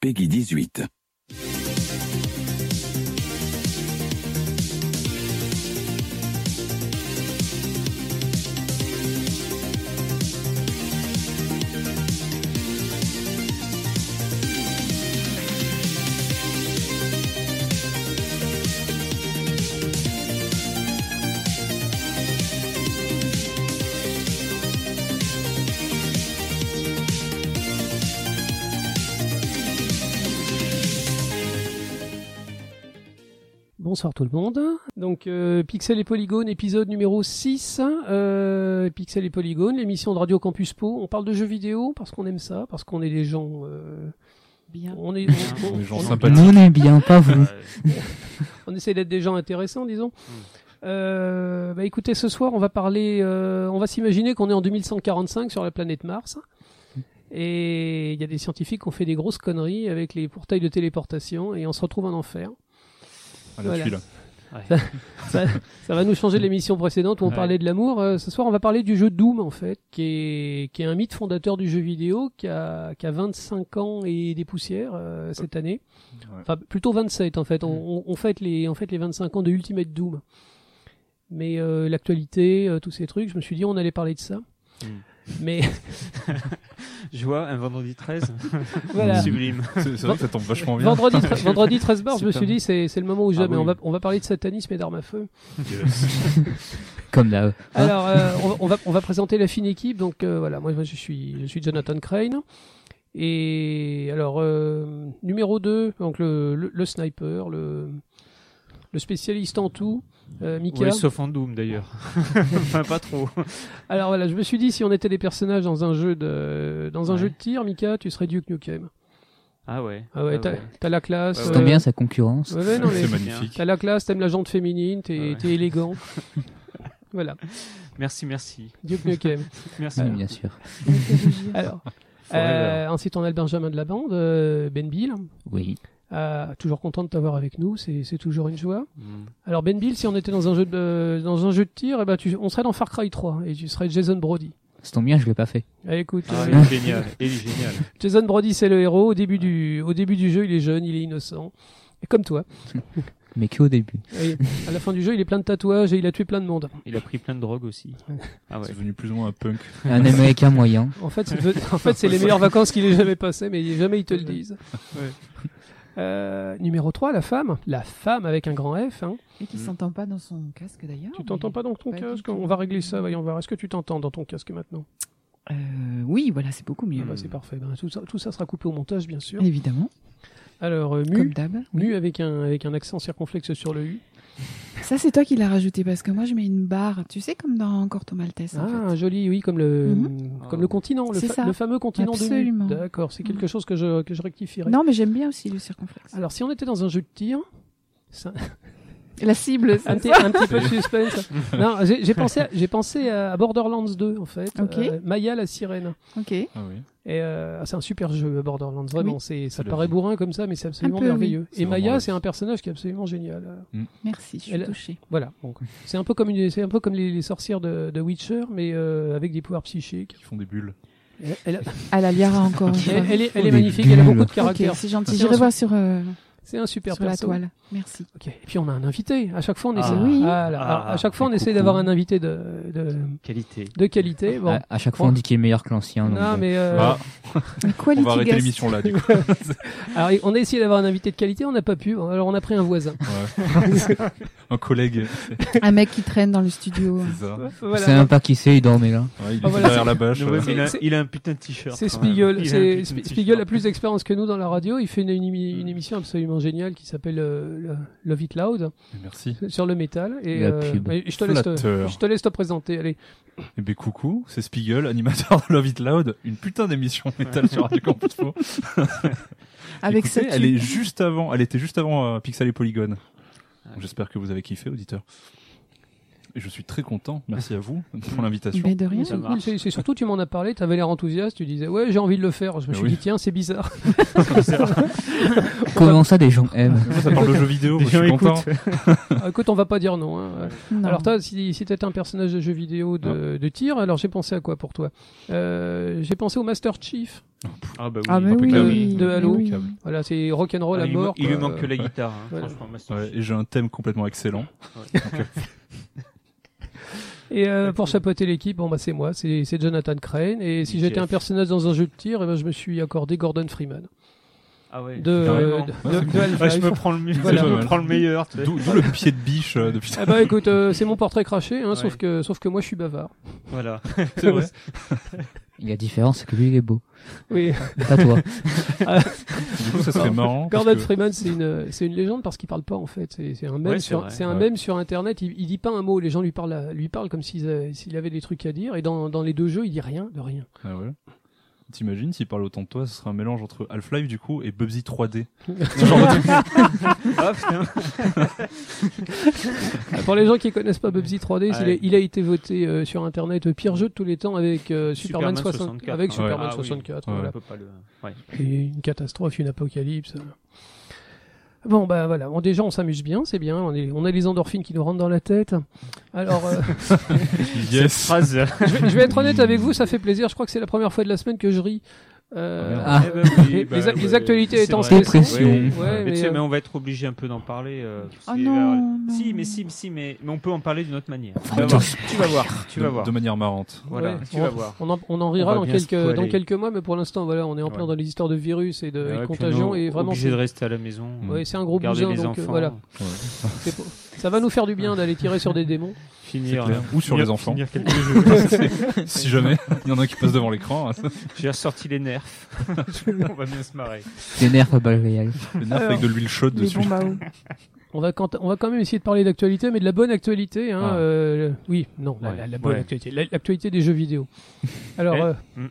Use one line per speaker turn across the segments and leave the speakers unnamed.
Peggy 18.
bonsoir tout le monde. Donc euh, Pixel et Polygone, épisode numéro 6. Euh, Pixel et Polygone, l'émission de Radio Campus Po. On parle de jeux vidéo parce qu'on aime ça, parce qu'on est des gens... euh,
Bien.
on est...
Des
on-
gens
on-
sympas.
Nous on est bien,
Ah,
pas vous.
on essaie d'être des gens intéressants, disons. Euh, bah écoutez, ce soir, on va parler, euh, on va s'imaginer qu'on est en 2145 sur la planète Mars. Et il y a des scientifiques qui ont fait des grosses conneries avec les portails de téléportation et on se retrouve en enfer.
Ah,
Voilà.
là-dessus, là.
ça, ça va nous changer de l'émission précédente où on
Ouais.
parlait de l'amour. Euh, ce soir, on va parler du jeu Doom, en fait, qui est, qui est un mythe fondateur du jeu vidéo, qui a, qui a 25 ans et des poussières euh, cette année.
Ouais. Mm.
Enfin, plutôt 27, en fait. On, on, on fête les, on fête les 25 ans de Ultimate Doom. Mais euh, l'actualité, euh, tous ces trucs, je me suis dit, on allait parler de ça.
Mm.
Mais
Je vois un vendredi 13.
voilà.
Sublime.
C'est c'est vrai que ça tombe vachement bien.
Vendredi, tre- vendredi 13 mars, je me
Super.
suis dit, c'est c'est le moment ou jamais.
oui.
on, va, on va parler de satanisme et d'armes à feu.
Comme là. hein.
Alors, euh, on, va- on va, on va présenter la fine équipe. Donc euh, voilà, moi je suis, je suis Jonathan Crane. Et alors, euh, numéro 2, donc le, le, le sniper, le, le spécialiste en tout, euh, Mika.
Ouais, sauf en Doom d'ailleurs. enfin, pas trop.
Alors voilà, je me suis dit, si on était des personnages dans un jeu de, dans un
Ouais.
jeu de tir, Mika, tu serais Duke Nukem.
Ah ouais.
Ah ouais, t'as t'as la classe.
Ça
Ouais,
tombe
euh,
bien sa concurrence.
ouais, ouais, non, mais
C'est magnifique.
T'as la classe, t'aimes la jante féminine, t'es
Ouais.
t'es élégant. voilà,
Merci, merci.
Duke Nukem.
Merci.
Oui, bien sûr.
Alors,
Forever.
euh, ensuite, on a le Benjamin de la bande, euh, Ben Bill.
Oui.
Euh, toujours content de t'avoir avec nous, c'est c'est toujours une joie.
Mm.
Alors Ben Bill, si on était dans un jeu de, euh, dans un jeu de tir, eh ben, tu- on serait dans Far Cry 3 et tu serais Jason Brody.
Ça tombe bien, je l'ai pas fait.
Ah, écoute,
Ah,
euh,
il est génial. Il est génial.
Jason Brody c'est le héros. Au début du au début du jeu, il est jeune, il est innocent. Et comme toi.
Mais qu'au début.
Et à la fin du jeu, il est plein de tatouages et il a tué plein de monde.
Il a pris plein de drogues aussi. Ah
C'est
ouais.
devenu plus ou moins un punk.
Un américain moyen.
En fait, c'est en fait, c'est les meilleures vacances qu'il ait jamais passées, mais jamais ils te le disent.
Ouais.
Euh, numéro 3, la femme. La femme avec un grand F. Hein.
Et qui s'entend pas dans son casque d'ailleurs.
tu
mais-
t'entends pas dans ton
Ah pas du
casque
tout.
On va régler ça, voyons voir. Est-ce que tu t'entends dans ton casque maintenant
Euh, Oui, voilà, c'est beaucoup mieux.
Ah bah, c'est parfait. Ben, tout, ça, tout ça sera coupé au montage, bien sûr.
Évidemment,
Alors, euh,
comme
mu,
d'hab.
mu avec, un, avec un accent circonflexe sur le U.
Ça, c'est toi qui l'as rajouté parce que moi, je mets une barre, tu sais, comme dans Encore ton Maltese.
Ah,
en
un
fait. Mhm.
joli, oui, comme le, comme le
Ah.
continent, le,
C'est
fa-
ça.
le fameux continent
Absolument. Mhm.
de mu. D'accord, c'est quelque chose que je, que je rectifierai.
Non, mais j'aime bien aussi le circonflexe.
Alors, si on était dans un jeu de tir, ça- Ah,
La cible,
un,
c'est
petit,
ça
un petit peu de suspense. non, j'ai j'ai pensé, à- j'ai pensé à Borderlands 2, en fait.
Ok.
Euh, Maya la sirène.
Ok.
Ah oui.
Et euh, ah, c'est un super jeu, Borderlands, vraiment. c'est Ça
Je l'ai
paraît
vu.
bourrin comme ça, mais c'est absolument
peu, oui.
merveilleux.
C'est
Et
vraiment
Maya,
bien.
c'est un personnage qui est absolument génial. Euh,
Merci, je suis
Elle-
touchée.
Voilà, donc c'est un peu comme une, c'est un peu comme les, les sorcières de, de Witcher, mais euh, avec des pouvoirs psychiques.
Qui font des bulles.
Elle, elle-
À Ah, la Liara encore. une
elle-
fois.
elle est, elle est
Des
magnifique, elle a
bulles.
beaucoup de caractère.
Ok, c'est gentil.
C'est un
J'irai voir sur, euh,
C'est un super
sur la
perso.
toile. Merci.
Ok. Et puis on a un invité. À chaque fois, on
Ah.
essaie.
Oui.
Ah, là, alors,
Ah.
à chaque fois, on
Et
essaie
coucou.
d'avoir un invité de, de,
Qualité.
de qualité. Bon.
À, à chaque fois, on dit qu'il est meilleur que l'ancien. donc,
Non,
euh,
mais euh,
Ah,
Mais quoi,
on va arrêter
Litigas
l'émission là, du coup.
alors, on a essayé d'avoir un invité de qualité, on n'a pas pu. Alors on a pris un voisin.
Ouais. un collègue,
Un mec qui traîne dans le studio.
c'est ça.
On
Voilà.
sait même pas qui c'est, il dormait là.
Ouais, il
Ah,
est
voilà,
derrière la bâche.
Non, ouais,
euh.
mais il, a,
C'est-
il a un putain de t-shirt.
C'est
quand même.
Spiegel.
Il a un
C'est
putain de
Sp-
t-shirt.
Spiegel a plus d'expérience que nous dans la radio. Il fait une, une émi-
Mm.
une émission absolument géniale qui s'appelle euh, le- Love It Loud
Eh, Merci.
sur le métal. Et, euh,
La pub.
et je te laisse. te-
Flatteur.
je te laisse te présenter. Allez.
Eh ben coucou, c'est Spiegel, animateur de Love It Loud, une putain d'émission métal sur Radio Campus Po.
Avec
Écoutez,
ce
elle
tube.
est juste avant, elle était juste avant euh, Pixel et Polygon.
Ah.
J'espère que vous avez kiffé, auditeur. Et je suis très content. Merci à vous pour l'invitation.
Mais de rien.
Ça marche.
C'est c'est surtout, tu m'en as parlé, tu avais l'air enthousiaste, tu disais, ouais, j'ai envie de le faire. Je me
Ah
suis
oui.
dit, tiens, c'est bizarre.
Comment ça, des gens aiment
Moi, ça parle de jeux vidéo,
Les
moi, je
gens
suis content.
écoutent.
Ah, Écoute, on va pas dire non. hein.
Non.
Alors, toi, si, si t'étais un personnage de jeu vidéo de, de tir, alors j'ai pensé à quoi pour toi Euh, J'ai pensé au Master Chief.
Ah bah oui.
Ah, mais oui.
impeccable.
De Halo.
Impeccable.
Voilà, c'est rock'n'roll
Ah,
à
il, lui-
mort.
il lui
quoi.
manque que la guitare. hein,
Voilà.
Franchement, Master
Ouais,
Chief.
et j'ai un thème complètement excellent.
Et euh, pour chapeauter l'équipe, bon bah c'est moi, c'est c'est Jonathan Crane. Et si
Jeff.
j'étais un personnage dans un jeu de tir, eh ben, je me suis accordé Gordon Freeman.
Ah ouais.
De,
Carrément.
euh, de-
Ouais,
de- de Half-Life.
Ah, je me prends le mieux.
Voilà.
Je me prends le meilleur. tu sais.
D'où d'où le pied de biche euh, depuis
Ah bah écoute, euh, c'est mon portrait craché, hein,
Ouais.
sauf, que, sauf que moi je suis bavard.
Voilà.
C'est vrai.
Et La différence, c'est que lui, il est beau.
Oui,
Pas toi.
Du coup, ça serait marrant. parce
Gordon
que-
Freeman c'est une, c'est une légende parce qu'il parle pas en fait. C'est c'est un mème,
Ouais, c'est
sur,
vrai.
c'est un
Ouais.
mème sur internet, il, il dit pas un mot, les gens lui parlent, à- lui parlent comme s'ils, euh, s'il avait des trucs à dire. Et dans, dans les deux jeux, il dit rien de rien.
Ah ouais. T'imagines, s'il parle autant de toi, ce serait un mélange entre Half-Life du coup et Bubsy 3D. Ce genre de truc.
Ah, putain.
Pour les gens qui connaissent pas Bubsy 3D, il, a,
Ouais.
il a été voté euh, sur internet euh, pire jeu de tous les temps avec euh, Superman, 60
Superman 64,
avec
ouais.
Superman
Ah oui.
64.
Ouais.
voilà.
On peut pas le. Ouais.
Et une catastrophe, une apocalypse. Bon, bah voilà. Bon, déjà, on s'amuse bien, c'est bien. On, est, on a les endorphines qui nous rentrent dans la tête. Alors, euh,
Cette
Yes.
phrase. Eh
je, vais, je vais être honnête avec vous, ça fait plaisir. Je crois que c'est la première fois de la semaine que je ris. Euh,
Ah.
Eh ben oui,
les-
bah,
les a-
ouais,
les actualités
c'est
étant
vrai.
stressantes. Dépression.
Ouais,
Ouais,
mais,
mais,
tu sais,
euh,
mais on va être obligé un peu d'en parler. euh,
Ah
Oh
c'est-
non,
alors- Si,
non.
mais si, mais si, mais, mais on peut en parler d'une autre manière. Tu
Oh,
vas
putain.
voir. Tu vas voir. Tu vas
De,
voir.
de manière marrante.
Voilà,
Ouais.
tu vas voir.
On en, on en
On
rira
va
dans
bien
quelques,
se poiler.
dans quelques mois, mais pour l'instant, voilà, on est en
Ouais.
plein dans les histoires de virus et de et
Ouais,
de
puis
euh, contagion.
on est
Et vraiment,
obligé de
c'est
rester à la maison.
Mm.
ouais, c'est un gros
garder
bousin,
les
donc euh,
enfants.
voilà. C'est pour- Ça va nous faire du bien d'aller tirer sur des démons.
Finir.
clair. Ou sur
finir-
les enfants.
finir quelques jeux.
si jamais il y en a qui passent devant l'écran, hein, ça
J'ai ressorti les nerfs. on va bien se marrer.
Des nerfs à balle réelle.
fait nerf avec de l'huile chaude
Les
dessus.
bombes à eau.
On va, quand, on va quand même essayer de parler d'actualité, mais de la bonne actualité. Hein,
Ah.
euh, oui, non, la,
Ouais.
la- la bonne
Ouais.
actualité. La- L'actualité des jeux vidéo. Alors,
Eh,
euh,
mm.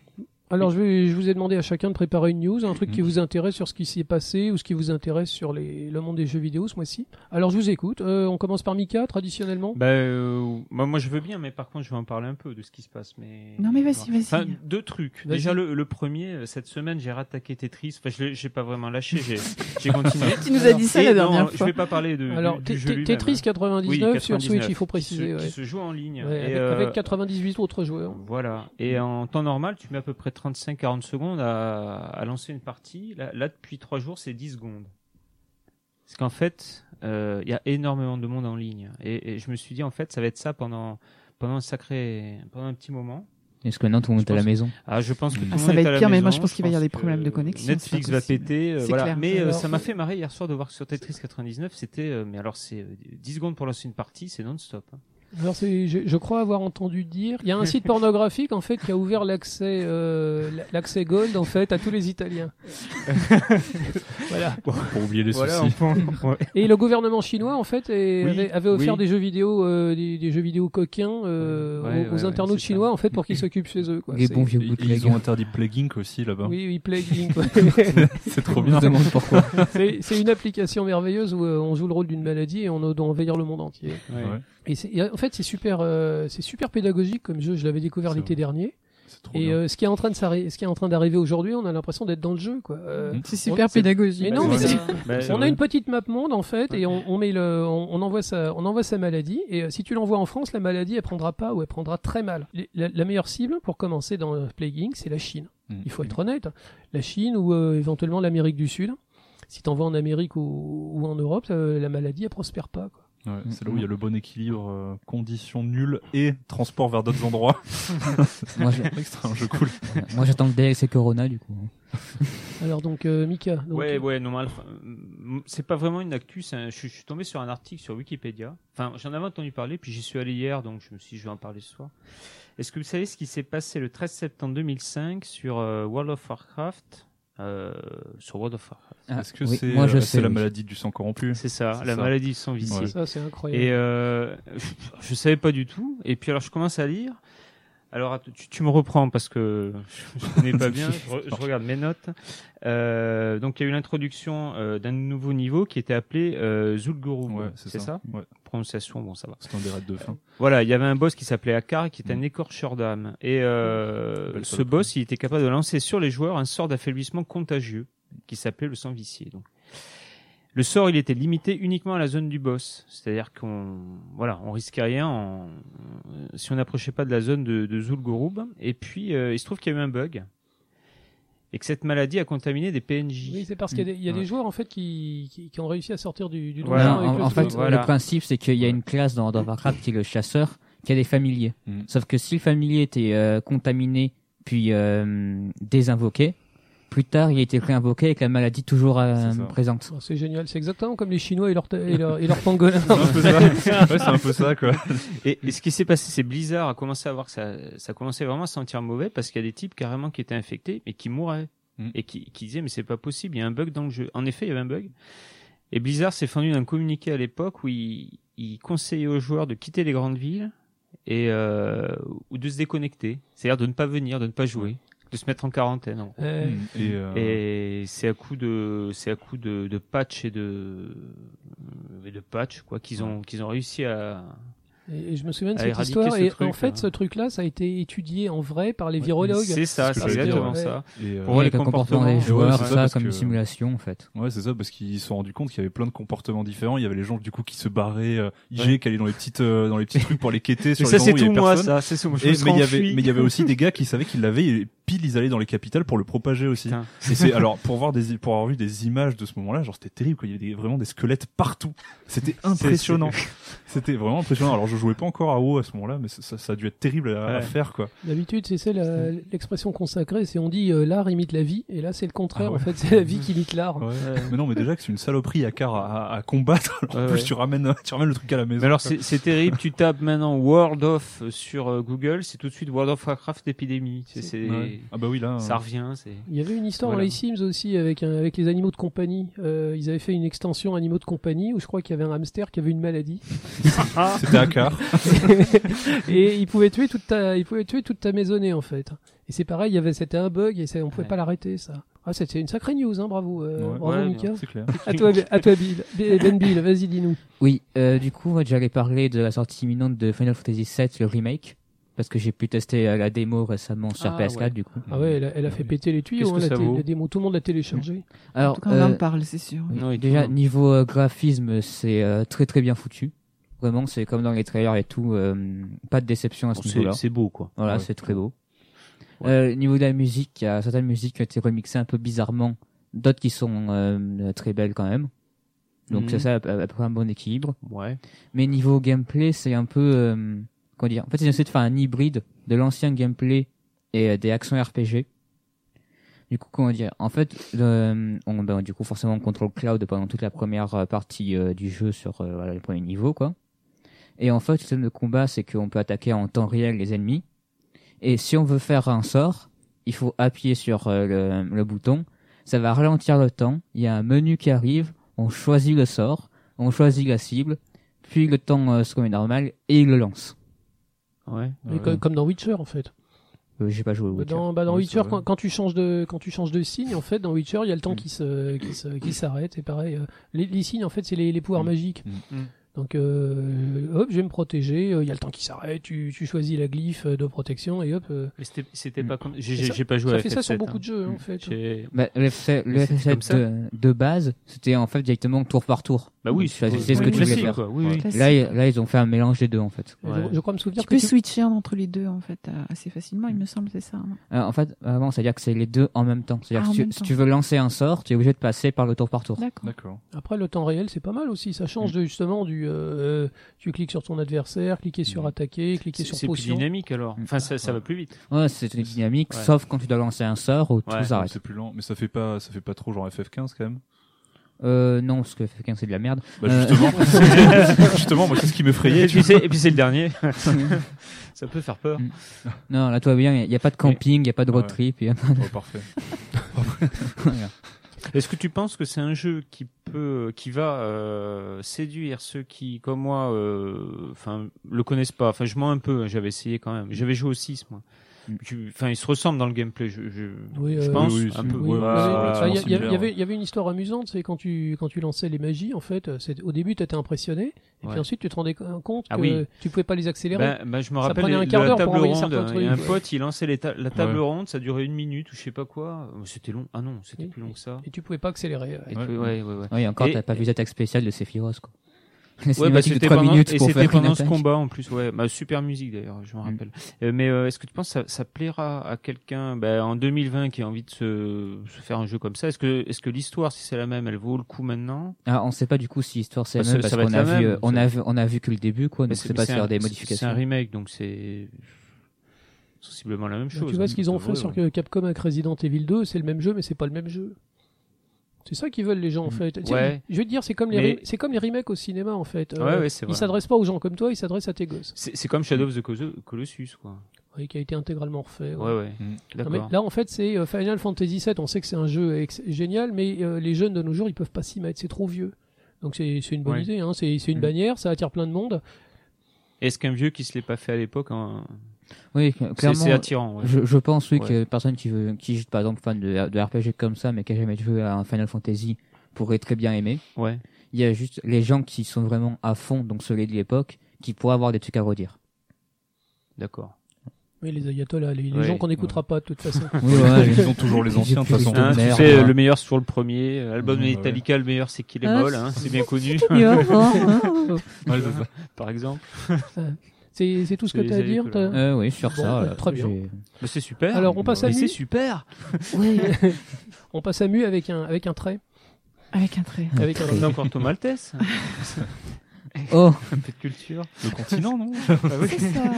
alors je, vais- je vous ai demandé à chacun de préparer une news, un truc
Hmm.
qui vous intéresse sur ce qui s'y est passé ou ce qui vous intéresse sur les, le monde des jeux vidéo ce mois-ci. Alors, je vous écoute. Euh, on commence par Mika, traditionnellement.
Bah, euh, moi, moi, je veux bien, mais par contre, je vais en parler un peu de ce qui se passe. Mais
Non, mais vas-y, vas-y.
Enfin, deux trucs.
Vas-y.
Déjà, le, le premier, euh, cette semaine, j'ai rattaqué Tetris. Enfin, je l'ai- j'ai pas vraiment lâché, j'ai j'ai continué.
Tu nous as dit ça la
Et non,
dernière
Je
fois.
vais pas parler de.
alors,
du,
T-
du jeu
T-
lui-même. hein.
Tetris 99,
Oui,
sur
99,
Switch, il faut
qui
préciser.
se- Qui
ouais.
se joue en ligne.
Ouais,
Et,
avec,
euh,
avec 98 autres joueurs.
Voilà.
Mm.
Et en temps normal, tu mets à peu près 35-40 secondes à, à lancer une partie. Là, là, depuis 3 jours, c'est 10 secondes. Parce qu'en fait, euh, il y a énormément de monde en ligne. Et, et je me suis dit, en fait, ça va être ça pendant, pendant un sacré. pendant un petit moment.
Est-ce que maintenant tout le monde est à la maison
Ah, je pense que tout le
Ah, ça
monde
va
est
être
à la
pire, mais moi,
maison.
je pense qu'il va y avoir des problèmes
que
de connexion,
Netflix
c'est
va
impossible.
péter. euh,
C'est
voilà.
clair.
Mais euh,
Alors-
ça m'a fait marrer hier soir de voir que sur Tetris 99, c'était. euh, mais alors, c'est euh, 10 secondes pour lancer une partie, c'est non-stop. hein.
Alors c'est, je, je crois avoir entendu dire, il y a un site pornographique en fait qui a ouvert l'accès, euh, l- l'accès gold en fait à tous les Italiens. voilà.
Pour oublier les
Voilà,
soucis.
on- on-
Et le gouvernement chinois en fait est-
Oui,
avait, avait offert
oui.
des jeux vidéo, euh, des, des jeux vidéo coquins euh,
Ouais,
aux,
ouais,
aux
ouais,
internautes
c'est ça.
chinois en fait pour qu'ils s'occupent chez eux. Quoi.
Des
C'est-
bons vieux hein.
Et- et
bootlegs.
ils ont interdit Plague Inc aussi là-bas.
Oui, oui, Plague Inc, quoi.
C'est trop
Je
bien.
me demande pourquoi.
c'est, c'est une application merveilleuse où euh, on joue le rôle d'une maladie et on doit envahir le monde entier.
Ouais.
Ouais.
Et, c'est- et en fait, c'est super, euh, c'est super pédagogique comme jeu. Je l'avais découvert
C'est
l'été
vrai.
dernier.
C'est trop
Et
bien.
euh, ce qui est en train de s'arriver, ce qui est en train d'arriver aujourd'hui, on a l'impression d'être dans le jeu, quoi. Euh,
Mm.
C'est super
c'est-
pédagogique.
Mais non, mais
Mhm. Bah,
c'est-
bah,
on a
ouais.
une petite map monde en fait, et on, on met le, on, on envoie sa, on envoie sa maladie. Et euh, si tu l'envoies en France, la maladie elle prendra pas ou elle prendra très mal. Les- La, la meilleure cible pour commencer dans euh, Plague Inc, c'est la Chine.
Mm.
Il faut être honnête, la Chine ou euh, éventuellement l'Amérique du Sud. Si t'envoies en Amérique ou, ou en Europe, euh, la maladie elle prospère pas. Quoi.
Ouais, c'est là où il y a le bon équilibre, euh, conditions nulles et transport vers d'autres endroits.
Moi, je-
C'est vrai que c'est un jeu cool.
moi, j'attends le DLC Corona du coup.
Alors donc euh, Mika, donc,
Ouais, ouais, non, mais Alpha, euh, c'est pas vraiment une actu. c'est un- je, suis- je suis tombé sur un article sur Wikipédia. Enfin, j'en avais entendu parler, puis j'y suis allé hier, donc je me suis dit, je vais en parler ce soir. Est-ce que vous savez ce qui s'est passé le 13 septembre 2005 sur euh, World of Warcraft euh, Sur World of Warcraft.
Ah,
Est-ce que
oui,
c'est
moi, je
euh,
sais,
c'est la
oui.
maladie du sang corrompu
C'est ça,
Mmh. C'est
la
ça.
maladie sans vicié.
Ouais.
ça c'est incroyable.
Et euh, je, je savais pas du tout. Et puis alors je commence à lire. Alors att- tu, tu me reprends parce que je, je connais pas bien. Je, re- je regarde mes notes. Euh, donc il y a eu l'introduction euh, d'un nouveau niveau qui était appelé euh, Zul'Gurub.
Ouais,
c'est ça. Mm.
Ouais,
Prononciation, bon ça va.
c'est un des raids de fin.
Voilà, il y avait un boss qui s'appelait Akar qui était un
Mm.
écorcheur d'âme. Et euh,
Belle
ce
salope.
boss, il était capable de lancer sur les joueurs un sort d'affaiblissement contagieux qui s'appelait le sang vicié. Donc. Le sort, il était limité uniquement à la zone du boss. C'est-à-dire qu'on voilà, on risquait rien en- euh, si on n'approchait pas de la zone de, de Zul'Gurub. Et puis, euh, il se trouve qu'il y a eu un bug. et que cette maladie a contaminé des PNJ.
Oui, c'est parce qu'il y a, des, il y a des
Mm. Ouais.
joueurs en fait qui, qui, qui ont réussi à sortir du, du
Voilà,
donjon
Non,
avec
en,
le
en fait,
truc.
voilà.
le principe, c'est qu'il y a une classe dans, dans Warcraft qui est le chasseur, qui a des familiers.
Mm.
Sauf que si le familier était euh, contaminé, puis euh, désinvoqué, plus tard, il a été réinvoqué avec la maladie toujours euh,
C'est ça.
présente.
Oh, C'est génial, c'est exactement comme les Chinois et leur, ta- et leur, et leur pangolin.
Mm.
C'est un peu ça. Ouais, c'est un peu ça, quoi.
Et, et ce qui s'est passé, c'est Blizzard a commencé à voir que ça, ça commençait vraiment à sentir mauvais parce qu'il y a des types carrément qui étaient infectés mais qui mouraient
Mm.
et qui, qui disaient mais c'est pas possible, il y a un bug dans le jeu. En effet, il y avait un bug. Et Blizzard s'est fendu d'un communiqué à l'époque où il, il conseillait aux joueurs de quitter les grandes villes et euh, ou de se déconnecter, c'est-à-dire de ne pas venir, de ne pas jouer, de se mettre en quarantaine. en gros.
Euh,
Et, euh,
Et c'est à coup de c'est à coup de, de patch et de et de patch quoi qu'ils ont qu'ils ont réussi à
Et, et je me souviens de
À
cette
éradiquer
histoire.
ce
et
truc,
en fait,
hein.
ce truc-là, ça a été étudié en vrai par les
Ouais,
virologues.
C'est ça,
C'est ce
c'est
que j'allais
exactement
dire, ouais.
ça.
et, euh,
Pour voir les
Avec un comportement
comportements.
des joueurs,
Ouais, c'est ça,
ça,
parce
comme
que-
une simulation, en fait.
Ouais, c'est ça, parce qu'ils se sont rendus compte qu'il y avait plein de comportements différents. Il y avait les gens, du coup, qui se barraient, euh, IG, qui allaient dans les petites, euh, dans les petits trucs pour les quêter sur
Mais
les
ça
endroits
c'est
où il y
tout
avait
moi
personne.
ça, c'est tout. moi. Je
Et-
me
mais il
serais
y avait,
enfui.
mais il y avait aussi des gars qui savaient qu'ils l'avaient et pile ils allaient dans les capitales pour le propager aussi.
Putain.
Et c'est alors pour voir des pour avoir vu des images de ce moment-là, genre c'était terrible quoi. Il y avait des- vraiment des squelettes partout. C'était impressionnant. C'était vraiment impressionnant. Alors je jouais pas encore à WoW à ce moment-là, mais ça, ça- ça a dû être terrible à, à
Ouais.
faire quoi.
D'habitude, c'est celle, euh, l'expression consacrée, c'est on dit euh, l'art imite la vie, et là, c'est le contraire.
Ah ouais.
En fait, c'est la vie qui imite l'art.
Mais non, mais déjà que c'est une saloperie à car à, à combattre. Alors, en
Ouais,
plus
ouais.
tu ramènes tu ramènes le truc à la maison.
Mais alors c'est c'est terrible, tu tapes maintenant World of sur euh, Google, c'est tout de suite World of Warcraft épidémie. C'est c'est-
Ouais. ah bah oui là.
ça
euh,
revient, c'est
Il y avait une histoire
Voilà.
dans les Sims aussi avec, un- avec les animaux de compagnie. Euh, ils avaient fait une extension animaux de compagnie où je crois qu'il y avait un hamster qui avait une maladie.
Ah.
C'était à car.
et il pouvait tuer toute ta, il pouvait tuer toute ta maisonnée en fait. Et c'est pareil, il y avait, c'était un bug et ça, on pouvait
Ouais.
pas l'arrêter ça. Ah, c'était une sacrée news, hein, bravo, euh,
Ouais.
bravo
Ouais,
Mika.
C'est clair.
À toi, à toi Bill, B- Ben Bill, vas-y dis-nous.
Oui, euh, du coup, moi, j'allais parler de la sortie imminente de Final Fantasy VII, le remake, parce que j'ai pu tester euh, la démo récemment sur
Ah,
PS4,
ouais.
du coup.
Ah ouais, elle a, elle a fait péter les tuyaux,
Qu'est-ce
hein,
que
la,
ça
télé-
vaut
la démo, tout le monde l'a téléchargée.
En
Alors,
tout cas, on en
euh,
parle, c'est sûr.
oui,
Non, et
déjà,
tout, hein.
niveau euh, graphisme, c'est euh, très très bien foutu. Vraiment, c'est comme dans les trailers et tout, euh, pas de déception à ce niveau-là.
beau quoi.
Voilà,
Ouais.
c'est très beau.
Ouais.
Euh, niveau de la musique, il y a certaines musiques qui ont été remixées un peu bizarrement, d'autres qui sont euh, très belles quand même. Donc
Mhm.
c'est ça, à peu à peu près un bon équilibre.
Ouais.
Mais niveau gameplay, c'est un peu. Euh, comment dire En fait, ils essaient de faire un hybride de l'ancien gameplay et euh, des actions RPG. Du coup, comment dire En fait, euh, on, ben, du coup, forcément, on contrôle Cloud pendant toute la première euh, partie euh, du jeu sur euh, voilà, les premiers niveaux, quoi. Et en fait, le système de combat, c'est qu'on peut attaquer en temps réel les ennemis. Et si on veut faire un sort, il faut appuyer sur euh, le, le bouton. Ça va ralentir le temps. Il y a un menu qui arrive. On choisit le sort. On choisit la cible. Puis le temps euh, se remet normal et il le lance.
Ouais.
Et co- Comme, dans Witcher en fait.
Euh, J'ai pas joué au Witcher.
Dans, bah, dans
Oui,
Witcher,
c'est vrai.
quand, quand tu changes de quand tu changes de signe, en fait, dans Witcher, il y a le
Mm.
temps qui se qui se- qui s'arrête. Et pareil, euh, les, les signes, en fait, c'est les, les pouvoirs
Mm.
magiques.
Mm.
Mm.
Donc, euh, hop, je vais me protéger. euh, Il y a le temps qui s'arrête. Tu, tu choisis la glyphe euh, de protection et hop. euh,
Mais c'était- c'était
Mm.
pas comme j'ai
Et
j'ai- j'ai pas joué
ça
à
fait
FF7,
ça sur beaucoup
hein.
de jeux hein, en
Mm.
fait.
J'ai-
Bah, le FF7 le
Mais c'était comme
FF7
ça
de, de base, c'était en fait directement tour par tour.
Bah oui,
Tu choisissais
c'est
ce que tu voulais
classique,
faire.
quoi. Oui, oui.
Classique.
Là, ils- là, ils ont fait un mélange des deux en fait.
Je-
Ouais.
Je, crois me souvenir
Tu
que
peux
tu-
switcher entre les deux, en fait, euh, assez facilement, il me semble, c'est ça. hein.
Euh, en fait, vraiment, c'est-à-dire que c'est les deux en même temps. C'est-à-dire
Ah, en
que si tu-
même
si
temps.
tu veux lancer un sort, tu es obligé de passer par le tour par tour.
D'accord.
D'accord.
après le temps réel, c'est pas mal aussi. Ça
Mm.
change de, justement du euh, tu cliques sur ton adversaire, cliquer sur
Mm.
attaquer, cliquer
C'est
sur
c'est plus
potion.
dynamique alors. Enfin, ça, ça va plus vite.
Ouais, c'est une dynamique,
Ouais.
sauf quand tu dois lancer un sort ou
Ouais.
tout s'arrête.
C'est plus lent, mais ça fait pas ça fait pas trop genre FF15 quand même.
Euh, non, parce que FF15 c'est de la merde.
Bah
Euh.
justement, justement, moi c'est ce qui
Et
m'effrayait.
puis c'est et puis c'est le dernier. ça peut faire peur.
Non, là, tout va bien, il n'y a pas de camping, il n'y a pas de road
Ouais.
trip. y a-
Oh, parfait.
voilà.
Est-ce que tu penses que c'est un jeu qui peut, qui va euh, séduire ceux qui, comme moi, euh, enfin, le connaissent pas. Enfin, je mens un peu. hein, J'avais essayé quand même. J'avais joué au 6, moi.
Mm.
Tu- Enfin, ils se ressemblent dans le gameplay. Je, je,
Oui,
je
euh,
pense
oui, oui,
un
c'est-
peu.
Oui,
Ouais,
il y
ouais,
avait-
ouais,
enfin, il y a- il y avait-
similaire,
il y avait- il y avait une histoire amusante, c'est quand tu, quand tu lançais les magies, en fait, euh, c'est- au début, tu étais impressionné, et
Ouais.
puis ensuite, tu te rendais compte
Ah
que
oui.
tu pouvais pas les accélérer.
Ben, ben, je me rappelle
prenait
les-
un quart
la
d'heure pour
table
envoyer
ronde.
certains
Il y a un
trucs.
pote, il lançait les ta- la table
Ouais.
ronde, ça durait une minute ou je sais pas quoi. Euh, C'était long. Ah non, c'était
Oui.
plus long que ça.
Et tu pouvais pas accélérer. ouais.
Et
Ouais.
puis- ouais, ouais, ouais.
Ouais, et encore,
Et-
t'as pas vu l'attaque spéciale de Sephiroth, quoi. La
Ouais,
cinématique
bah,
de
c'était
3
pendant,
minutes
et
pour
c'était
faire
pendant
une
ce
attaque. Mm.
combat en plus, ouais. Bah, super musique d'ailleurs, je me rappelle. Euh, mais euh, est-ce que tu penses que ça, ça plaira à quelqu'un bah, en 2020 qui a envie de se, se faire un jeu comme ça Est-ce que, est-ce que l'histoire, si c'est la même, elle vaut le coup maintenant
Ah, on sait pas du coup si l'histoire c'est la
Bah, ça-
même parce
ça va
qu'on a
être la
vu,
même,
euh, on
ça.
a vu, on a vu que le début
Mais
quoi, donc
c'est-
c'est
mais
pas
c'est
faire
un-
des
c'est- C'est un
modifications.
remake, donc c'est sensiblement la même chose.
Bah, tu vois
hein.
ce qu'ils ont
Ouais,
fait sur
ouais.
que Capcom avec Resident Evil 2, c'est le même jeu, mais c'est pas le même jeu. C'est ça qu'ils veulent les gens en
Mm.
fait. Tu sais,
Ouais.
Je vais te dire, c'est comme, les
Mais-
rem- c'est comme les remakes au cinéma en fait. Euh,
Ouais, ouais, c'est
ils
vrai.
s'adressent pas aux gens comme toi, ils s'adressent à tes gosses.
C'est c'est comme Shadow of the Cos- Colossus, quoi.
Oui, qui a été intégralement refait. ouais.
Ouais, ouais.
Mm.
Non, mais
D'accord.
là en fait c'est euh, Final Fantasy 7, on sait que c'est un jeu ex- génial, mais euh, les jeunes de nos jours ils peuvent pas s'y mettre, c'est trop vieux. Donc c'est c'est une bonne
Ouais.
idée, hein. c'est c'est une
Mm.
bannière, ça attire plein de monde.
Est-ce qu'un vieux qui se l'est pas fait à l'époque, hein,
Oui, cl-
c'est c'est
clairement.
attirant. ouais.
Je, je pense oui
Ouais.
que personne qui veut, qui est par exemple fan de, de RPG comme ça, mais qui a jamais joué à un Final Fantasy, pourrait très bien aimer.
Ouais.
Il y a juste les gens qui sont vraiment à fond, donc celui de l'époque, qui pourraient avoir des trucs à redire.
D'accord.
Mais les ayatollahs, les, les
Ouais,
gens qu'on n'écoutera pas de toute façon.
Oui,
Ils ont toujours les anciens, de toute façon.
Putain,
Hein, tu
merde,
sais,
hein.
le meilleur sur le premier, euh, album
Ouais,
de
ouais.
Metallica, le meilleur c'est qu'il est
Ah,
molle, hein, c'est bien connu,
Ouais, c'est ça.
par exemple.
C'est c'est tout ce
C'est
que
les
tu as à dire.
ayatollahs.
t'as-
Euh, oui, sur
Bon,
ça.
bah,
euh,
très bien.
j'ai-
Bah, c'est super.
Alors on passe à
Mais c'est
nu.
super.
on passe à mu avec un avec un trait.
Avec un trait.
Avec un
On est encore Thomas Maltese,
Oh,
hein, un peu de culture.
Le continent, non
C'est ça,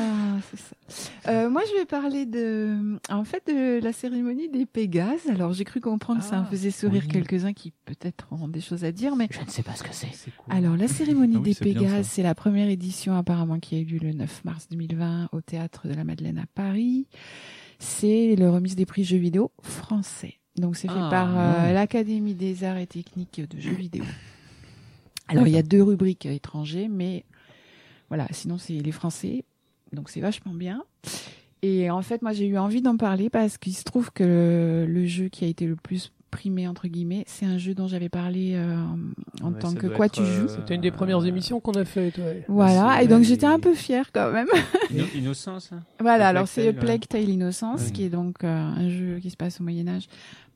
c'est ça. Euh, moi, je vais parler de, en fait, de la cérémonie des Pégases. Alors, j'ai cru comprendre que ça en faisait sourire
oui.
quelques-uns qui peut-être ont des choses à dire, mais
je ne sais pas ce que c'est.
C'est cool.
alors la cérémonie
Ah oui,
des
c'est bien,
Pégases,
ça.
c'est la première édition apparemment qui a eu lieu le 9 mars 2020 au théâtre de la Madeleine à Paris. C'est le remise des prix jeux vidéo français. Donc, c'est fait
Ah,
par euh, l'Académie des arts et techniques de jeux vidéo. Alors, il y a deux rubriques euh, étrangers, mais voilà, sinon c'est les Français, donc c'est vachement bien. Et en fait, moi j'ai eu envie d'en parler parce qu'il se trouve que le jeu qui a été le plus primé entre guillemets, c'est un jeu dont j'avais parlé euh, en
Ouais,
tant
ça
que
doit
quoi
être,
tu
euh,
joues.
C'était une des premières émissions qu'on a fait. toi.
Voilà,
c'est
et donc
vrai,
j'étais
et-
un peu fière quand même.
Inno- Innocence. hein.
Voilà,
Le
alors
Plague
c'est
Tale,
Plague Tale Innocence,
Oui.
qui est donc euh, un jeu qui se passe au Moyen Âge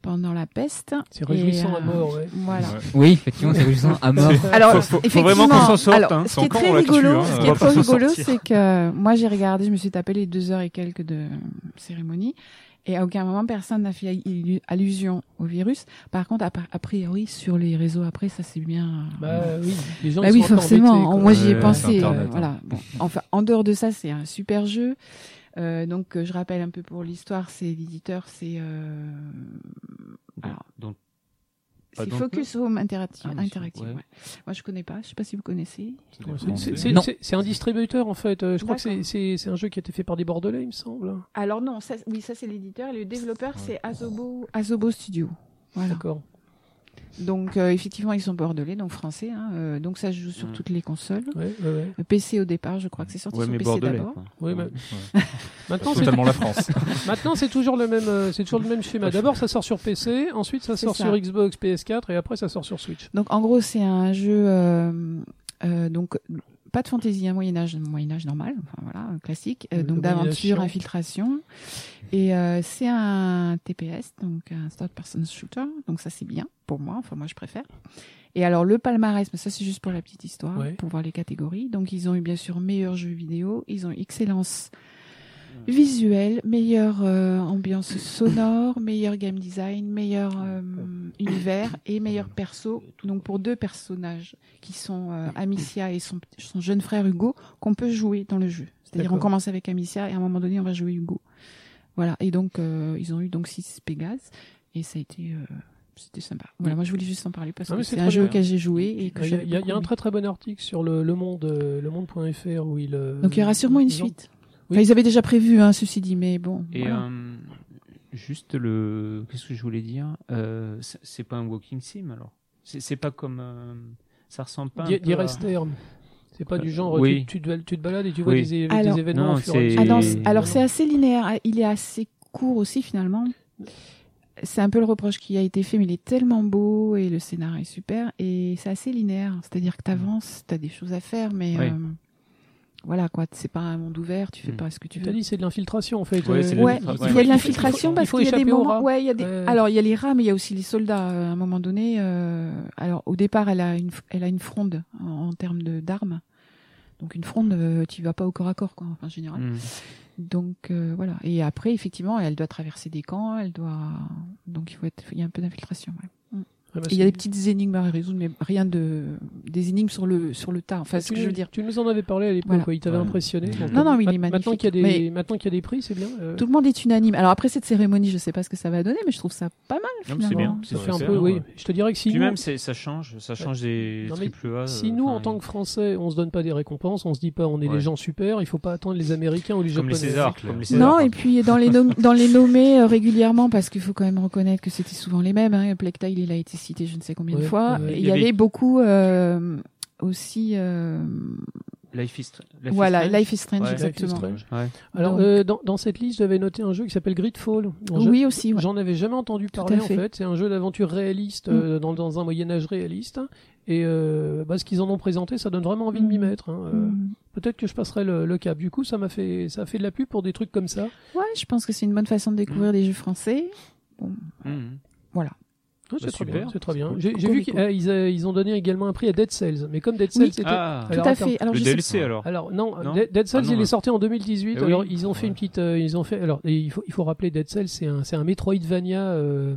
pendant la peste.
C'est réjouissant
Et,
à
euh,
mort. ouais.
Voilà.
Ouais.
Oui, effectivement, c'est juste à mort.
Alors,
Faut- faut- faut
effectivement,
vraiment qu'on s'en sorte,
alors,
hein.
ce
C'est
qui est
encore
très
on l'a
rigolo,
tué, hein.
ce
On
qui
va
est
pas
très
s'en
rigolo,
sortir.
c'est que moi j'ai regardé, je me suis tapé les deux heures et quelques de euh, cérémonie, et à aucun moment personne n'a fait illu- allusion au virus. Par contre, a, par- a priori sur les réseaux après, ça c'est bien. euh,
Bah oui, les gens
bah
ils
oui,
sont un peu
forcément.
embêtés, quoi.
Moi, j'y ai
Ouais,
pensé.
c'est
hein.
Internet,
euh, voilà. Bon, enfin, en dehors de ça, c'est un super jeu. Euh, donc, euh, je rappelle un peu pour l'histoire, c'est l'éditeur, c'est euh, alors,
Donc, Ah,
c'est
donc,
Focus Home Interactive.
Ah, mais c'est-
Interactive,
ouais.
ouais. Moi, je connais pas. Je sais pas si vous connaissez.
C'est- c'est-
hein.
Non.
C'est c'est un distributeur en fait. Euh, Je crois que c'est-
D'accord.
c'est c'est un jeu qui a été fait par des Bordelais, il me semble.
Alors non, ça, oui, ça c'est l'éditeur. et Le développeur,
Ouais.
c'est Azobo, Azobo Studio. Voilà.
D'accord.
Donc, euh, effectivement, ils sont bordelais, donc français. hein, euh, donc, ça se joue sur
Mm.
toutes les consoles.
Ouais, ouais, ouais.
Le PC au départ, je crois que c'est sorti
Ouais,
sur
mais
PC
bordelais.
d'abord.
quoi.
Oui, bah, mais- Maintenant, c'est
Totalement la France.
Maintenant, c'est toujours le même, euh, c'est toujours le même schéma. D'abord, ça sort sur PC, ensuite ça
C'est
sort
ça.
sur Xbox, PS4, et après ça sort sur Switch.
Donc en gros, c'est un jeu euh, euh, donc pas de fantaisie, un Moyen Âge, Moyen Âge normal, enfin voilà, un classique, euh,
Le- le
donc
Moyen Âge
d'aventure,
chiant.
infiltration. Et euh, c'est un TPS, donc un third person shooter, donc ça c'est bien pour moi, enfin moi je préfère. Et alors le palmarès, mais ça c'est juste pour la petite histoire,
Ouais.
pour voir les catégories. Donc ils ont eu bien sûr meilleur jeu vidéo, ils ont eu excellence visuelle, meilleure euh, ambiance sonore, meilleur game design, meilleur euh, univers et meilleur perso. Donc pour deux personnages qui sont euh, Amicia et son, son jeune frère Hugo qu'on peut jouer dans le jeu. C'est-à-dire on
D'accord.
commence avec Amicia et à un moment donné on va jouer Hugo. Voilà. Et donc euh, ils ont eu donc six Pégases et ça a été euh, c'était sympa. Voilà, moi je voulais juste en parler parce
Mm. Ah,
que
mais c'est
c'est un
très
jeu
bien.
auquel j'ai joué et que
Il y, a-
j'avais
il y a- il y a
beaucoup
un
aimé.
très très bon article sur le, le monde, euh, lemonde.fr où il. euh,
Donc il y aura sûrement une
ils ont-
suite. Enfin, ils avaient déjà prévu hein, ceci dit mais bon.
Et
voilà.
euh, juste le, qu'est-ce que je voulais dire Euh, c'est- C'est pas un walking sim alors. C'est c'est pas comme, euh, ça ressemble pas. un
Di-
peu
Di
à-
Rester. C'est pas du genre
oui.
tu, tu te, tu te balades et tu vois
Oui.
des, é- des
Alors-
événements.
Non,
au fur et à
c'est-
mesure.
Ah non,
Et-
c'est- alors c'est assez linéaire, Ah, il est assez court aussi finalement. C'est un peu le reproche qui a été fait, mais il est tellement beau et le scénario est super et c'est assez linéaire, c'est-à-dire que t'avances, t'as des choses à faire, mais
Oui.
euh, voilà quoi, c'est pas un monde ouvert, tu fais
Mm.
pas ce que tu
Tu as
veux.
dit c'est de l'infiltration en fait.
Ouais,
euh,
c'est de
Ouais,
l'infiltration.
il y a
Il
de
faut-
l'infiltration
il
parce
faut
qu'il y a des
échapper aux
moments.
rats.
Ouais, il y a des...
Ouais.
Alors il y a les rats, mais il y a aussi les soldats. euh, À un moment donné, euh, alors au départ, elle a une, f- elle a une fronde en, en termes de d'armes. Donc une fronde, euh, tu vas pas au corps à corps quoi, en général.
Mm.
Donc euh, voilà. Et après, effectivement, elle doit traverser des camps, elle doit. Donc il faut être, il y a un peu d'infiltration. ouais.
Ah bah,
Et Il y a des petites énigmes à résoudre, mais rien de des énigmes sur le sur le tas. Enfin,
Tu
ce que je
nous-
veux dire.
Tu nous en avais parlé à l'époque,
Voilà.
quoi, il t'avait
Ouais.
impressionné. donc,
Non, non, mais il
ma-
est
Maintenant
magnifique,
qu'il y a des,
mais-
maintenant qu'il y a des prix, c'est bien. euh,
Tout le monde est unanime. Alors après cette cérémonie, je sais pas ce que ça va donner, mais je trouve ça pas mal.
Non, mais c'est
finalement.
bien.
ça
c'est
fait un
vrai,
peu,
c'est
oui.
bien, ouais.
Je te dirais que si
Puis
nous,
même, c'est- ça change, ça change des euh,
Non, mais
triple A.
si nous en tant que Français, on se donne pas des récompenses, on se dit pas on est
Ouais.
des gens super, il faut pas attendre les Américains ou les
Comme
Japonais.
les Césars. Comme les Césars,
Non,
quoi.
et puis dans les, nom- dans les nommés euh, régulièrement, parce qu'il faut quand même reconnaître que c'était souvent les mêmes. Hein. Plectile, il a été cité je ne sais combien de
Ouais,
fois.
ouais.
Et
Il
Il
y
y
avait-
avait beaucoup euh, aussi. euh,
Life is Str- Life is
voilà,
Strange.
Life is Strange,
Ouais. Life is
exactement.
Strange.
Ouais.
Alors
Donc-
euh, dans, dans cette liste, j'avais noté un jeu qui s'appelle Gridfall. dont je-
Oui, aussi. ouais.
J'en avais jamais entendu
à
parler en
fait. Mm.
fait. C'est un jeu d'aventure réaliste euh, dans, dans un Moyen Âge réaliste. Et euh, bah, ce qu'ils en ont présenté, ça donne vraiment envie de m'y
Mm.
mettre. hein. Euh,
Mm.
Peut-être que je passerai le, le cap. Du coup, ça m'a fait ça a fait de la pub pour des trucs comme ça.
Ouais, je pense que c'est une bonne façon de découvrir des jeux français.
Mhm.
Ouais, c'est
Bah,
très
super.
bien. C'est très bien.
cool.
J'ai j'ai
Cool,
vu
cool.
qu'ils euh, ils, euh, ils ont donné également un prix à Dead Cells, mais comme Dead Cells
Oui.
était
Ah,
Tout
Alors,
à
attends.
fait. Alors,
le
je sais-
DLC alors.
Alors non,
Non.
Dead- Dead Cells
Ah, non,
il
le-
est sorti en 2018.
Eh oui.
Alors ils ont fait
Ouais.
une petite, euh, ils ont fait. Alors et il faut il faut rappeler Dead Cells c'est un c'est un Metroidvania. euh,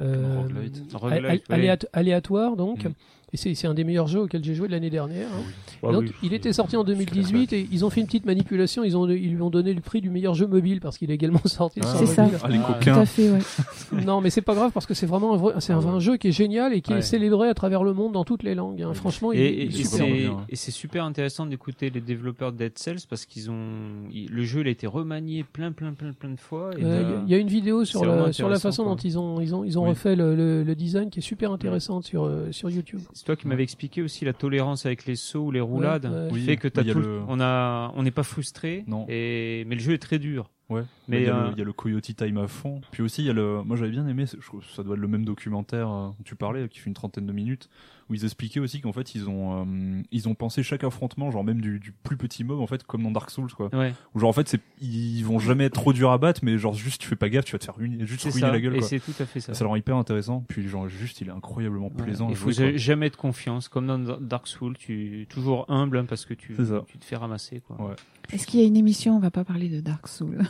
euh,
roguelite.
alé-
Roguelite, ouais.
aléato- aléatoire donc.
Mm.
Et c'est c'est un des meilleurs jeux auxquels j'ai joué de l'année dernière. hein.
Ah
Donc
oui.
il était sorti en 2018 et ils ont fait une petite manipulation. Ils ont ils lui ont donné le prix du meilleur jeu mobile parce qu'il est également sorti. sur
C'est ça.
mobile.
Ah, les
Ah,
Tout
coquins.
à fait, ouais.
Non, mais c'est pas grave parce que c'est vraiment un, vrai- c'est un,
Ah ouais.
vrai jeu qui est génial et qui
Ouais.
est célébré à travers le monde dans toutes les langues. hein.
Ouais.
Franchement, il-
Et,
il
Ah et-
ils
et
sont
super
vraiment
c'est-
bien, ouais.
et c'est super intéressant d'écouter les développeurs de Dead Cells parce qu'ils ont il- le jeu il a été remanié plein plein plein plein de fois. Et
Euh, Il
euh,
y a une vidéo
c'est
sur
vraiment
la, sur la
intéressant,
façon
quoi.
dont ils ont, ils ont, ils ont
Oui.
refait le, le- le design qui est super intéressante sur, euh, sur YouTube.
C'est toi qui m'avais expliqué aussi la tolérance avec les sauts ou les roulades.
Ouais, ouais.
qui
Oui,
fait que t'as
il y a
tout
le-
on a on n'est pas frustré
Non.
et mais le jeu est très dur.
Ouais.
Mais,
Mais il y, a
euh,
le, il y a le Coyote Time à fond. Puis aussi, il y a le. Moi, j'avais bien aimé. c'est- Je trouve que ça doit être le même documentaire euh, dont tu parlais, qui fait une trentaine de minutes, où ils expliquaient aussi qu'en fait, ils ont, euh, ils ont pensé chaque affrontement, genre même du, du plus petit mob, en fait, comme dans Dark Souls, quoi.
Ouais,
Où genre en fait, c'est, ils vont jamais être trop durs à battre, mais genre juste, tu fais pas gaffe, tu vas te faire ruiner, juste
c'est
ruiner
ça
la gueule,
et
quoi.
c'est tout à fait ça.
Ça le rend hyper intéressant. Puis genre juste, il est incroyablement
Voilà.
plaisant. à
Il faut
jouer, quoi.
ja- jamais de confiance comme dans Dark Souls, tu toujours humble hein, parce que tu
C'est ça.
tu te fais ramasser quoi.
Ouais.
Est-ce qu'il y a une émission On va pas parler de Dark Souls.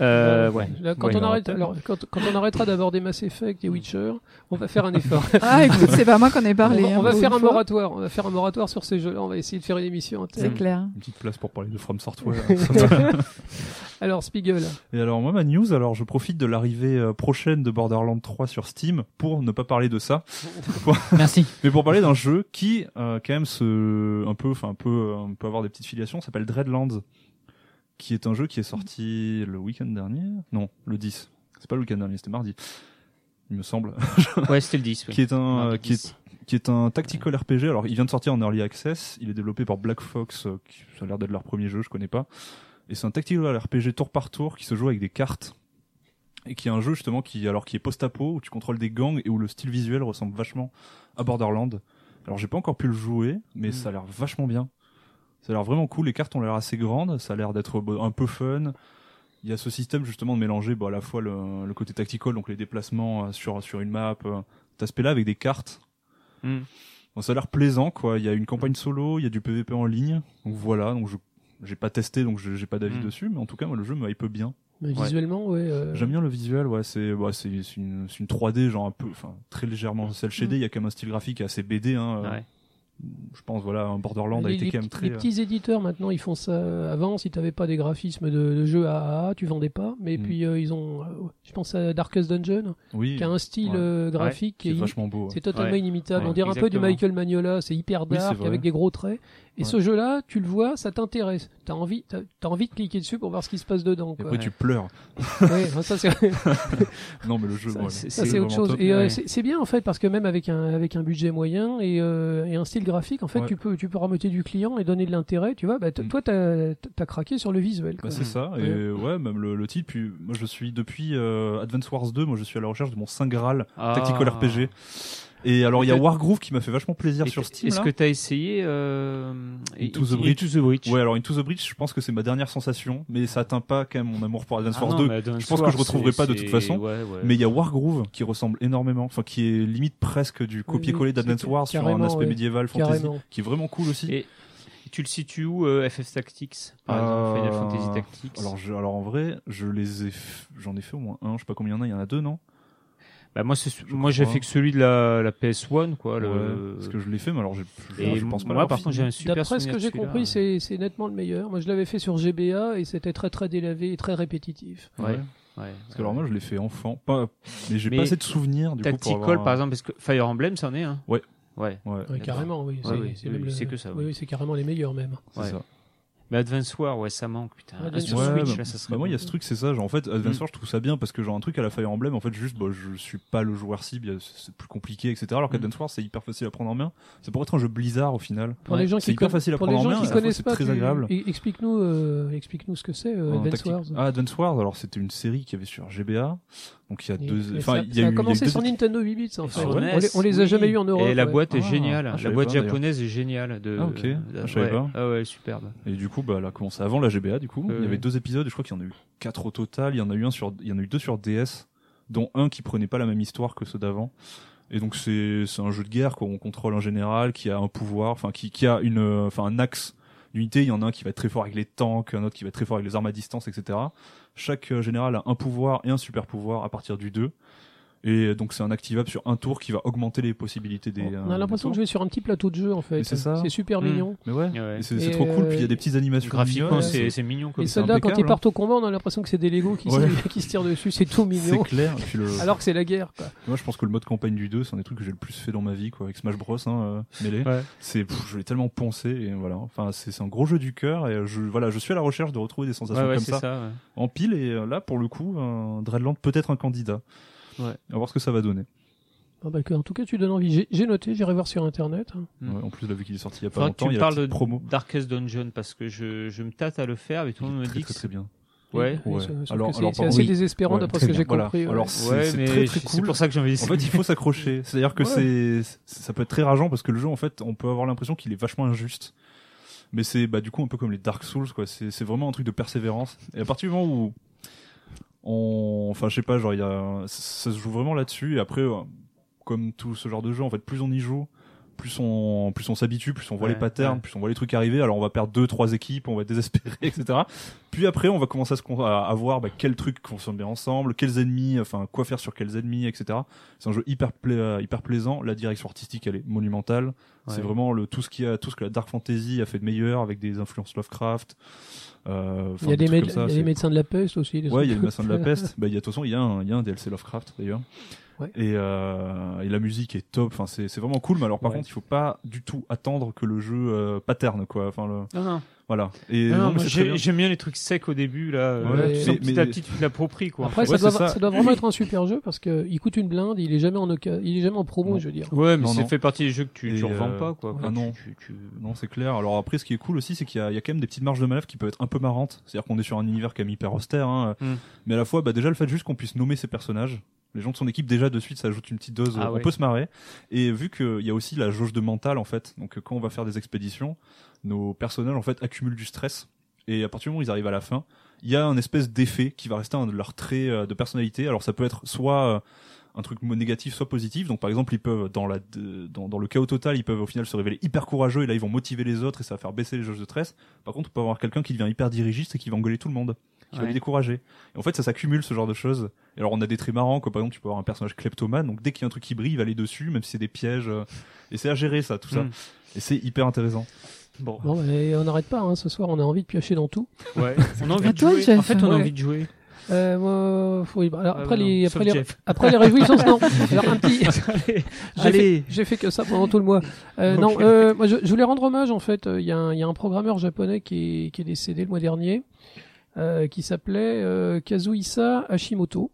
Euh, ouais.
Là, quand,
Ouais,
on
non,
arrête,
peut-être. Mm.
alors, quand, quand on arrêtera d'aborder Mass Effect et Witcher, on va faire un effort.
ah, écoute, c'est pas moi qu'on ai parlé.
on va,
hein,
on va
pour
faire
une
un
fois.
moratoire. On va faire un moratoire sur ces jeux-là. On va essayer de faire une émission
C'est
entière.
clair.
Une petite place pour parler de From Software.
Alors, Spiegel.
Et alors moi ma news, alors je profite de l'arrivée euh, prochaine de Borderlands 3 sur Steam pour ne pas parler de ça,
Merci.
mais pour parler d'un jeu qui euh, quand même se un peu enfin un peu euh, on peut avoir des petites filiations, s'appelle Dreadlands qui est un jeu qui est sorti le week-end dernier Non, le 10. C'est pas le week-end dernier, c'était mardi. Il me semble
Ouais, c'était le 10. oui.
qui est
Non,
un
le
euh, qui est
10.
qui est un tactical RPG. Alors, il vient de sortir en early access. Il est développé par Black Fox. euh, qui, ça a l'air d'être leur premier jeu, je connais pas. Et c'est un tactical RPG tour par tour qui se joue avec des cartes et qui est un jeu justement qui alors qui est post-apo où tu contrôles des gangs et où le style visuel ressemble vachement à Borderland. Alors, j'ai pas encore pu le jouer, mais
Mm.
ça a l'air vachement bien. Ça a l'air vraiment cool. Les cartes ont l'air assez grandes. Ça a l'air d'être bah, un peu fun. Il y a ce système justement de mélanger bah, à la fois le, le côté tactical, donc les déplacements euh, sur sur une map, euh, cet aspect-là avec des cartes.
Mm.
Bon, ça a l'air plaisant, quoi. Il y a une campagne solo, il y a du PVP en ligne. Donc voilà, donc je j'ai pas testé, donc je- j'ai pas d'avis
Mm.
dessus, mais en tout cas, moi, le jeu me hype bien.
Mais Visuellement, ouais. euh,
J'aime bien le visuel, ouais. C'est bah, c'est c'est une, c'est une 3D, genre un peu, enfin, très légèrement cel shaded. Il y a quand même un style graphique assez BD, hein. euh,
Ouais.
Je pense, voilà, un Borderland a
les,
été
les
quand même
petits-
très. euh,
les petits éditeurs maintenant ils font ça euh, avant si t'avais pas des graphismes de, de jeux AAA tu vendais pas mais
Mm.
puis euh, ils ont euh, je pense à Darkest Dungeon
euh, oui,
qui a un style
Ouais.
euh, graphique
qui est
qui est,
vachement beau. ouais.
C'est totalement
Ouais.
inimitable.
Ouais.
On dirait un peu du
Exactement.
Michael Magnola, c'est hyper
Oui, c'est
dark,
vrai.
avec des gros traits. Et
Ouais.
ce jeu-là, tu le vois, ça t'intéresse. T'as envie, t'as, t'as envie de cliquer dessus pour voir ce qui se passe dedans.
Et
Quoi.
après, tu pleures.
Ouais, enfin, ça, c'est,
Non, mais le jeu,
Ça,
voilà.
c'est-
ça, c'est
vraiment
autre chose.
top.
Et euh,
ouais.
c'est, c'est bien en fait parce que même avec un avec un budget moyen et, euh, et un style graphique, en fait,
Ouais.
tu peux tu peux rameuter du client et donner de l'intérêt. Tu vois, bah, t-
Mm.
toi, t'as, t'as craqué sur le visuel.
Bah,
quoi.
c'est ça, et ouais, même le, le titre. Puis moi, je suis depuis euh, Advance Wars 2, moi, je suis à la recherche de mon Saint Graal
Ah.
Tactical RPG. Et alors, il y a
Peut-être-
Wargroove qui m'a fait vachement plaisir
Et-
sur Steam.
Est-ce
là.
que t'as essayé euh,
Into the Breach.
Into the Breach
Ouais, alors Into the Breach, je pense que c'est ma dernière sensation, mais ça atteint pas quand même mon amour pour Advance
Ah
Wars
non,
2.
mais euh, Advance
je pense que
Wars,
je retrouverai
c'est-
pas de toute
c'est-
façon.
ouais, ouais.
Mais il y a Wargroove qui ressemble énormément, enfin qui est limite presque du copier-coller
oui,
d'Advance
c'est-
Wars sur un
carrément,
aspect
ouais.
médiéval fantasy,
Carrément.
qui est vraiment cool aussi.
Et tu le situes où euh, FF Tactics par exemple, Final
Euh,
Fantasy Tactics
Alors, je, alors en vrai, je les ai, f- j'en ai fait au moins un, je sais pas combien il y en a, il y en a deux, non
Bah, moi c'est- moi j'ai
crois.
fait que celui de la, la PS1 quoi
Ouais,
le
Euh, Parce que je l'ai fait, mais alors je, je-
Et
je pense pas
moi
l'avoir
par
fini.
contre j'ai un super
D'après ce
souvenir
que
de
j'ai
celui-là.
compris, c'est c'est nettement le meilleur. Moi, je l'avais fait sur GBA et c'était très très délavé et très répétitif.
Ouais.
Ouais.
Ouais.
Parce que alors moi je l'ai fait enfant, pas, mais j'ai
euh, Mais
pas assez de souvenirs du coup. pour
Tactical
avoir-
par exemple parce que Fire Emblem c'en est un.
Ouais.
Ouais.
Ouais,
Ouais, carrément, oui.
Ouais, oui,
même
oui,
le-
c'est que ça,
Oui,
oui.
oui, c'est carrément les meilleurs même.
c'est
Ouais.
ça.
Mais Advance War ouais ça manque putain. Ah,
Advance
sur
Wars.
Switch
Ouais,
là ça serait
Bah moi il y a
bon.
ce truc c'est ça genre, en fait Advance
Mm.
Wars je trouve ça bien parce que genre un truc à la Fire Emblem en fait juste bah, je suis pas le joueur cible il y a- c'est plus compliqué etc alors qu'Advance Wars c'est hyper facile à prendre en main ça pourrait être un jeu Blizzard au final
Pour
Ouais,
les gens
c'est
qui,
hyper
conna-
facile à
pour les
prendre en
gens
main, à
qui
la fois,
connaissent
c'est
pas,
très
tu-
agréable.
e- explique-nous, euh, explique-nous ce que c'est euh,
En
Advance
tactique.
Wars.
ah Advance Wars alors c'était une série qui avait sur GBA donc il y a
Et-
deux
et
enfin
ça,
il y a eu il
ça a
y a
commencé
eu
sur
deux-
Nintendo 8 bits en fait.
Sur
On
NES,
les, on les a
oui.
jamais eu en Europe.
Et la
ouais.
boîte est
Ah,
géniale.
ah, je
la
savais
boîte
pas, d'ailleurs.
japonaise est géniale. De...
Ah, ok.
de-
Ah, je savais
ouais.
pas.
Ah ouais, superbe.
et du coup bah elle a commencé avant la GBA du coup il y
Euh.
avait deux épisodes et je crois qu'il y en a eu quatre au total il y en a eu un sur il y en a eu deux sur DS dont un qui prenait pas la même histoire que ceux d'avant et donc c'est c'est un jeu de guerre quoi on contrôle un général qui a un pouvoir enfin qui qui a une euh, enfin un axe d'unité il y en a un qui va être très fort avec les tanks un autre qui va être très fort avec les armes à distance etc chaque euh, général a un pouvoir et un super pouvoir à partir du 2 et donc c'est un activable sur un tour qui va augmenter les possibilités des
On a l'impression de
je
jouer sur un petit plateau de jeu en fait.
Mais c'est ça. Mmh.
super
Mm.
mignon.
mais ouais
Ouais.
Et c'est c'est
Et
trop cool
euh,
puis il y a des petites animations
Graphiquement,
mignonnes.
c'est c'est mignon comme
Les
c'est
soldats, quand ils
impeccable, hein.
partent au combat, on a l'impression que c'est des Lego qui, se-
Ouais.
qui se tirent dessus. C'est tout
c'est
mignon.
clair Et puis le-
Alors que c'est la guerre. quoi.
Moi, je pense que le mode campagne du 2, c'est un des trucs que j'ai le plus fait dans ma vie, quoi, avec Smash Bros, hein, euh, mêlé.
Ouais.
C'est, pff, je l'ai tellement poncé, et voilà. Enfin, c'est c'est un gros jeu du cœur, et euh, je, voilà, je suis à la recherche de retrouver des sensations
Ouais, ouais,
comme
c'est
ça,
ça. ouais.
en pile, et euh, là, pour le coup, euh, Dreadland peut être un candidat.
Ouais.
On va voir ce que ça va donner.
Ah bah, en tout cas, tu donnes envie. J'ai- J'ai noté, j'irai voir sur internet. hein.
Mm.
Ouais, en plus, là, vu qu'il est sorti il y a pas
Faudra que
longtemps,
tu
il y a la
parles
petite
de
promo.
Darkest Dungeon parce que je, je me tâte à le faire mais tout le
Il
monde
est
me
très,
dit
très,
que
très bien.
Ouais.
Oui,
Ouais.
sauf- sauf
Alors-
que c'est-
alors,
c'est
par-
assez
oui.
désespérant
Ouais,
d'après
très
ce que
bien.
j'ai
Voilà.
compris. ouais.
Alors, c'est
ouais,
c'est
mais
très, très
c'est
cool.
pour ça que j'avais
En
essayé.
fait, il faut s'accrocher. C'est-à-dire que c'est, c'est- ça peut être très rageant parce que le jeu, en fait, on peut avoir l'impression qu'il est vachement injuste. Mais c'est, bah, du coup, un peu comme les Dark Souls, quoi. C'est, c'est vraiment un truc de persévérance. Et à partir du moment où on, enfin, je sais pas, genre, il y a, ça se joue vraiment là-dessus. Et après, euh, comme tout ce genre de jeu, en fait, plus on y joue, plus on, plus on s'habitue, plus on voit
Ouais,
les patterns,
ouais.
plus on voit les trucs arriver. Alors, on va perdre deux, trois équipes, on va être désespéré, etc. Puis après, on va commencer à, se con- à, à voir bah, quels trucs fonctionnent bien ensemble, quels ennemis, enfin quoi faire sur quels ennemis, etc. C'est un jeu hyper, pla- euh, hyper plaisant. La direction artistique, elle est monumentale. C'est
Ouais.
vraiment le, tout ce qui a, tout ce que la dark fantasy a fait de meilleur avec des influences Lovecraft. Euh, enfin,
Il y a des,
trucs
méde-
comme ça,
il y a des
c'est-
médecins de la peste aussi. des
Ouais, il y a
trucs
le Massin de la
comme
euh,
ça.
Peste. Bah, il y a, de toute façon, il y, a un- il y a un DLC Lovecraft d'ailleurs.
Ouais.
Et, euh, et la musique est top. Enfin, c'est c'est vraiment cool. Mais alors, par
Ouais.
contre, il faut pas du tout attendre que le jeu euh, patterne quoi. Enfin, le-
Non, non.
voilà. Et
Non, non,
donc,
moi,
c'est très
j'ai-
bien.
J'aime bien les trucs secs au début là.
Ouais,
euh, tu
mais-
sens petit
mais-
à petit tu te l'appropries quoi. en
Après,
Ouais,
ça, doit,
c'est ça.
ça doit vraiment être un super jeu parce que il coûte une blinde, il est jamais en, oca- il est jamais en promo,
Non.
je veux dire.
fait. ouais, mais
Non,
ça
non.
fait partie des jeux que tu,
Et,
tu revends
euh,
pas quoi.
ouais.
Enfin,
Ah, non.
tu- tu- tu-
Non, c'est clair. Alors après, ce qui est cool aussi, c'est qu'il y, a- il y a quand même des petites marges de manœuvre qui peuvent être un peu marrantes. C'est-à-dire qu'on est sur un univers quand même hyper austère, hein.
Mm.
mais à la fois, bah, déjà le fait juste qu'on puisse nommer ses personnages. Les gens de son équipe déjà de suite, ça ajoute une petite dose.
Ah
on
ouais.
peut se marrer. Et vu qu'il y a aussi la jauge de mental en fait, donc euh, quand on va faire des expéditions, nos personnages en fait accumulent du stress. Et à partir du moment où ils arrivent à la fin, il y a un espèce d'effet qui va rester un de leurs traits euh, de personnalité. Alors ça peut être soit euh, un truc mo- négatif, soit positif. Donc par exemple, ils peuvent dans la de- dans, dans le chaos total, ils peuvent au final se révéler hyper courageux et là ils vont motiver les autres et ça va faire baisser les jauges de stress. Par contre, on peut avoir quelqu'un qui devient hyper dirigiste et qui va engueuler tout le monde, qui va
Ouais.
les décourager. Et en fait, ça s'accumule ce genre de choses. Et alors on a des traits marrants, quoi. Par exemple, tu peux avoir un personnage kleptomane, donc dès qu'il y a un truc qui brille, il va aller dessus, même si c'est des pièges. euh, et c'est à gérer ça, tout ça.
Hmm.
Mm.
Et c'est hyper intéressant.
Bon,
Bon, et on n'arrête pas, hein, ce soir, on a envie de piocher dans tout.
ouais. On a
À
envie de
toi,
jouer.
Jeff.
En fait, on a
Ouais.
envie de jouer.
Euh, moi, faut- oui, bah, alors,
Ah,
après,
non,
les,
sauf
après, les,
Jeff.
après les réjouissances, non. Alors, un petit. J'ai
Allez.
fait- J'ai fait que ça pendant tout le mois. Euh,
Ok.
Non, euh, moi, je, je voulais rendre hommage, en fait. Euh, Il y, a un- il y a un programmeur japonais qui est, qui est décédé le mois dernier, euh, qui s'appelait euh, Kazuhisa Hashimoto.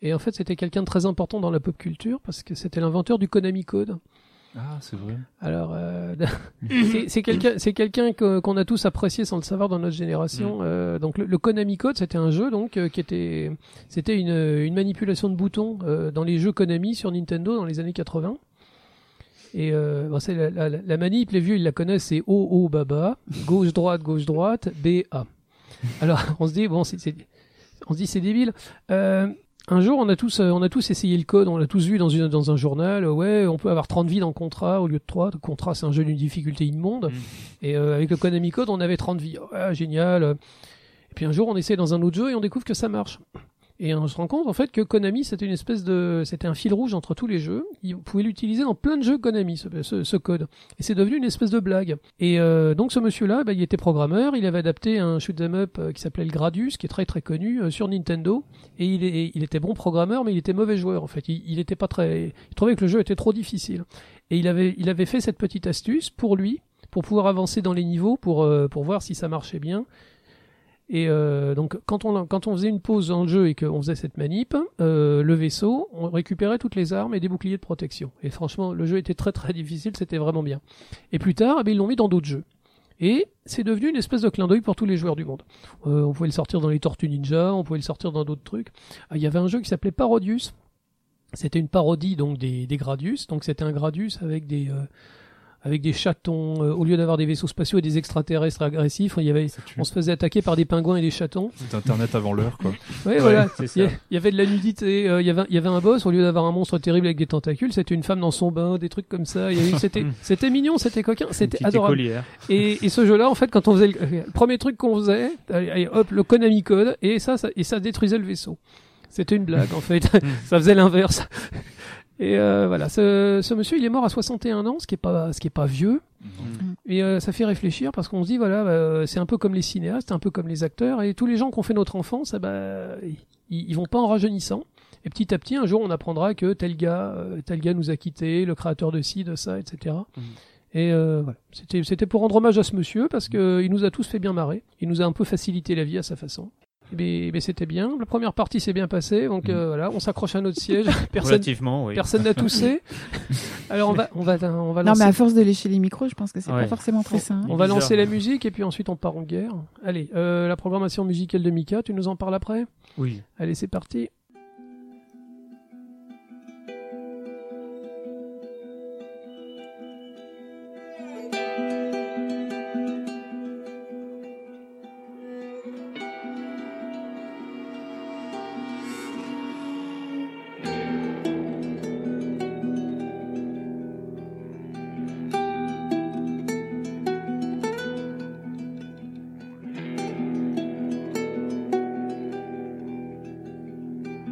Et en fait, c'était quelqu'un de très important dans la pop culture parce que c'était l'inventeur du Konami Code.
Ah, c'est vrai.
Alors, euh, c'est- c'est quelqu'un, c'est quelqu'un que- qu'on a tous apprécié sans le savoir dans notre génération. Euh, donc, le, le Konami Code, c'était un jeu donc euh, qui était, c'était une, une manipulation de boutons euh, dans les jeux Konami sur Nintendo dans les années 80. Et euh, bon, c'est la, la- la manip, les vieux, ils la connaissent, c'est O, O, Baba, gauche, droite, gauche, droite, B, A. Alors, on se dit, bon, c'est, c'est- on se dit, c'est débile. Euh, un jour, on a, tous, euh, on a tous essayé le code, on l'a tous vu dans, une, dans un journal. euh, Ouais, on peut avoir 30 vies dans contrat au lieu de 3. Le contrat, c'est un jeu d'une difficulté immonde. Et euh, avec le Konami Code, on avait 30 vies. Ah, génial. Et puis un jour, on essaie dans un autre jeu et on découvre que ça marche. Et on se rend compte en fait que Konami, c'était une espèce de, c'était un fil rouge entre tous les jeux. Ils pouvaient l'utiliser dans plein de jeux Konami, ce, ce- ce code. Et c'est devenu une espèce de blague. Et euh, donc ce monsieur-là, bah, il était programmeur. Il avait adapté un shoot'em up euh, qui s'appelait le Gradius, qui est très très connu euh, sur Nintendo. Et il, est- il était bon programmeur, mais il était mauvais joueur en fait. Il, il était pas très, il trouvait que le jeu était trop difficile. Et il avait, il avait fait cette petite astuce pour lui, pour pouvoir avancer dans les niveaux, pour euh, pour voir si ça marchait bien. Et euh, donc, quand on, quand on faisait une pause dans le jeu et qu'on faisait cette manip, euh, le vaisseau, on récupérait toutes les armes et des boucliers de protection. Et franchement, le jeu était très très difficile, c'était vraiment bien. Et plus tard, eh ben, ils l'ont mis dans d'autres jeux. Et c'est devenu une espèce de clin d'œil pour tous les joueurs du monde. Euh, on pouvait le sortir dans les Tortues Ninja, on pouvait le sortir dans d'autres trucs. Ah, Il y avait un jeu qui s'appelait Parodius. C'était une parodie donc des, des Gradius. Donc c'était un Gradius avec des euh, avec des chatons. Euh, au lieu d'avoir des vaisseaux spatiaux et des extraterrestres agressifs, il y avait
Ça tue.
on se faisait attaquer par des pingouins et des chatons.
C'est internet avant l'heure, quoi.
Ouais,
Ouais,
voilà.
c'est
Il y,
ça.
a- il y avait de la nudité. euh, Il y avait, il y avait un boss. Au lieu d'avoir un monstre terrible avec des tentacules, c'était une femme dans son bain, des trucs comme ça. Il y avait- C'était, c'était mignon, c'était coquin, c'était
Petite
adorable.
écolière.
Et, et ce jeu-là, en fait, quand on faisait le, le premier truc qu'on faisait, allez, allez, hop, le Konami Code, et ça, ça, et ça détruisait le vaisseau. C'était une blague, en fait. ça faisait l'inverse. Et euh, voilà, ce, ce monsieur, il est mort à 61 ans, ce qui est pas, ce qui est pas vieux. Et euh, ça fait réfléchir parce qu'on se dit voilà, bah, c'est un peu comme les cinéastes, un peu comme les acteurs, et tous les gens qui ont fait notre enfance, eh ben, ils, ils vont pas en rajeunissant. Et petit à petit, un jour, on apprendra que tel gars, euh, tel gars nous a quittés, le créateur de ci, de ça, etc.
Mhm.
Et euh, voilà, c'était c'était pour rendre hommage à ce monsieur parce que il nous a tous fait bien marrer, il nous a un peu facilité la vie à sa façon. Mais, mais ben, c'était bien. La première partie s'est bien passée, donc euh, voilà, on s'accroche à notre siège. Personne,
Relativement, oui.
personne n'a toussé. Alors on va, on va, on va
Non,
lancer.
mais à force de lécher les micros, je pense que c'est
Ouais.
pas forcément très sain. hein.
On va
Bizarre.
lancer la musique et puis ensuite on part en guerre. Allez, euh, la programmation musicale de Mika, tu nous en parles après
Oui.
Allez, c'est parti.
Thank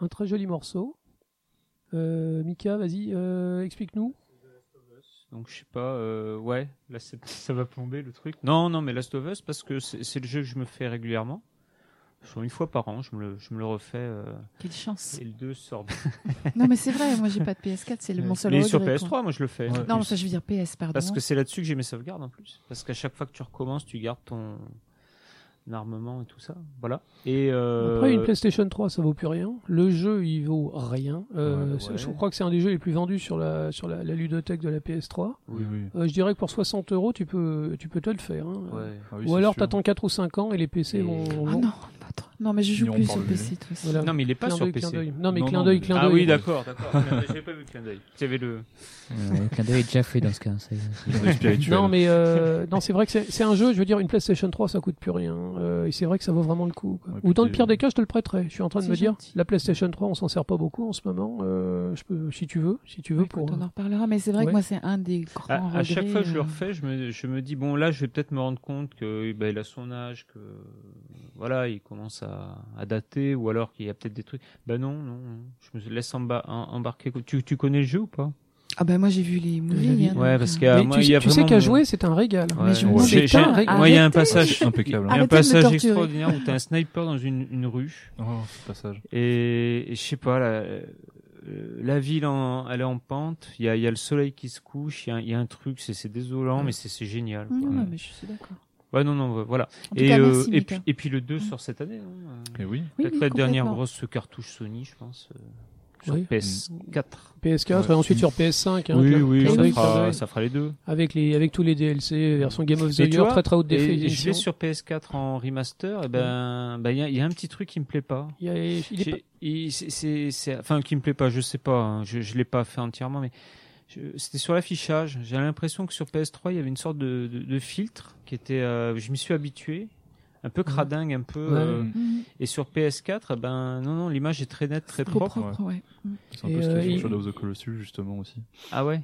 un très joli morceau. Euh, Mika, vas-y, euh, explique-nous.
Donc je sais pas, euh, ouais, là c'est- ça va plomber le truc. Non, non, mais Last of Us parce que c'est c'est le jeu que je me fais régulièrement. Genre une fois par an, je me le, je me le refais. euh,
Quelle chance.
et le 2 sort.
non, mais c'est vrai, moi j'ai pas de PS4, c'est le mon seul
mais sur
regret, quoi.
PS3, moi je le fais.
Ouais.
Non, ça je veux dire PS, pardon.
euh, Parce que c'est là-dessus que j'ai mes sauvegardes en plus. Parce qu'à chaque fois que tu recommences, tu gardes ton armement et tout ça. Voilà. Et euh,
Après, une PlayStation 3, ça vaut plus rien. Le jeu, il vaut rien. Euh,
Ouais, bah
c'est-
ouais.
Je crois que c'est un des jeux les plus vendus sur la, sur la, la ludothèque de la PS3.
Oui, oui.
Euh, je dirais que pour 60 euros, tu peux, tu peux te le faire. hein.
ouais.
Ah oui,
ou
c'est
alors,
sûr.
t'attends 4 ou 5 ans et les PC
Et-
vont.
Ah
vont-
non, attends. Non, mais je joue
Sinon, on
plus
parle
sur
de
PC, toi aussi.
Voilà.
Non, mais il est pas
Clin
sur
d'œil, clin
PC.
d'œil. Non, mais
Non,
clin
non,
d'œil,
mais-
clin
Ah
d'œil.
oui, d'accord, d'accord. J'avais pas vu le clin d'œil. Tu avais le.
Ouais, le clin d'œil est déjà fait dans ce cas. ça y est.
Clin d'œil spirituel.
Non, mais euh, non, c'est vrai que c'est c'est un jeu, je veux dire, une PlayStation 3, ça coûte plus rien. Euh, et c'est vrai que ça vaut vraiment le coup. quoi.
Ouais,
Ou dans le
puis,
pire des cas, je te le prêterai. Je suis en train de
c'est
me dire,
gentil.
la PlayStation 3, on s'en sert pas beaucoup en ce moment. Euh, je peux, si tu veux, si tu veux,
Écoute,
pour.
on en reparlera, mais c'est vrai
Ouais.
que moi c'est un des grands
À, à chaque
regrets,
fois que je le
euh,
refais, je me, je me dis bon là, je vais peut-être me rendre compte que ben, il a son âge, que voilà, il commence à, à dater, ou alors qu'il y a peut-être des trucs. Ben non, non, non. je me laisse emba- en- embarquer. Tu, tu connais le jeu ou pas
Ah bah moi j'ai vu les movies.
vie.
hein,
Ouais,
donc,
parce
euh,
qu'il y a-
Mais
moi,
tu,
il y a
tu sais
vraiment-
qu'à jouer, c'est un régal.
Ouais.
Mais je
me
J'ai-
détends,
j'ai-
arrêtez.
Moi, il y a un passage,
Impeccable.
il y a un
Arrêtez de me
passage
torturer.
extraordinaire où t'as un sniper dans une, une rue
Oh, ce passage.
et, et je sais pas, la, euh, la ville en- elle est en pente. Il y a, il y a le soleil qui se couche. Il y a, un- il y a un truc, c'est c'est désolant, mais c'est c'est génial. quoi.
Mm. Ouais, mais je suis d'accord.
Ouais, non, non, voilà.
En tout
Et,
cas,
euh,
merci,
et,
Mika. Mm.
puis, et puis le 2 sort cette année. non Euh,
Et Eh oui.
Oui,
Peut-être
oui,
la dernière
complètement.
grosse cartouche Sony, je pense. euh, sur
Oui.
PS4.
PS4 et ensuite sur PS5. hein, clin- clin
ça
d'œil, clin
fera,
d'œil.
ça fera les deux.
Avec, les, avec tous les DLC, version Game of the
Et tu
Year,
vois,
très très haute
Et, et je
définition.
l'ai sur PS4 en remaster, et ben, ben, il y, a- il y a un petit truc qui me plaît pas.
Il y a- il est
J'ai-
pas-
il- c'est- c'est- c'est- enfin, qui me plaît pas, je sais pas, hein, je, je l'ai pas fait entièrement, mais je- c'était sur l'affichage. J'ai l'impression que sur PS3, il y avait une sorte de, de- de filtre qui était, euh, je m'y suis habitué, un peu cradingue, un peu.
Ouais.
euh,
Mhm.
et sur PS4, eh ben, non, non, l'image est très nette, très
Trop
propre.
propre, ouais.
C'est un
Et,
peu ce
euh,
qu'il y a
il-
sur Shadow of the Colossus, justement, aussi.
Ah ouais?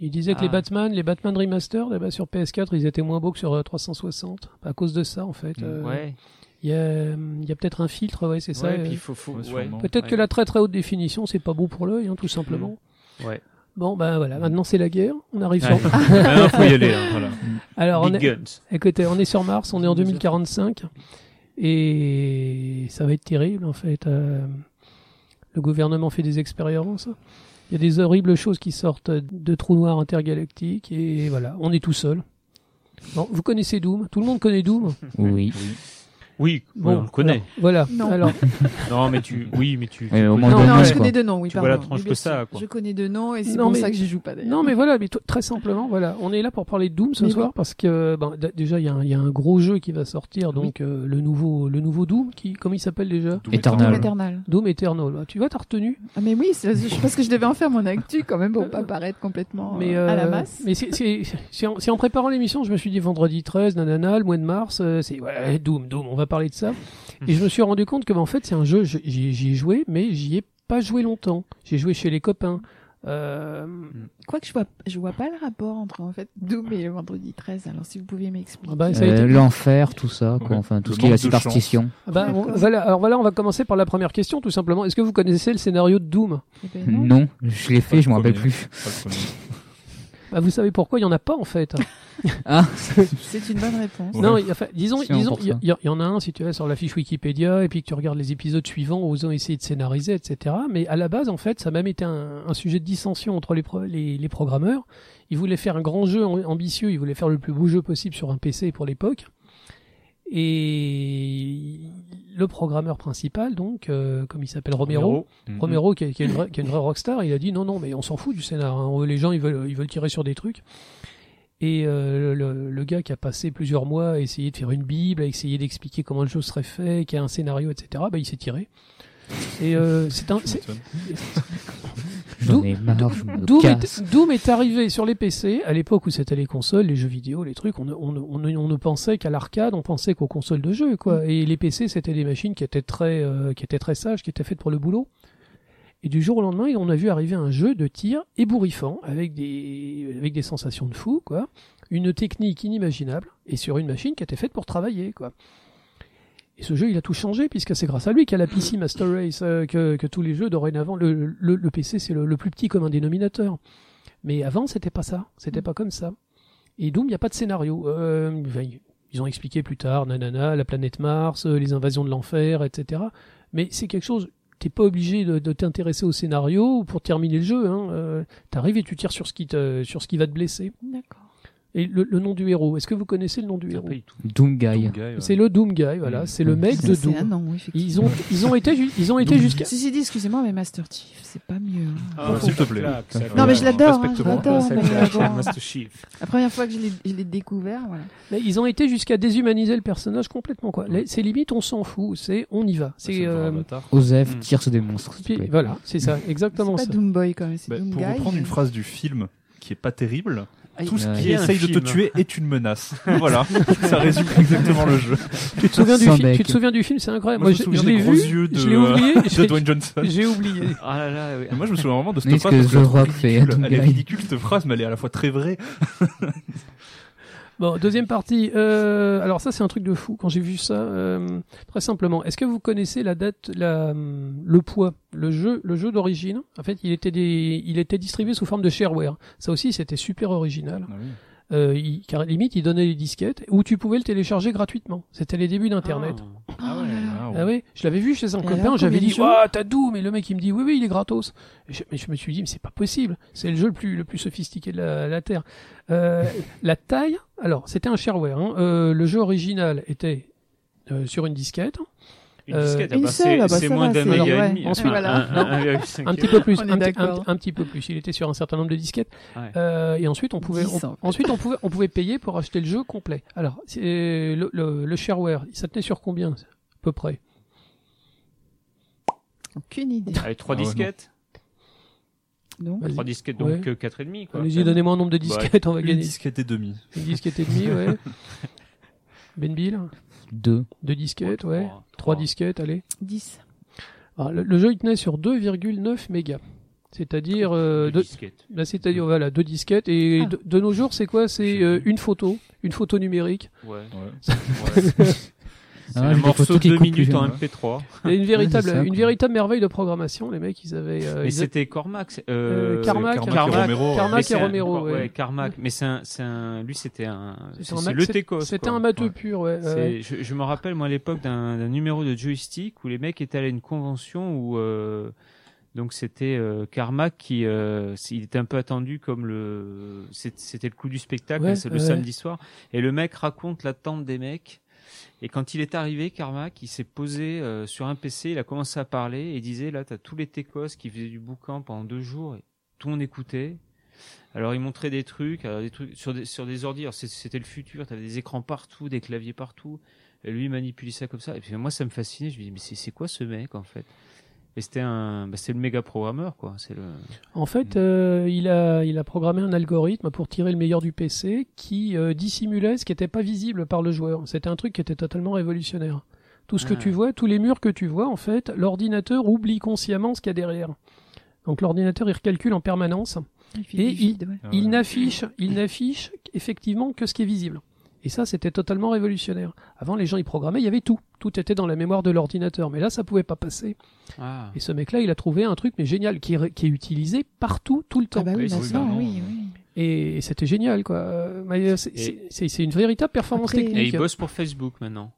Il disait que les
Ah.
Batman, les Batman remastered, eh ben, sur PS4, ils étaient moins beaux que sur euh, 360. À cause de ça, en fait.
Mm.
Euh,
ouais.
Il y a, euh, il y a peut-être un filtre, ouais, c'est ça.
Ouais,
euh.
puis il faut, faut-
Ouais,
ouais.
sûrement.
Peut-être que
Ouais. Mm.
la très très haute définition, c'est pas bon pour l'œil, hein, tout simplement.
Ouais.
Bon, ben voilà, maintenant c'est la guerre. On arrive
Ouais.
sur.
Maintenant, faut y aller. hein, voilà.
Alors, on
Big
est...
Guns.
Écoutez, on est sur Mars, on est en 2045 et ça va être terrible en fait. Euh, le gouvernement fait des expériences. Il y a des horribles choses qui sortent de trous noirs intergalactiques et voilà, on est tout seul. Bon, vous connaissez Doom Tout le monde connaît Doom
Oui.
Oui,
Bon,
bon, on le connaît.
Voilà.
Non.
Alors,
Non, mais tu. Oui, mais tu. tu
Euh, au
connais.
moins,
Non,
donne
non,
nom,
je
quoi.
connais deux noms, oui,
Tu
pardon.
vois la tranche
Oui,
que
bien
ça,
sûr.
quoi.
Je connais deux noms et c'est
Non,
pour
mais-
ça que j'y joue pas d'ailleurs.
non mais voilà, mais t- très simplement, voilà, on est là pour parler de Doom ce
Mais
soir
oui.
parce que ben, d- déjà il y, a un- il y a un gros jeu qui va sortir, donc euh, le nouveau le nouveau Doom qui comment il s'appelle déjà
Doom
Ah.
Eternal.
Doom
Eternal.
Eternal.
Doom Eternal. Ah, Tu vois, t'as retenu
Ah, mais oui, c'est- je pense que je devais en faire mon actu quand même pour pas paraître complètement
mais
euh, à la
euh,
masse.
Mais c'est- c'est c'est en, c'est en préparant l'émission, je me suis dit vendredi 13, nanana, le mois de mars, euh, c'est ouais, Doom, Doom, on va parler de ça. Et je me suis rendu compte que, bah, en fait, c'est un jeu, je- j'y ai- j'y ai joué, mais j'y ai pas joué longtemps. J'ai joué chez les copains. Euh,
Quoique je vois, je vois pas le rapport entre en fait Doom et le vendredi 13. Alors si vous pouviez m'expliquer.
ah bah, ça a
Euh,
été-
L'enfer, tout ça, quoi.
Ouais.
Enfin, tout
Le
ce qui est la
manque de chance.
superstition.
ah bah, on-
D'accord.
voilà, alors voilà, on va commencer par la première question, tout simplement. Est-ce que vous connaissez le scénario de Doom
Eh ben non.
Non, je l'ai fait,
Pas
je m'en rappelle
premier.
plus.
Pas le premier.
bah, Vous savez pourquoi il y en a pas, en fait.
Ah,
C'est une bonne réponse.
Ouais.
Non, il- enfin, disons,
C'est un
disons,
pour
il y,
ça.
il y en a un si tu vas sur la fiche Wikipédia et puis que tu regardes les épisodes suivants où ils ont essayé de scénariser, etc. Mais à la base, en fait, ça a même été un, un sujet de dissension entre les, pro- les, les programmeurs. Ils voulaient faire un grand jeu am- ambitieux, ils voulaient faire le plus beau jeu possible sur un PC pour l'époque. Et le programmeur principal, donc, euh, comme il s'appelle Romero,
Mhm.
Romero, qui est, qui est une vraie, qui est une vraie rockstar, il a dit non, non, mais on s'en fout du scénar. hein. On- Les gens, ils veulent, ils veulent tirer sur des trucs. Et euh, le, le gars qui a passé plusieurs mois à essayer de faire une Bible, à essayer d'expliquer comment le jeu serait fait, qui a un scénario, etc., bah, il s'est tiré. Et euh, c'est un.
Tu
c'est-
m'étonnes.
j'en
Doom-
ai marre, je me
Doom
casse.
est, Doom est arrivé sur les PC, à l'époque où c'était les consoles, les jeux vidéo, les trucs, on, ne- on ne- on ne- on ne pensait qu'à l'arcade, on pensait qu'aux consoles de jeu, quoi. Et les PC, c'était des machines qui étaient très, euh, qui étaient très sages, qui étaient faites pour le boulot. Et du jour au lendemain, on a vu arriver un jeu de tir ébouriffant, avec des, avec des sensations de fou, quoi. Une technique inimaginable, et sur une machine qui était faite pour travailler, quoi. Et Et ce jeu, il a tout changé, puisque c'est grâce à lui qu'à la PC Master Race, euh, que, que tous les jeux dorénavant, le, le, le PC, c'est le, le plus petit commun dénominateur. Mais avant, c'était pas ça. C'était pas comme ça. Et Doom, il n'y a pas de scénario. Euh, ben, ils ont expliqué plus tard, nanana, la planète Mars, euh, les invasions de l'enfer, etc. Mais c'est quelque chose, t'es pas obligé de, de t'intéresser au scénario pour terminer le jeu. Hein. Euh, T'arrives et tu tires sur ce qui, te, sur ce qui va te blesser.
D'accord.
Et le, le nom du héros, est-ce que vous connaissez le nom du héros
Pas du tout.
Doom Guy.
Doom Guy, ouais.
C'est le Doom Guy, voilà.
Mm.
C'est le mec de
Ça, C'est un
Doom.
nom, oui, effectivement.
Ils ont, ils ont été, ju- ils ont été jusqu'à.
Ceci dit, excusez-moi, mais Master Chief, c'est pas mieux. hein.
Ah, S'il te plaît.
Non, mais je l'adore, hein, je
Respecte-moi.
l'adore. mais bon,
Master Chief.
La première fois que je l'ai- je l'ai découvert, voilà.
Mais ils ont été jusqu'à déshumaniser le personnage complètement, quoi. Les- C'est limite, on s'en fout. C'est, on y va.
C'est
C'est,
le vrai
euh,
avatar.
Osef
Mm.
tire sur des monstres. s'il te
puis-
plaît.
voilà, c'est ça,
C'est
exactement
pas
ça.
Doom Boy quand même, c'est
Bah,
Doom
Pour
Guy.
reprendre une phrase du film qui est pas terrible,
Ah,
tout ce
ouais.
qui
Il y a un
essaye de te
film.
tuer est une menace. voilà, ça résume exactement le jeu.
Tu te souviens du
Sans
film
bec.
Tu te souviens du film C'est incroyable.
Moi,
Moi,
je me
je,
souviens
je
des
l'ai
gros
vu,
yeux de,
je l'ai
euh,
oublié,
De
j'ai-
Dwayne Johnson.
j'ai oublié.
Ah là là, oui.
Et moi, je me souviens vraiment de cette
Mais ce
phrase.
que
parce
The
je la trouve
Rock fait à
ridicule.
Doom
Elle est
Guy.
ridicule cette phrase, mais elle est à la fois très vraie.
Bon, deuxième partie. Euh, alors ça, c'est un truc de fou. Quand j'ai vu ça, euh, très simplement, est-ce que vous connaissez la date, la, hum, le poids, le jeu, le jeu d'origine En fait, il était des, il était distribué sous forme de shareware. Ça aussi, c'était super original. Euh, il- car limite, il donnait les disquettes où tu pouvais le télécharger gratuitement. C'était les débuts d'Internet.
Ah,
Ah
ouais.
ouais.
Ah, ouais.
Ah oui, je l'avais vu chez un
Et
copain,
alors,
j'avais
combien de
dit
jours
Waouh, t'as Doom Et le mec il me dit Oui, oui, il est gratos. Et je, mais je me suis dit Mais c'est pas possible, c'est le jeu le plus, le plus sophistiqué de la, la Terre. Euh, la taille, alors c'était un shareware, hein. Euh, le jeu original était euh, sur une disquette,
Une
Euh,
disquette, ah
une
bah,
seule,
c'est
ah bah,
c'est
ça
moins
va,
d'un
c'est-
méga
ouais.
et demi.
Ensuite,
Enfin,
voilà.
un- un- un-
un petit peu plus,
On est
un, petit- un,
d'accord.
un petit peu plus, il était sur un certain nombre de disquettes.
Ouais.
Euh, et ensuite on pouvait,
Dix,
on-
en fait.
ensuite on pouvait, on pouvait payer pour acheter le jeu complet. Alors c'est- le, le, le shareware, ça tenait sur combien à peu près
Aucune idée.
Allez, trois
Ah ouais, non.
disquettes.
Donc,
Vas-y.
Trois disquettes,
Ouais.
donc euh, quatre et demi. quoi. Bah,
Allez-y, donnez-moi un nombre de disquettes, on va
Une
gagner.
disquette et demie.
Une disquette et demie, ouais. Ben Bill,
Deux.
deux disquettes, ouais.
Trois,
Trois
trois.
disquettes, allez.
10.
Alors, le, le jeu, il tenait sur 2,9 mégas. C'est-à-dire, euh,
Deux
deux-
disquettes.
bah, c'est-à-dire, voilà, deux disquettes. Et
Ah.
de, de nos jours, c'est quoi
Je
C'est
sais
euh,
plus.
une photo, une photo numérique,
Ouais.
Ouais.
C'est
Ah,
un
j'ai des
morceau
photos qui
de deux
coupent les
minutes en
jambes.
MP3.
et une véritable,
c'est ça,
une
quoi.
véritable merveille de programmation. Les mecs, ils avaient. euh, ils
Mais
a-
c'était Cormac.
Euh, Carmack,
Carmack et
Carmack.
Romero. euh,
Carmack.
Mais c'est
et
un-
Romero, ouais.
Carmack. Mais c'est un, c'est un, lui, c'était un,
c'était
c'est
un
c'est
mec-
le
c'est-
Tecos.
C'était
quoi.
un matheux
Ouais.
pur, ouais.
C'est-
ouais.
Je, je me rappelle, moi, à l'époque, d'un d'un numéro de joystick où les mecs étaient allés à une convention où. euh, donc c'était euh, Carmack qui euh, c'est- il était un peu attendu comme le c'est- c'était le coup du spectacle
Ouais,
hein, c'est le
ouais.
samedi soir et le mec raconte l'attente des mecs et quand il est arrivé Carmack il s'est posé euh, sur un PC il a commencé à parler et il disait là t'as tous les Técos qui faisaient du boucan pendant deux jours et tout on écoutait alors il montrait des trucs alors des trucs sur des sur des ordi alors c'est- c'était le futur t'avais des écrans partout des claviers partout et lui il manipulait ça comme ça et puis moi ça me fascinait je me dis mais c'est c'est quoi ce mec en fait et c'était un, bah, c'est le méga programmeur quoi. C'est le.
En fait, euh, il, a, il a programmé un algorithme pour tirer le meilleur du PC qui euh, dissimulait ce qui n'était pas visible par le joueur. C'était un truc qui était totalement révolutionnaire. Tout ce que
Ah.
tu vois, tous les murs que tu vois, en fait, l'ordinateur oublie consciemment ce qu'il y a derrière. Donc l'ordinateur, il recalcule en permanence.
Il fait
Et
du vide, ouais.
Ah, ouais.
Il n'affiche, il n'affiche effectivement que ce qui est visible. Et ça, c'était totalement révolutionnaire. Avant, les gens, ils programmaient, il y avait tout. Tout était dans la mémoire de l'ordinateur. Mais là, ça pouvait pas passer.
Ah.
Et ce mec-là, il a trouvé un truc, mais génial, qui est, ré- qui est utilisé partout, tout le temps.
Ah bah
Oui,
oui,
c'est-
maintenant,
oui,
oui,
maintenant.
oui.
Et c'était génial, quoi. Euh, mais, euh, c'est-
Et-
C'est c'est- c'est une véritable performance
Après-
Et
technique.
il bosse pour Facebook maintenant.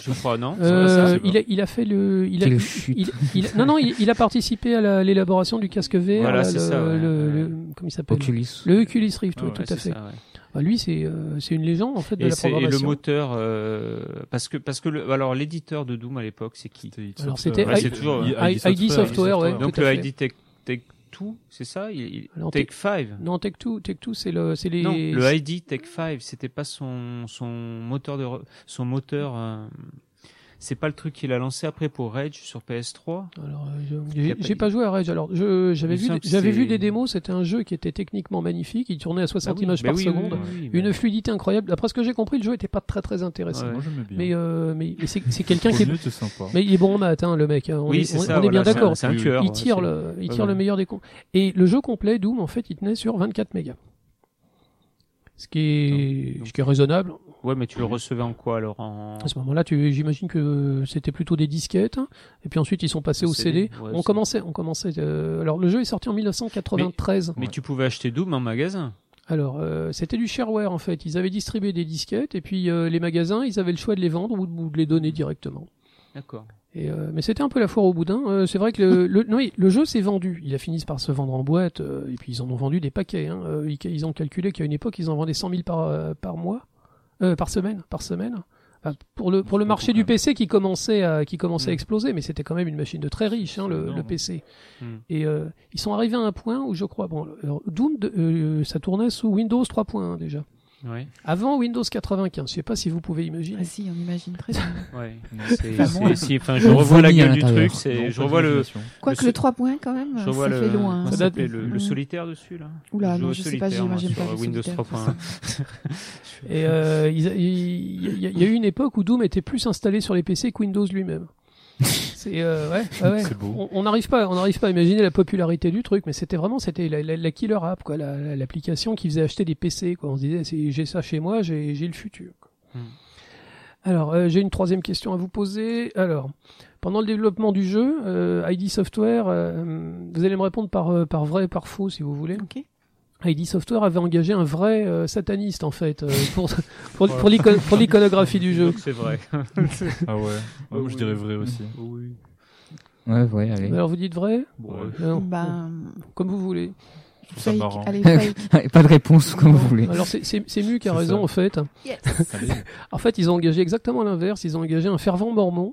Je crois non.
Euh,
C'est vrai, ça
il, a, il a fait le. Il a,
Quelle
il-
chute.
il- il- non, non, il, il a participé à la- l'élaboration du casque VR.
Voilà,
là,
c'est
le,
ça,
le-
ouais. Ouais.
le- comment il s'appelle
Oculus.
Le Oculus Rift,
Ah
oui,
ouais,
tout
Ouais,
à
c'est
fait.
ça, ouais.
Bah, lui, c'est euh, c'est une légende, en fait, de
Et,
la
c'est- et le
programmation.
moteur, euh, parce que parce que le, alors l'éditeur de Doom à l'époque, c'est qui
C'était id
Alors,
Software.
c'était
Ouais, I- c'est toujours,
I-
I- ID Software, ouais.
Donc
tout à
le
fait.
ID Tech Tech Two, c'est ça Il, il-
Alors,
Tech 5
Non, Tech 2, Tech Two, c'est le, c'est les.
Non, le ID Tech 5, c'était pas son son moteur de re- son moteur. euh, c'est pas le truc qu'il a lancé après pour Rage sur PS3.
Alors, euh, je-
y
j'ai
a pas-
j'ai pas joué à Rage. Alors, je- j'avais
Il me
vu,
semble
des- j'avais
que
vu
c'est-
des démos. C'était un jeu qui était techniquement magnifique. Il tournait à 60 images
bah
par
oui, oui,
seconde.
oui, oui,
Une
bah-
fluidité incroyable. D'après ce que j'ai compris, le jeu était pas très très intéressant.
Ouais.
Moi, j'aimais bien.
Mais, euh, mais, mais c'est c'est quelqu'un qui est.
Premier, c'est sympa.
Mais il est bon en maths, hein, le mec. hein. On,
oui,
est,
c'est
on-
ça,
on est bien
voilà, c'est un-
d'accord.
C'est un tueur.
Il tire,
ouais,
le, il
Ouais,
tire le
ouais.
meilleur des cons. Et le jeu complet, Doom, en fait, il tenait sur 24 mégas. Ce qui est,
Donc-
ce qui est raisonnable.
Ouais, mais tu le recevais en quoi alors en...
À ce moment-là, tu- j'imagine que c'était plutôt des disquettes, hein, et puis ensuite ils sont passés au CD.
CD, ouais,
on
c'est-
commençait, on commençait. euh, alors le jeu est sorti en 1993.
Mais
Ouais.
tu pouvais acheter Doom en magasin.
Alors euh, c'était du shareware en fait. Ils avaient distribué des disquettes, et puis euh, les magasins, ils avaient le choix de les vendre ou de, ou de les donner directement.
D'accord.
Et, euh, mais c'était un peu la foire au boudin. Euh, c'est vrai que le, le, non, oui, le jeu s'est vendu. Il a fini par se vendre en boîte, euh, et puis ils en ont vendu des paquets. hein. Euh, ils, ils ont calculé qu'à une époque, ils en vendaient 100 000 par, euh, par mois, euh, par semaine, par semaine. Enfin, pour le, pour le
C'est
marché
beaucoup,
du
quand même.
PC qui commençait à, qui commençait à
Mm.
exploser, mais c'était quand même une machine de très riche, hein,
C'est
le, le
énorme.
PC.
Mm.
Et euh, ils sont arrivés à un point où je crois, bon, alors, Doom, de- euh, ça tournait sous Windows 3.1 déjà.
Ouais.
Avant Windows 95, je sais pas si vous pouvez imaginer.
Ah si, on imagine très bien.
Ouais.
Non,
C'est- c'est- si, enfin, je
On
revois la
vomit à
gueule du
l'intérieur.
truc. C'est,
euh,
non,
je
pas
revois le.
d'imagination.
Quoique
Le
le
so-
3 points quand même,
Je
ça
revois
fait
le,
loin.
comment
Ça
ça
date-
s'appelait, le, le
Mm.
solitaire dessus là.
Oula,
Je joue
non,
au
je sais pas,
solitaire, moi,
j'imagine pas
hein, sur
le
Windows
solitaire,
3.1.
Et euh, ils a- il il y, a- il y a eu une époque où Doom était plus installé sur les PC que Windows lui-même. C'est euh, ouais, ouais, ouais.
C'est beau.
On- On n'arrive pas, on n'arrive pas à imaginer la popularité du truc, mais c'était vraiment c'était la, la- la killer app quoi, la- la- l'application qui faisait acheter des PC quoi. On se disait c'est- j'ai ça chez moi, j'ai j'ai le futur. quoi.
Hmm.
Alors euh, j'ai une troisième question à vous poser. Alors pendant le développement du jeu, euh, ID Software, euh, vous allez me répondre par euh, par vrai et par faux si vous voulez.
Ok.
ID Software avait engagé un vrai euh, sataniste en fait euh, pour pour, pour l'ico- pour l'iconographie du jeu.
Donc, C'est vrai.
Ah ouais. Ouais, moi,
Oui.
je dirais vrai aussi.
oui.
Ouais, ouais, allez.
Alors vous dites vrai
Ouais.
Non.
Ben,
Comme vous voulez.
Je trouve ça
fake.
marrant.
Allez, fake.
Allez, pas de réponse comme vous voulez.
Alors c'est- c'est c'est Mu qui a
C'est
raison
ça.
en fait.
Yes.
Allez.
En fait, ils ont engagé exactement l'inverse. Ils ont engagé un fervent mormon.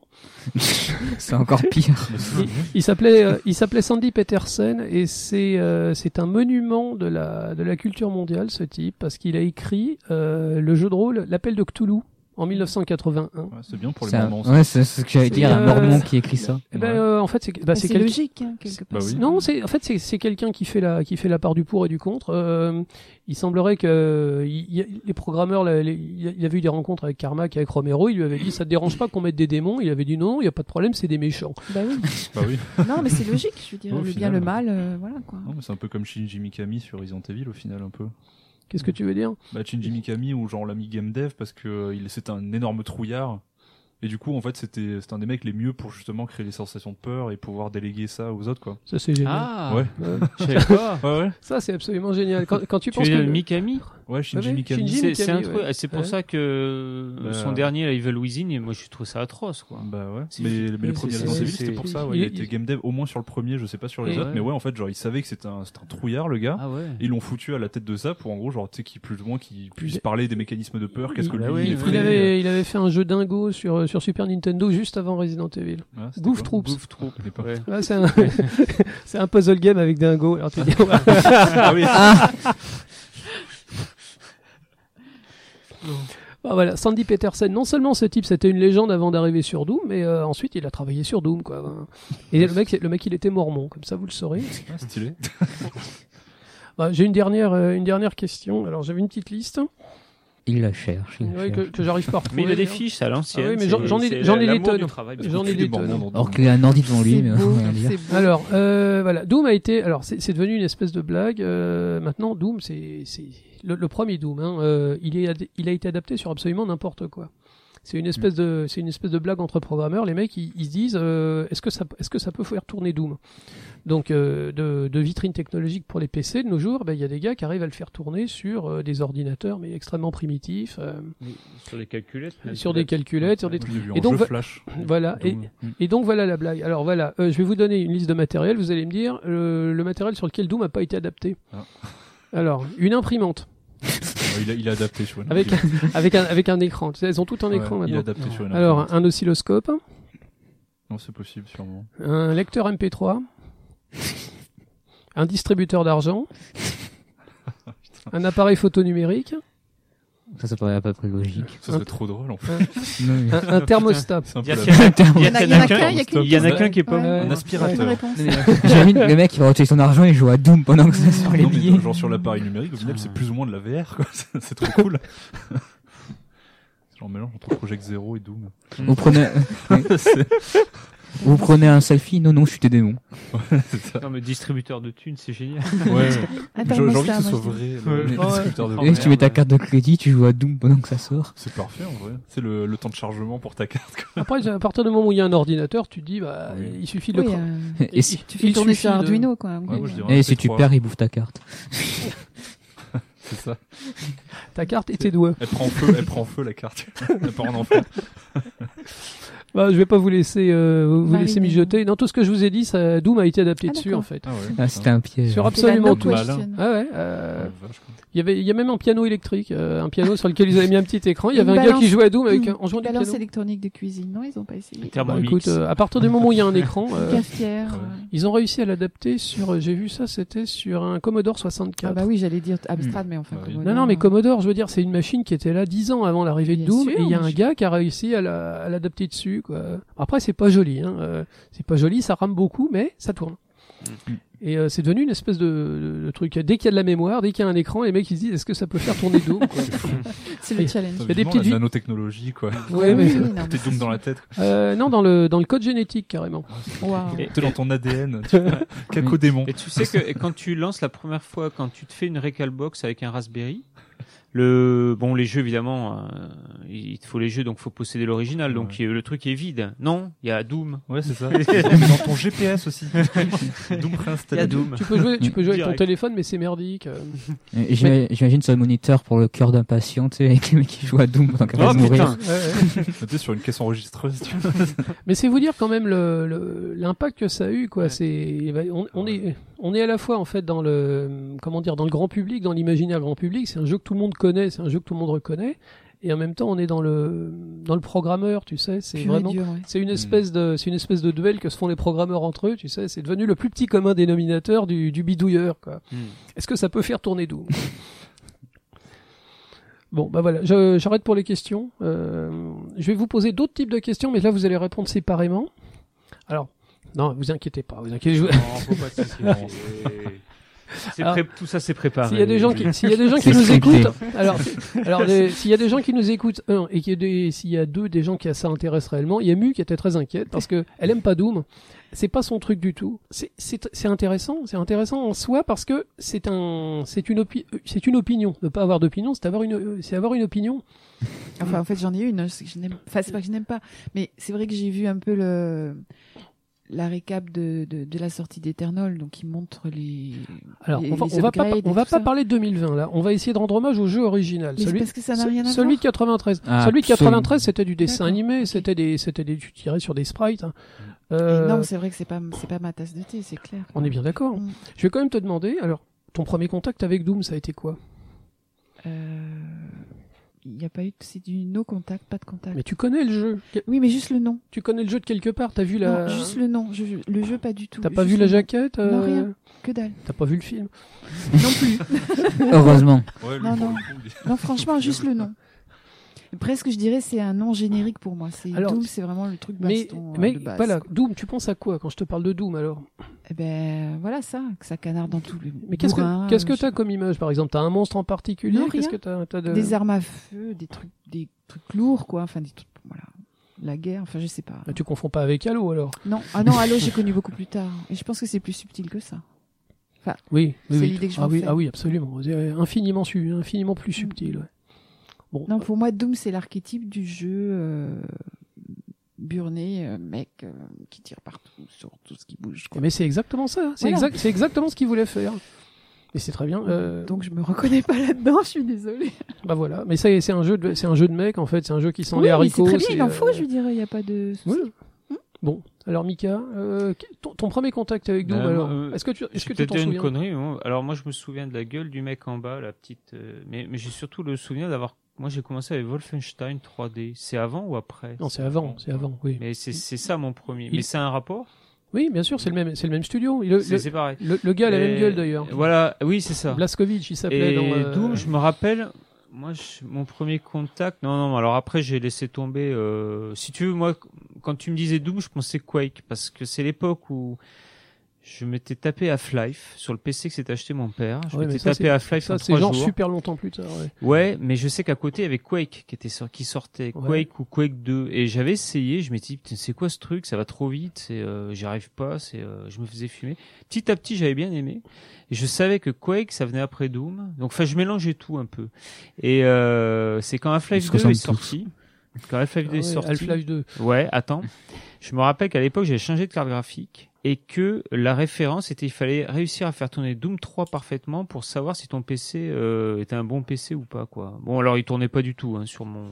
C'est encore pire.
Il, il s'appelait, euh, il s'appelait Sandy Petersen et c'est, euh, c'est un monument de la, de la culture mondiale, ce type, parce qu'il a écrit euh, le jeu de rôle L'Appel de Cthulhu en 1981.
Ouais, c'est bien pour les
C'est un-
moments.
Ouais, c'est ce que j'allais
C'est,
dire, un
euh,
Mormon qui écrit ça.
Eh ben, euh, en fait, c'est, bah,
Bah,
c'est
c'est
quelqu'un-
logique, hein, quelque
Bah
part.
oui.
Non, c'est en fait c'est c'est quelqu'un qui fait la qui fait la part du pour et du contre. Euh, il semblerait que euh, il- il- les programmeurs, la- les- il y avait eu des rencontres avec Carmack et avec Romero. Il lui avait dit ça te dérange pas qu'on mette des démons. Il avait dit non, il y a pas de problème, c'est des méchants.
Bah oui.
Bah oui.
Non, mais c'est logique, je veux dire,
Au
le bien,
final,
le
ouais.
mal, euh, voilà quoi.
Non, mais c'est un peu comme Shinji Mikami sur Resident Evil au final un peu.
Qu'est-ce que tu veux dire
Bah Shinji Mikami ou genre l'ami game dev parce que euh, il c'était un énorme trouillard. Et du coup en fait c'était c'était un des mecs les mieux pour justement créer les sensations de peur et pouvoir déléguer ça aux autres quoi.
Ça c'est génial.
Ah,
Ouais.
Euh,
je savais pas.
Ouais ouais.
ça c'est absolument génial. Quand, quand tu,
Tu
penses
es
que
le Mikami
Ouais Shinji
Ouais, ouais,
Mikami.
Shinji-
C'est
Mikami,
c'est un truc-
ouais.
c'est pour
Ouais.
ça que
Bah,
son
euh,
dernier là, Evil Within, et moi je trouve ça atroce quoi.
Bah ouais.
C'est-
Mais, mais
c'est-
les premiers
c'est-
Resident Evil
c'est-
c'était pour ça. Ouais,
il-
il, était game dev au moins sur le premier je sais pas sur les
Et-
autres
ouais.
mais ouais en fait genre il savait que c'était un c'était un trouillard le gars.
Ah ouais.
Ils l'ont foutu à la tête de ça pour en gros genre tu sais qu'il plus ou moins qu'il puisse
Il-
parler des mécanismes de peur qu'est-ce que
Bah
lui
oui,
il est
oui.
très-
il avait il avait fait un jeu dingo sur euh, sur Super Nintendo juste avant Resident Evil.
Ah, c'était
Goof
quoi
Troops.
Goof Troops. à l'époque.
Ouais.
Là, c'est un c'est un puzzle game avec dingo. Alors tu dis,
Ah oui.
Bah voilà, Sandy Petersen, non seulement ce type c'était une légende avant d'arriver sur Doom, mais euh, ensuite il a travaillé sur Doom quoi. Et le mec, c'est- le mec il était mormon, comme ça vous le saurez.
Ah, stylé.
Bah, J'ai une dernière, euh, une dernière question. Alors j'avais une petite liste
Il la cherche. il la
ouais, que,
cherche.
que j'arrive pas à retrouver.
Mais il a des fiches à l'ancienne.
Ah oui, mais
c'est-
j'en- j'en ai-
c'est
j'en ai des
l'amour
tonnes.
du travail, bien
J'en ai
sûr.
des
Des Mormons
tonnes.
dans-
Alors qu'il a un ordi devant lui,
C'est
mais
beau,
hein, on va dire.
c'est beau.
Alors euh, voilà, Doom a été, alors c'est c'est devenu une espèce de blague. euh, maintenant Doom, c'est c'est le, le premier Doom. hein, euh, il est, ad- il a été adapté sur absolument n'importe quoi. C'est une espèce de, c'est une espèce de blague entre programmeurs. Les mecs, ils, ils se disent, euh, est-ce que ça, est-ce que ça peut faire tourner Doom Donc euh, de, de vitrine technologique pour les PC de nos jours, ben, il y a des gars qui arrivent à le faire tourner sur euh, des ordinateurs mais extrêmement primitifs, euh,
Sur des calculettes. même,
sur des
peut-être.
calculettes, sur des
Moi, je l'ai vu
Et
en
donc,
jeu
va-
Flash.
voilà. Et,
Doom.
et donc voilà la blague. Alors voilà, euh, je vais vous donner une liste de matériel. Vous allez me dire euh, le matériel sur lequel Doom n'a pas été adapté.
Ah.
Alors une imprimante
Ouais, il, a, il a adapté sur une
avec avec un avec un écran. Tu sais, Elles ont tout un
Ouais, Il
écran
a
maintenant.
adapté sur une
Alors un oscilloscope,
Non, c'est possible, sûrement.
un lecteur MP3, un distributeur d'argent, un appareil photo numérique,
Ça, ça paraît à peu près logique.
Ça serait trop drôle, en fait.
Non, mais-
un, un thermostat.
C'est un
Il y
peu
a-
la-
il y a-
Attends,
Il y en a qu'un, il
il y a qu'un-
y a qu'un.
il y en a qu'un qui est pas
Ouais.
bon.
un
Bonne
aspirateur.
réponse.
J'imagine le mec, il va retirer son argent et joue à Doom pendant que ça sort les
Non, mais
billets.
genre sur l'appareil numérique, au final, c'est plus ou moins de la VR, quoi. C'est c'est trop cool. C'est genre un mélange entre Project Zero et Doom.
Vous prenez,
C'est-
Vous prenez un selfie Non, non, je suis des démons.
C'est ça.
Non, mais distributeur de thunes, c'est génial.
Ouais.
Attends,
J'ai j'ai
moi,
envie que
ça,
ce soit
moi,
vrai.
Ouais.
le- les
Ah ouais.
distributeurs de-
Oh,
Et tu mets ta
merde.
carte de crédit, tu joues à Doom pendant que ça sort.
C'est parfait en vrai. C'est le, le temps de chargement pour ta carte. quoi.
Après, à partir du moment où il y a un ordinateur, tu te dis, bah,
Oui.
il suffit de
Oui,
le cra-
euh,
Et si,
tu fais
il
tourner
suffit
sur
de-
Arduino,
Ouais,
quoi.
moi, je dirais un
et si tu
P3,
perds, il bouffe ta carte.
C'est ça.
Ta carte et tes doigts.
Elle prend feu, elle prend feu la carte. Elle part en enfer.
Bah, je vais pas vous laisser, euh, vous vous laisser
Mariner.
mijoter. Non, tout ce que je vous ai dit, ça, Doom a été adapté
Bah, Ah,
dessus,
d'accord.
en fait.
Ah ouais.
Ah, c'était un piège.
Sur
C'est la
absolument
no
tout.
Malin.
question.
Ah ouais, euh,
Ouais, vache, quoi.
il y avait, il y a même un piano électrique, euh, un piano sur lequel ils avaient mis un petit écran. Il y avait
Une
un gars qui
balance.
jouait à Doom avec un, en jouant du
Balance
piano.
électronique de cuisine. Non, ils n'ont pas essayé.
Bah,
Thermomix.
écoute, euh, à partir du moment où il y a un écran, euh,
Cafetière.
Ouais.
euh,
ils ont réussi à l'adapter sur, euh, j'ai vu ça, c'était sur un Commodore 64.
Ah bah oui, j'allais dire Amstrad, mais enfin.
Bah oui.
Commodore,
Non, non, mais
euh,
Commodore, je veux dire, c'est une machine qui était là 10 ans avant l'arrivée de
Bien
Doom,
sûr,
et il y a
bien
un
sûr.
gars qui a réussi à la- à l'adapter dessus, quoi. Après, c'est pas joli, hein. euh, c'est pas joli, ça rame beaucoup, mais ça tourne.
Mhm.
Et euh, c'est devenu une espèce de, de- de truc. Dès qu'il y a de la mémoire, dès qu'il y a un écran, les mecs ils se disent est-ce que ça peut faire tourner Doom quoi
C'est le
Et-
challenge.
des
Vivement
petites
la
vi-
nanotechnologie quoi.
Ouais, mais-
Oui, oui, non,
T'es
mais-
doom dans la tête.
Euh, Non, dans le dans le code génétique carrément.
Waouh.
Et-
T'es dans ton ADN. tu vois. Caco
euh,
démon.
Et tu sais que et quand tu lances la première fois, quand tu te fais une Recalbox avec un Raspberry, le bon les jeux évidemment, euh, il te faut les jeux donc faut posséder l'original donc
Ouais.
il- le truc est vide. Non, il y a Doom.
Ouais c'est ça. Mais dans ton GPS aussi. Doom
Il y a
préinstallé.
Doom.
Tu peux jouer, tu peux jouer avec ton
Direct.
téléphone, mais c'est merdique. euh.
Euh, j'ima- J'imagine sur le moniteur pour le cœur d'un patient, tu sais, avec les mecs qui jouent à Doom pendant qu'elle va
Oh
mourir.
putain.
T'es sur une caisse enregistreuse. Tu vois.
Mais c'est vous dire quand même le- le- l'impact que ça a eu quoi.
Ouais.
C'est bah, on, on est on est à la fois en fait dans le comment dire dans le grand public, dans l'imaginaire grand public. C'est un jeu que tout le monde connaît, c'est un jeu que tout le monde reconnaît. Et en même temps, on est dans le dans le programmeur, tu sais. C'est
Pur et
vraiment
dur, ouais.
c'est une espèce de c'est une espèce de duel que se font les programmeurs entre eux, tu sais. C'est devenu le plus petit commun dénominateur du, du bidouilleur quoi.
Hmm.
Est-ce que ça peut faire tourner Doom Bon, bah voilà, je- j'arrête pour les questions. Euh, je vais vous poser d'autres types de questions, mais là, vous allez répondre séparément. Alors, non, vous inquiétez pas, vous inquiétez
Non, faut pas te soucier. C'est
Alors,
pré- tout ça c'est préparé.
S'il y a des gens qui, s'il y a des gens qui
C'est
nous
scripté.
écoutent, alors, alors des- s'il y a des gens qui nous écoutent, un, et qu'il y a des- s'il y a deux des gens qui ça intéresse réellement, il y a Mu qui était très inquiète parce que elle aime pas Doom. C'est pas son truc du tout. C'est- C'est c'est intéressant, c'est intéressant en soi parce que c'est un, c'est une opi- c'est une opinion. Ne pas avoir d'opinion, c'est avoir une, c'est avoir une opinion.
Enfin, en fait, j'en ai une. hein, c'est que je n'aime- Enfin, c'est pas que je n'aime pas, mais c'est vrai que j'ai vu un peu le la récap de, de, de la sortie d'Eternal, donc il montre les.
Alors,
Et
on va,
les
on va pas,
upgrades et
on va
tout
pas
ça.
parler de 2020 là. On va essayer de rendre hommage au jeu original.
Mais c'est
Celui,
parce que ça n'a rien à
celui
voir.
de 93.
Ah,
celui de
absolument.
93, c'était du dessin
D'accord,
animé,
ok.
c'était des, c'était des, tu tirais sur des sprites. hein.
Et
Euh,
Non, c'est vrai que c'est pas c'est pas ma tasse de thé, c'est clair.
on est bien d'accord.
Mm.
Je vais quand même te demander, alors, ton premier contact avec Doom, ça a été quoi
Euh, Il n'y a pas eu, c'est du no contact, pas de contact.
Mais tu connais le jeu. Que-
Oui, mais juste le nom.
Tu connais le jeu de quelque part. T'as vu la.
Non, juste le nom. Je- le jeu, pas du tout.
T'as pas
Juste
vu la
le nom.
jaquette euh,
Non, rien. Que dalle.
T'as pas vu le film
Non plus.
Heureusement.
Ouais, lui,
Non,
pour le
non.
coup, il-
Non, franchement, juste le nom. Presque, je dirais, c'est un nom générique pour moi. C'est
Alors,
Doom, c'est vraiment le truc
Mais,
baston euh,
mais
de base.
voilà, Doom, tu penses à quoi quand je te parle de Doom alors
Eh ben voilà ça, que ça canarde dans tout le.
Mais qu'est-ce
bourrin,
que qu'est-ce que
euh, je-
t'as comme image par exemple T'as un monstre en particulier
Non,
Qu'est-ce que t'as
rien.
t'as de...
Des armes à feu, des trucs, des trucs lourds quoi. Enfin des trucs, voilà, la guerre. Enfin je sais pas.
Ah, Tu confonds pas avec Halo alors
Non, ah non, Halo, j'ai connu beaucoup plus tard. Et je pense que c'est plus subtil que ça.
Oui, oui,
C'est
oui.
l'idée que je
ah,
m'en
oui
fais. Mm.
ah oui, absolument. C'est Infiniment, su- infiniment plus subtil. ouais. Bon,
Non, pour moi, Doom, c'est l'archétype du jeu euh, burné, euh, mec euh, qui tire partout sur tout ce qui bouge. quoi.
mais c'est exactement ça. C'est
Voilà.
exact- c'est exactement ce qu'il voulait faire. Et c'est très bien. euh,
Donc je me reconnais pas là-dedans, je suis désolée.
Bah voilà, mais ça y est, c'est un jeu de c'est un jeu de mec en fait, c'est un jeu qui sent
Oui,
les
mais
haricots.
c'est très bien, il en
euh,
faut, je Hmm dirais, il n'y a pas de. souci.
oui. Bon, alors Mika, euh, qu- ton, ton premier contact avec Doom,
Euh,
alors,
euh,
est-ce que tu est-ce
J'ai
que tu
peut-être
t'en
dire une
souviens
connerie. hein. Alors moi, je me souviens de la gueule du mec en bas, la petite. euh, mais mais j'ai surtout le souvenir d'avoir. Moi, j'ai commencé avec Wolfenstein 3D. C'est avant ou après
Non, c'est avant, c'est avant, oui.
Mais c'est c'est ça mon premier.
Il-
Mais c'est un rapport
Oui, bien sûr, c'est le même c'est le même studio. Le,
C'est
le,
c'est pareil.
le- le gars a la
Et-
même gueule d'ailleurs.
Voilà, oui, c'est ça.
Blaskovic, il s'appelait
Et
dans euh,
Doom, je me rappelle, moi, je- mon premier contact. Non, non, alors après, j'ai laissé tomber. euh, si tu veux, moi, quand tu me disais Doom, je pensais Quake, parce que c'est l'époque où Je m'étais tapé Half-Life sur le PC que s'est acheté mon père. Je
Ouais, mais
m'étais
ça, c'est-
tapé Half-Life
Ça,
en
c'est
trois
genre
jours.
super longtemps plus tard. ouais.
Ouais, mais je sais qu'à côté, il y avait Quake qui, était sor- qui sortait, Quake
Ouais.
ou Quake 2. Et j'avais essayé, je m'étais dit, Putain, c'est quoi ce truc Ça va trop vite, c'est, euh, j'y arrive pas, c'est, euh, je me faisais fumer. Petit à petit, j'avais bien aimé. Et je savais que Quake, ça venait après Doom. Donc, enfin, je mélangeais tout un peu. Et euh, c'est quand
Ils se
Half-Life 2 est
ressemblent
sorti. Quand Half-Life 2
Ah
est
ouais,
sorti.
Half-Life 2.
Ouais, attends. Je me rappelle qu'à l'époque, j'avais changé de carte graphique et que la référence était il fallait réussir à faire tourner Doom 3 parfaitement pour savoir si ton PC euh, était un bon PC ou pas quoi. Bon alors il tournait pas du tout hein, sur mon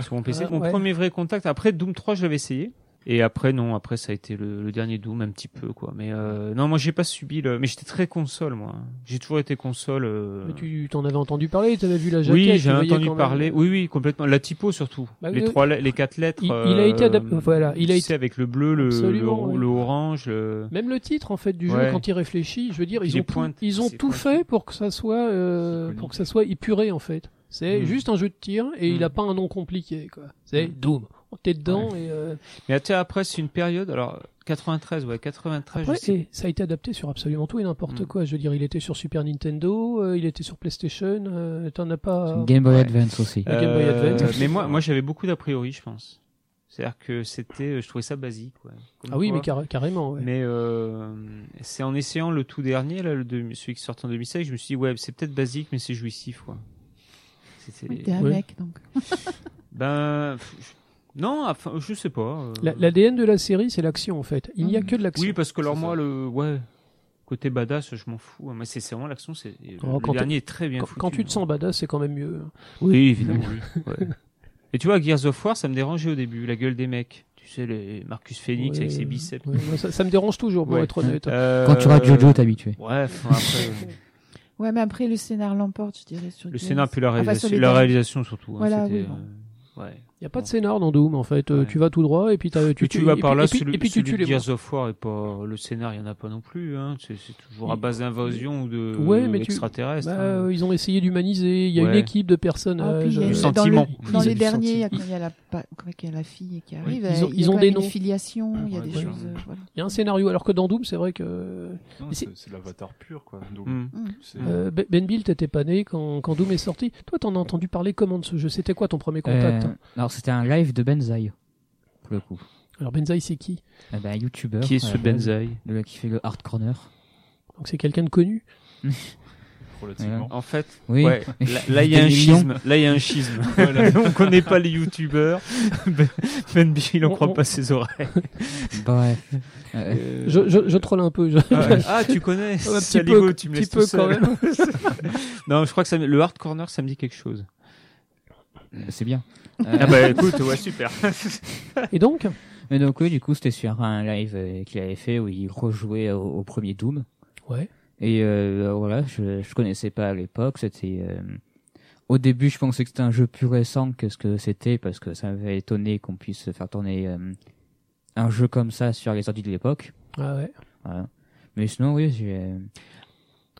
sur mon PC.
Ah,
mon
ouais.
premier vrai contact après Doom 3, je l'avais essayé. Et après non, après ça a été le, le dernier Doom un petit peu quoi. Mais euh, non, moi j'ai pas subi le mais j'étais très console moi. J'ai toujours été console euh,
Mais tu t'en avais entendu parler, tu avais vu la jaquette.
Oui,
tu
j'ai
voyais
entendu
quand même-
parler. Oui, oui, complètement. La typo surtout.
Bah oui,
les
oui.
trois, le- les quatre lettres.
Il- il a été
euh,
adap- voilà, il
tu
a été-
sais, avec le bleu, le, le,
Absolument,
rou-
oui.
le orange. Le...
Même le titre, en fait, du jeu,
Ouais.
quand il réfléchit, je veux dire,
Puis
ils
les
ont, tout-
pointes,
ils ont
c'est
tout
pointu.
fait pour que ça soit, euh,
Iconique.
pour que ça soit épuré, en fait. C'est
Mm.
juste un jeu de tir et il
Mm.
a pas un nom compliqué, quoi.
Hmm.
C'est Doom. T'es dedans et, euh,
Mais tu sais, après, c'est une période. Alors, 93, ouais, 93.
après,
je sais-
et ça a été adapté sur absolument tout et n'importe
Mm.
quoi. Je veux dire, il était sur Super Nintendo, euh, il était sur PlayStation, euh, t'en as pas.
Game Boy
ouais. Euh,
Advance aussi.
la Game Boy Advance.
mais moi, moi j'avais beaucoup d'a priori, je pense. C'est-à-dire que c'était, je trouvais ça basique. Ouais. Comme
Ah oui,
quoi,
mais carré- carrément, ouais.
Mais euh, c'est en essayant le tout dernier, là, le deux- celui qui sort en 2016, je me suis dit, ouais, c'est peut-être basique, mais c'est jouissif. Quoi. C'était-
Oui, T'es un
Ouais.
mec, donc.
Ben. pff, je- Non, enfin, je sais pas. euh. Hmm.
La- L'ADN de la série, c'est l'action, en fait. Il n'y a
Mm.
que de l'action.
Oui, parce que alors
C'est
moi,
ça.
le ouais, côté badass, je m'en fous. hein. Mais c'est c'est vraiment l'action, c'est le-
Oh, quand
le dernier est très bien
Quand,
foutu.
quand tu te sens badass, c'est quand même mieux.
oui, évidemment. ouais. Et tu vois, Gears of War, ça me dérangeait au début, la gueule des mecs. Tu sais, les Marcus Phoenix
Ouais,
avec ses biceps.
ouais, moi, ça, ça me dérange toujours, pour
Ouais.
être honnête.
Euh,
Quand tu rates Jojo, t'es habitué.
Bref, après, euh,
Ouais, mais après, le scénar l'emporte, je dirais. Sur
le
Games.
scénar puis la
Enfin,
réalisation,
sur les
la
derniers.
réalisation surtout. hein,
Voilà,
c'était,
oui, bon.
euh, ouais.
Il n'y a pas de scénar dans Doom, en fait. Euh,
Ouais.
Tu vas tout droit et puis t'as- tu,
Puis tu vas
et
par
puis-
là,
et puis,
celui,
et puis tu tues
celui de
les
Gears of War et pas le scénar, il y en a pas non plus. Hein. C'est c'est toujours à base d'invasion ou de
Ouais, mais tu-
extraterrestres.
Bah,
hein.
euh, ils ont essayé d'humaniser. Il y a
Ouais.
une équipe de
Ah, puis il
personnages.
y a-
Du
euh,
dans le-
sentiment.
Dans
Ils ont
les
du
derniers,
sentiment.
quand il y a la, pa- quand il y a la fille qui arrive,
ils ont-
il y a
ils ont
quand
des
même
noms.
une filiation, il y a
Ouais,
des
bien
choses.
sûr.
euh, voilà.
Il y a un scénario, alors que dans Doom, c'est vrai que
Non,
Mais c'est-
C'est c'est de l'avatar pur, quoi. Donc,
Hmm.
c'est-
euh, Ben- Ben Bill t'étais pas né quand, quand Doom est sorti. Toi, t'en as entendu parler comment de ce jeu C'était quoi ton premier contact hein.
Euh, alors c'était un live de Benzaï, pour le coup.
Alors Benzaï, c'est qui
Eh ben, un youtubeur.
Qui est
à la
ce
base,
Benzaï
Le gars qui fait le hard corner.
Donc c'est quelqu'un de connu.
relativement.
En fait,
Oui.
ouais, là- là il y a un
Des millions.
schisme. Là il y a un schisme. on connaît pas les youtubeurs. Ben, ben Bill, on
On-
croit
on-
pas ses oreilles.
Bref. Euh,
Je, je, je troll un peu. je-
Ah, ah, tu connais
Un petit
Saligo,
peu,
tu me
petit peu
laisses tout
quand
seul. non, je crois que ça, me- le hard corner, ça me dit quelque chose.
c'est bien. Euh,
Ah bah écoute, ouais, super.
Et donc
Mais donc oui, du coup, c'était sur un live euh, qu'il avait fait où il rejouait au, au premier Doom.
Ouais.
Et euh, voilà, je, je connaissais pas à l'époque. C'était euh, au début, je pensais que c'était un jeu plus récent que ce que c'était parce que ça m'avait étonné qu'on puisse faire tourner euh, un jeu comme ça sur les ordi de l'époque.
Ah ouais.
Voilà. Mais sinon, oui, j'ai euh,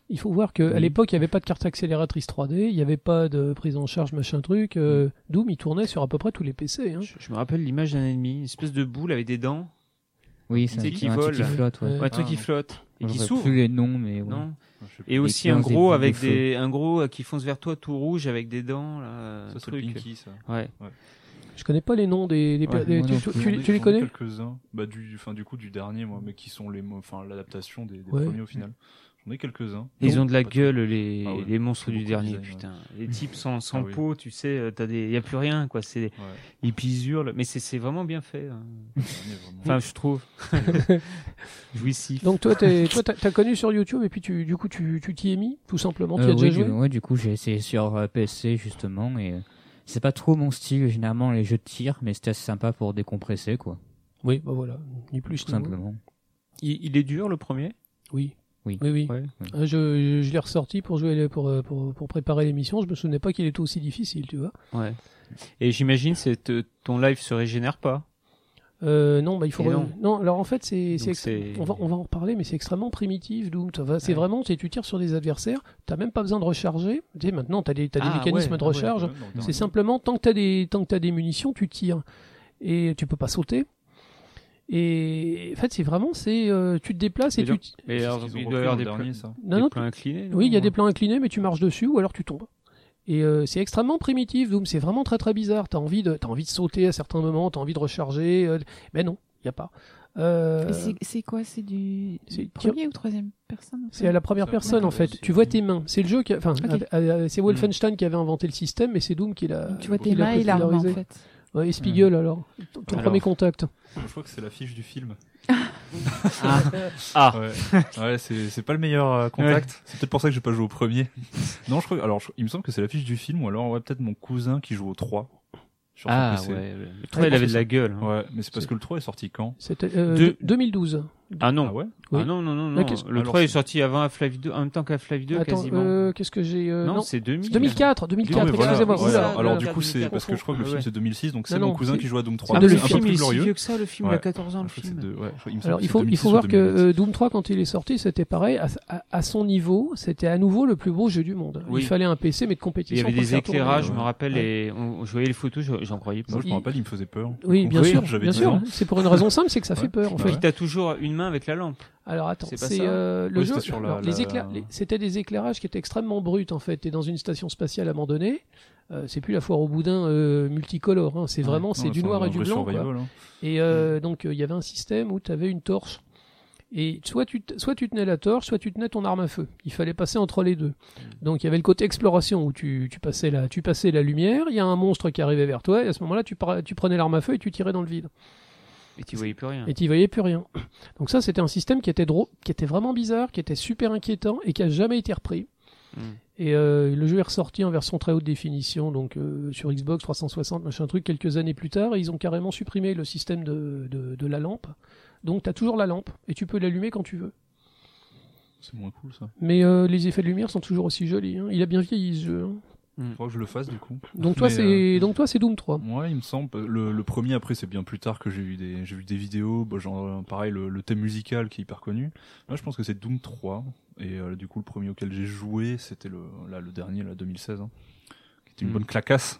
Il faut voir qu'à
Oui.
l'époque, il n'y avait pas de carte accélératrice 3D, il n'y avait pas de prise en charge, machin truc.
Hmm.
euh, Doom, il tournait sur à peu près tous les PC. hein.
je, je me rappelle l'image d'un ennemi, une espèce de boule avec des dents,
oui, c'est
Tu sais,
un,
qui
un
vole,
truc qui
là.
flotte, ouais.
Ouais. bah,
ou un truc
Ah,
qui
non.
flotte et qui
J'aurais
s'ouvre.
plus les noms, mais ouais.
Non.
Je sais pas.
Et aussi
qui
un
lance des
gros
boules de
avec
feu.
des, un gros euh, qui fonce vers toi tout rouge avec des dents là.
Ça, c'est le
euh, truc.
Pinky, ça.
Ouais.
Je connais pas les noms des. des-
Ouais,
des-
moi
tu,
non
tu-
plus.
tu les- tu les connais
Quelques-uns. Bah, du, enfin, du coup, du dernier, moi, mais qui sont les, mo- enfin, l'adaptation des, des
Ouais.
premiers au final. J'en ai quelques-uns.
Et Ils
Non,
ont de la
pas
gueule, les,
Ah ouais.
les monstres
C'est
du
beaucoup de
dernier,
design, ouais.
putain. Les types sans, sans
Ah oui.
peau, tu sais, euh, t'as des, y a plus rien, quoi. C'est,
Ouais.
ils pisurent, mais c'est, c'est vraiment bien fait. hein.
tous, le dernier, vraiment.
Enfin, je trouve. Jouissif.
Donc toi, t'es- toi, t'as t'as connu sur YouTube et puis tu, du coup, tu tu t'y es mis, tout simplement. Tu y
Euh,
as déjà
oui,
joué.
du, ouais, du coup, j'ai essayé sur euh, PC justement et euh, c'est pas trop mon style généralement les jeux de tir, mais c'était assez sympa pour décompresser quoi,
Oui, bah voilà, ni plus
tout
ni moins.
simplement.
Il, il est dur, le premier
Oui.
Oui.
oui.
Ouais.
Euh, Je, je l'ai ressorti pour jouer pour, euh, pour, pour préparer l'émission. Je me souvenais pas qu'il était aussi difficile, tu vois.
Ouais. Et j'imagine, c'est, te- ton live se régénère pas.
Euh, non, bah il faut.
Et
re-
non.
alors en fait, c'est.
Donc
c'est ex-
c'est-
On, va, on va en reparler, mais c'est extrêmement primitif, Doom. Ça va- C'est
Ouais.
vraiment, c'est tu tires sur des adversaires, t'as même pas besoin de recharger. Tu sais, maintenant, t'as des, t'as des
Ah,
mécanismes
ouais,
de
ah ouais,
recharge.
Ouais, dans le
C'est
dernier.
simplement, tant que t'as des, tant que t'as des munitions, tu tires. Et tu peux pas sauter. Et en fait, c'est vraiment, c'est, euh, tu te déplaces et
Mais
tu.
donc,
t-
Mais alors,
Ils ont
il doit y
repris
avoir
l'an
des
dernier,
plans,
ça.
Non,
des
non,
plans inclinés.
Oui, il y a
non
des plans inclinés, mais tu marches dessus ou alors tu tombes. Et euh, c'est extrêmement primitif, Doom. C'est vraiment très très bizarre. T'as envie de, t'as envie de sauter à certains moments, t'as envie de recharger. euh, mais non, il y a pas. Euh,
Et c'est- C'est quoi C'est du
c'est-
du premier ou troisième personne en fait
c'est à la première
Ça,
personne en
ouais,
fait.
c'est-
Tu vois tes mains. C'est le jeu qui, a- enfin,
Ok.
avec- avec- c'est Wolfenstein qui avait inventé le système, mais c'est Doom qui l'a.
Donc, Tu vois
il
tes
l'a
mains et l'arme en
popularisé.
fait.
Ouais, et Spiegel alors. Ton ton
Alors.
premier contact.
Je crois que c'est l'affiche du film.
Ah,
Ah,
Ouais, ouais c'est c'est pas le meilleur euh, contact. C'est peut-être pour ça que j'ai pas joué au premier. non, je crois. Alors, je- il me semble que c'est l'affiche du film, ou alors ouais, peut-être mon cousin qui joue au 3 sur son
ah
PC.
ouais. ouais.
le 3 il avait de la gueule. hein.
Ouais, mais c'est parce que le 3 est sorti quand
C'était euh,
Deux-
de- 2012.
Ah non.
Ah ouais
Oui.
Ah non, non, non,
Ah,
non.
qu'est-ce-
Le
Alors,
3 est
c'est-
sorti avant Half-Life 2, en même temps qu'Half-Life 2
Attends,
quasiment.
euh, qu'est-ce que j'ai euh,
non,
Non,
c'est
c'est
2000.
2004.
Non,
2004.
mais voilà,
Excusez-moi.
ouais,
oula,
alors, alors, du
oula.
coup, c'est parce que je crois que le
Ouais.
film c'est 2006, donc c'est
Non,
mon
non,
cousin
c'est-
qui joue à Doom 3.
Ah,
mais
donc
le
c'est un peu
film il
plus
est si vieux
glorieux.
que ça, le film, il
Ouais.
a 14 ans
Ah,
le
je crois que c'est
film.
de- ouais, je crois- me semble
Alors
que
il
c'est
faut, il
2006
faut
ou
voir que
2007.
euh, Doom 3 quand il est sorti c'était pareil, à, à- à son niveau c'était à nouveau le plus beau jeu du monde.
Oui.
Il fallait un PC mais de compétition.
Il y avait
pour le
des
faire tourner.
éclairages, je
ouais.
me rappelle, et on, je voyais les photos, je- j'en croyais pas.
Moi, je
il-
me rappelle, il me faisait peur.
Oui
Au
bien
contraire,
sûr,
j'avais
bien
10
sûr.
ans.
C'est pour une raison simple c'est que ça fait
Ouais.
peur en
Bah
fait.
ouais.
T'as toujours une main avec la lampe.
Alors attends,
C'est pas
c'est
ça
euh, le
Oui,
jeu.
c'était sur la-
alors, les
la-
éclairs- les- C'était des éclairages qui étaient extrêmement bruts en fait. T'es dans une station spatiale abandonnée. Euh, c'est plus la foire au boudin euh, multicolore. hein. C'est vraiment
Non,
c'est du
un
noir et du
vrai
blanc. quoi.
survival, hein.
Et euh, donc, euh, il y avait un système où tu avais une torche. Et soit tu, te- soit tu tenais la torche, soit tu tenais ton arme à feu. Il fallait passer entre les deux. Donc, il y avait le côté exploration où tu, tu, passais, la, tu passais la lumière, il y a un monstre qui arrivait vers toi, et à ce moment-là, tu, par- tu prenais l'arme à feu et tu tirais dans le vide.
Et tu voyais plus rien.
Ah.
Et tu voyais plus rien. Donc, ça, c'était un système qui était, drôle, qui était vraiment bizarre, qui était super inquiétant et qui a jamais été repris.
Hmm.
Mm.
Et euh, le jeu est ressorti en version très haute définition, donc euh, sur Xbox 360, machin truc, quelques années plus tard, et ils ont carrément supprimé le système de, de, de la lampe. Donc tu as toujours la lampe, et tu peux l'allumer quand tu veux.
C'est moins cool ça.
Mais euh, les effets de lumière sont toujours aussi jolis. hein. Il a bien vieilli ce jeu. hein.
Faudra que je le fasse du coup.
Donc, toi,
Mais, euh, Hmm.
c'est donc toi, c'est Doom 3.
Ouais, il me semble. Le, le premier, après, c'est bien plus tard que j'ai vu des, j'ai vu des vidéos. Bon, genre, euh, pareil, le, le thème musical qui est hyper connu. Là, je pense que c'est Doom 3. Et euh, du coup, le premier auquel j'ai joué, c'était le, là, le dernier, là, 2016. Hein, qui était une
Mm.
bonne clacasse.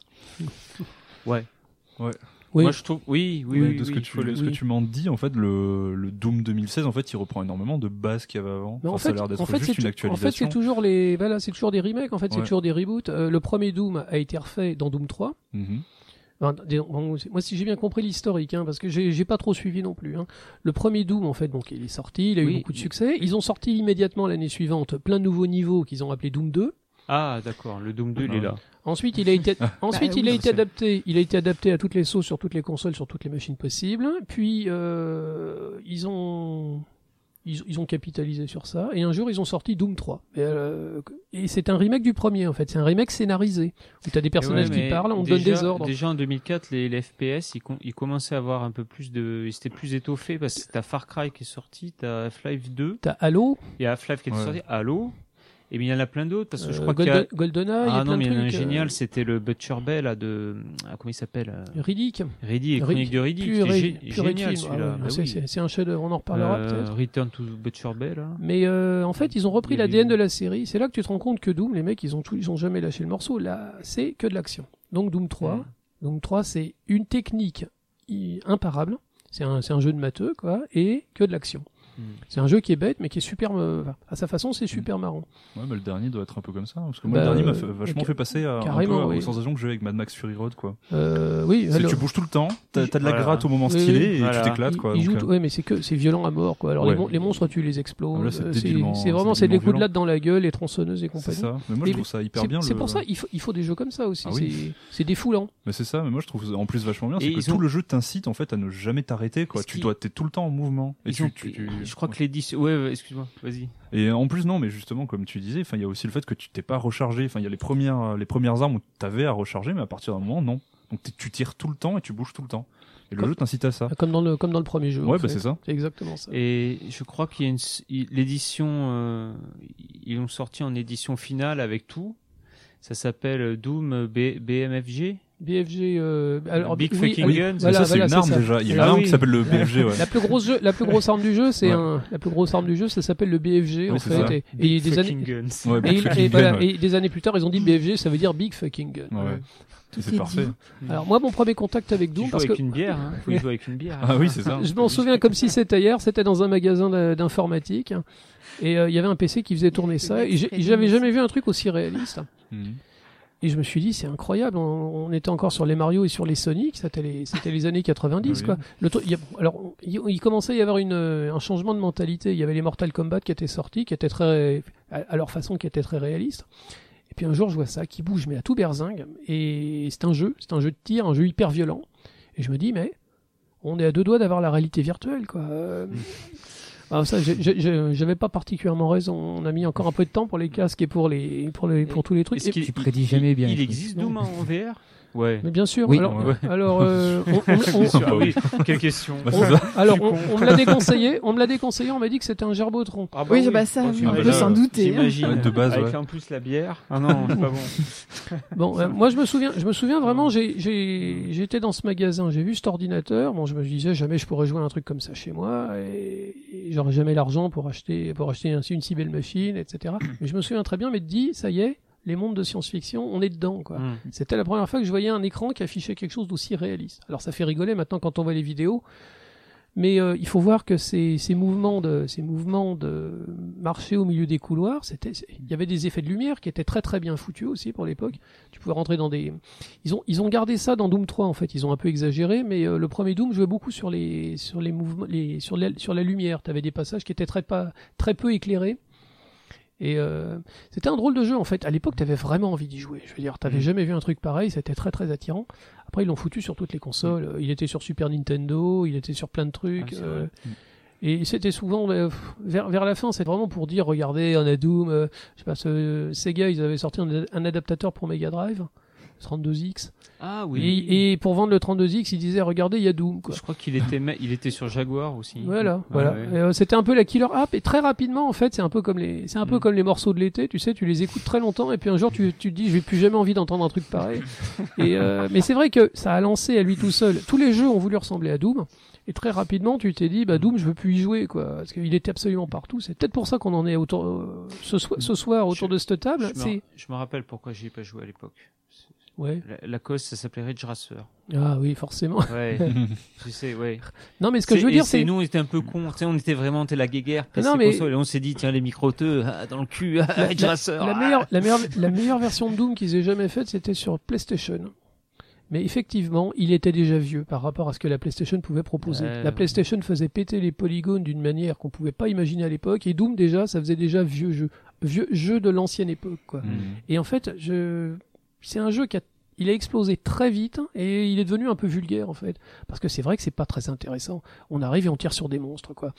Oui.
Moi je trouve, oui, oui,
Mais
oui,
de ce
oui,
que
il
tu,
faut le-
de ce que tu m'en dis, en fait, le, le Doom 2016, en fait, il reprend énormément de bases qu'il y avait avant.
Mais en
Enfin, ça a
fait,
l'air d'être
en fait, c'est
juste une
tou- en fait,
actualisation.
c'est toujours les, voilà, c'est toujours des remakes. En fait, c'est
Ouais.
toujours des reboots. Euh, le premier Doom a été refait dans Doom 3.
Mhm.
Enfin, des- en- moi, si j'ai bien compris l'historique, hein, parce que j'ai j'ai pas trop suivi non plus. hein. Le premier Doom, en fait, donc il est sorti, il a eu
Oui,
beaucoup de
il-
succès. Ils ont sorti immédiatement l'année suivante plein de nouveaux niveaux qu'ils ont appelé Doom 2.
Ah d'accord, le Doom 2 il est là.
Ensuite, il a été, ensuite,
Bah
il a
oui,
été
c'est-
adapté. Il a été adapté à toutes les sauces, sur toutes les consoles, sur toutes les machines possibles. Puis euh, ils ont ils, ils ont capitalisé sur ça. Et un jour, ils ont sorti Doom 3. Et, euh, et c'est un remake du premier, en fait. C'est un remake scénarisé où t'as des personnages
Ouais,
qui
mais
parlent, on te
déjà-
donne des ordres.
Déjà en 2004, les, les FPS, ils, com- ils commençaient à avoir un peu plus de, ils étaient plus étoffés parce que t'as Far Cry qui est sorti, t'as Half-Life 2,
T'as Halo,
il y a Half-Life qui est
Ouais.
sorti, Halo, et bien il y en a plein d'autres parce que je
euh,
crois qu'il y a,
Golden- GoldenEye,
ah
et plein
non
de
mais il y en a un
trucs, euh,
génial, c'était le Butcher Bay là de, ah, comment il s'appelle, euh,
Riddick,
Riddy, les
Riddick,
chroniques de Riddy,
pur
c'était
et-
gé-
pur et
génial
film. Ah
celui-là.
ouais,
Bah
c'est-
oui.
c'est- C'est un chef-d'œuvre, on en reparlera
Euh,
peut-être.
Return to Butcher Bay là.
Mais euh, en fait, ils ont repris
Il y a
l'ADN
eu-
de la série. C'est là que tu te rends compte que Doom, les mecs, ils ont, tout, ils ont jamais lâché le morceau. Là, c'est que de l'action. Donc Doom 3,
Ouais.
Doom 3, c'est une technique i- imparable. C'est un, c'est un jeu de matheux, quoi, et que de l'action.
Mm.
C'est un jeu qui est bête, mais qui est super. euh, enfin, à sa façon, c'est
Hmm.
super marrant.
Ouais, mais le dernier doit être un peu comme ça. hein, Parce que moi,
Bah,
le dernier m'a
euh,
fait- vachement
ca-
fait passer à, un peu
carrément,
aux
oui.
sensations que j'ai avec Mad Max Fury Road, quoi.
Euh, oui,
C'est que
alors-
tu bouges tout le temps, t'as t'as de la
Voilà.
gratte au moment
Oui,
stylé
oui.
et
Voilà.
tu t'éclates quoi.
Ils- ils
donc,
jouent-
euh,
ouais, mais c'est que c'est violent à mort quoi. Alors les,
Ouais.
mon- les monstres tu les exploses,
Ah, là, c'est
euh, c'est
débilement-
c'est vraiment
c'est
c'est des coups de
débilement
latte dans la gueule, les tronçonneuses et
C'est
compagnie.
ça. Mais moi
Mais-
je trouve ça hyper
C'est
bien.
c'est
le-
pour ça il faut, il faut des jeux comme ça aussi.
Ah oui.
C'est- C'est défoulant.
Mais c'est ça. Mais moi je trouve ça en plus vachement bien.
Et
C'est que
ils
tout
ont-
le jeu t'incite en fait à ne jamais t'arrêter quoi.
Ce
Tu
qui-
dois t'es tout le temps en mouvement. Et
Ils
tu,
ont-
tu- tu-
Je crois que les 10, ouais, ouais, excuse-moi, vas-y.
Et en plus non, mais justement comme tu disais, enfin il y a aussi le fait que tu t'es pas rechargé. Enfin il y a les premières les premières armes où t'avais à recharger, mais à partir d'un moment non. Donc t'es- tu tires tout le temps et tu bouges tout le temps. Et le
Comme-
jeu t'incite à ça.
Comme dans le, comme dans le premier jeu. en
Ouais bah
fait.
c'est ça.
C'est exactement ça.
Et je crois qu'il y a une s- il- l'édition, euh, ils l'ont sorti en édition finale avec tout. Ça s'appelle Doom B- BMFG.
BFG. euh, alors,
Big
oui,
Fucking
alors,
Guns.
Mais
voilà,
ça, c'est
voilà,
une
c'est
arme
ça.
déjà. Il y a une
Ah
arme
oui.
qui s'appelle le BFG, ouais.
La plus grosse jeu, la plus grosse arme du jeu, c'est
Ouais.
un, la plus grosse arme du jeu, ça s'appelle le BFG
Oui,
en
c'est
fait.
ça.
Et, et
Big
des
fucking
années,
guns.
Ouais,
et,
Big
il-
Fucking
et voilà,
Gun, ouais.
et des années plus tard, ils ont dit BFG, ça veut dire Big Fucking Gun.
Ouais.
Ouais.
Ça,
Tout
C'est
est
parfait.
dit.
Alors moi, mon premier contact avec
Tu
Doom,
joues
parce
avec
que
une bière, hein. Faut y jouer avec une bière.
Ah oui, c'est ça.
Je m'en souviens comme si c'était hier, c'était dans un magasin d'in- d'informatique. Et euh, il y avait un PC qui faisait tourner ça. Et j'ai- j'avais jamais vu un truc aussi réaliste.
Mhm.
Et je me suis dit, c'est incroyable, on, on était encore sur les Mario et sur les Sonic, c'était les, c'était les années 90.
Oui.
Quoi. Le truc- il y a- alors, il, il commençait à y avoir une, euh, un changement de mentalité. Il y avait les Mortal Kombat qui étaient sortis, qui étaient très, à, à leur façon, qui étaient très réalistes. Et puis un jour, je vois ça qui bouge, mais à tout berzingue. Et c'est un jeu, c'est un jeu de tir, un jeu hyper violent. Et je me dis, mais on est à deux doigts d'avoir la réalité virtuelle, quoi. Euh, alors ça, j'ai- j'ai- j'ai- j'avais pas particulièrement raison. On a mis encore un peu de temps pour les casques et pour les, pour les, pour tous les trucs.
Est-ce qu'il-
Tu prédis jamais bien.
Il
les
existe Doom en VR Ouais.
Mais bien sûr.
Oui.
alors,
Ouais.
alors, euh, on, on- on-
Bien sûr, ah oui. Quelle question.
Bah,
on-
c'est ça.
alors, on, on me l'a déconseillé. On me l'a déconseillé. On m'a dit que c'était un gerbotron.
Ah bah
Oui, bah ça,
tu
on
peut
imagines.
s'en
douter, hein.
J'imagine.
Ouais, de base,
Avec
ouais.
en plus la bière. Ah non, c'est pas bon.
Bon, euh, moi, je me souviens. Je me souviens vraiment. j'ai- j'ai- J'étais dans ce magasin. J'ai vu cet ordinateur. Bon, je me disais jamais je pourrais jouer à un truc comme ça chez moi. Et, et j'aurais jamais l'argent pour acheter pour acheter un- une si belle machine, etc. Mais je me souviens très bien. Mais de dit, ça y est, les mondes de science-fiction, on est dedans, quoi.
Hum.
C'était la première fois que je voyais un écran qui affichait quelque chose d'aussi réaliste. Alors ça fait rigoler maintenant quand on voit les vidéos, mais euh, il faut voir que ces, ces mouvements de ces mouvements de marcher au milieu des couloirs, c'était c'est- il y avait des effets de lumière qui étaient très très bien foutus aussi pour l'époque. Tu pouvais rentrer dans des ils ont ils ont gardé ça dans Doom 3 en fait, ils ont un peu exagéré mais euh, le premier Doom jouait beaucoup sur les sur les mouvements les sur la, sur la lumière, tu avais des passages qui étaient très pas très peu éclairés. Et euh, c'était un drôle de jeu en fait. À l'époque, t'avais vraiment envie d'y jouer. Je veux dire,
Mm.
t'avais jamais vu un truc pareil. C'était très très attirant. Après, ils l'ont foutu sur toutes les consoles. Euh, Il était sur Super Nintendo, il était sur plein de trucs.
Mm. Ah, c'est
euh,
vrai.
et c'était souvent bah, pff, vers, vers la fin, c'est vraiment pour dire regardez, on a Doom. euh, je sais pas, ce- Sega, ils avaient sorti un, un adaptateur pour Mega Drive, 32X.
Ah
Et, et pour vendre le 32X, ils disaient regardez, il y a Doom. Quoi.
Je crois qu'il était, ma- il était sur Jaguar aussi.
Voilà,
Ouais,
voilà.
ouais.
Et, euh, c'était un peu la killer app et très rapidement en fait, c'est un peu comme les c'est un peu
Mm.
comme les morceaux de l'été, tu sais, tu les écoutes très longtemps et puis un jour tu tu te dis je vais plus jamais envie d'entendre un truc pareil. et euh, mais c'est vrai que ça a lancé à lui tout seul. Tous les jeux ont voulu ressembler à Doom et très rapidement tu t'es dit bah Doom je veux plus y jouer quoi parce qu'il était absolument partout. C'est peut-être pour ça qu'on en est autour euh, ce, so- ce soir autour
Je-
de cette table,
Je, me,
c'est
je me rappelle pourquoi j'y ai pas joué à l'époque.
ouais.
La, la cause, ça s'appelait Ridge Racer.
Ah oui, forcément.
Ouais, tu sais, ouais.
Non mais ce que je veux dire c'est
nous, on était un peu cons. Tu sais, on était vraiment, t'es la guéguerre.
Ah
PC,
non, mais-
console, et on s'est dit, tiens, les microteux, ah, dans le cul, ah, Ridge Racer.
La
ah.
meilleure, la meilleure, la meilleure version de Doom qu'ils aient jamais faite, c'était sur PlayStation. Mais effectivement, il était déjà vieux par rapport à ce que la PlayStation pouvait proposer.
Ouais.
La PlayStation faisait péter les polygones d'une manière qu'on pouvait pas imaginer à l'époque, et Doom déjà, ça faisait déjà vieux jeu, vieux jeu de l'ancienne époque. Quoi.
Mhm.
Et en fait, je... c'est un jeu qui a... Il a explosé très vite et il est devenu un peu vulgaire en fait. Parce que c'est vrai que c'est pas très intéressant. On arrive et on tire sur des monstres quoi.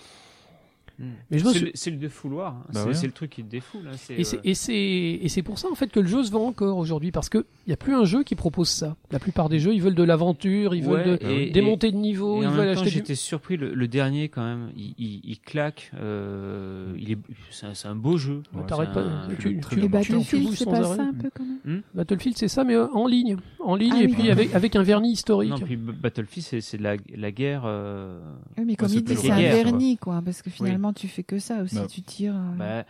Mm.
Mais je me
C'est
suis-
le, c'est le défouloir. hein.
Bah
c'est
ouais.
c'est le truc qui te défoule. hein. C'est,
Et c'est-
euh,
Et c'est et c'est pour ça en fait que le jeu se vend encore aujourd'hui parce que il y a plus un jeu qui propose ça. La plupart des jeux, ils veulent de l'aventure, ils
ouais,
veulent de,
et-
des
et-
montées de niveau,
et
ils
en
veulent
même temps,
acheter du...
j'étais surpris. Le, le dernier, quand même, il, il- il claque. euh, il est, c'est, un, c'est un beau jeu.
Ouais,
T'arrêtes
c'est
pas.
un-
Tu,
très
tu-
bon
Et
tu- tu
Battlefield,
bouges
c'est
sans
pas
arrêt.
ça un peu quand même
Battlefield, c'est ça, mais euh, en ligne, en ligne
Ah
et
oui.
puis avec avec un vernis historique.
Non, puis B- Battlefield, c'est, c'est de la, la guerre. euh,
Oui, mais comme
c'est
il dit,
plus
c'est un
guerre,
vernis, quoi, parce que finalement, tu fais que ça aussi,
Bah.
tu tires. euh,
bah,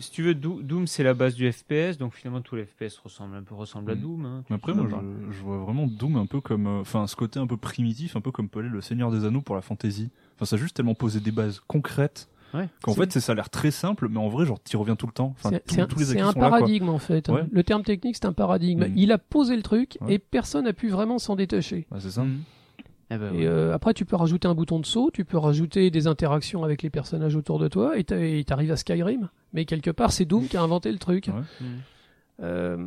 si tu veux, Do- Doom, c'est la base du FPS. Donc finalement, tous les FPS ressemblent un peu ressemblent à
Mm.
Doom. hein.
Mais Après, moi, je, je vois vraiment Doom un peu comme, euh, enfin, ce côté un peu primitif, un peu comme peut l'être le Seigneur des Anneaux pour la fantasy. Enfin, ça a juste tellement posé des bases concrètes
Ouais.
qu'en
C'est-
fait, c'est- ça a l'air très simple, mais en vrai, genre, t'y reviens tout le temps. Enfin,
C'est-
tous-
C'est un,
tous les
c'est
acquis
un
sont là, quoi.
paradigme en fait.
Ouais.
Le terme technique, c'est un paradigme.
Mhm.
Il a posé le truc
Ouais.
et personne n'a pu vraiment s'en détacher.
Ouais, c'est ça.
Ah bah ouais.
Et euh, après, tu peux rajouter un bouton de saut, tu peux rajouter des interactions avec les personnages autour de toi, et t'as- et t'arrives à Skyrim. Mais quelque part, c'est Doom qui a inventé le truc.
Ouais.
Mm.
Euh,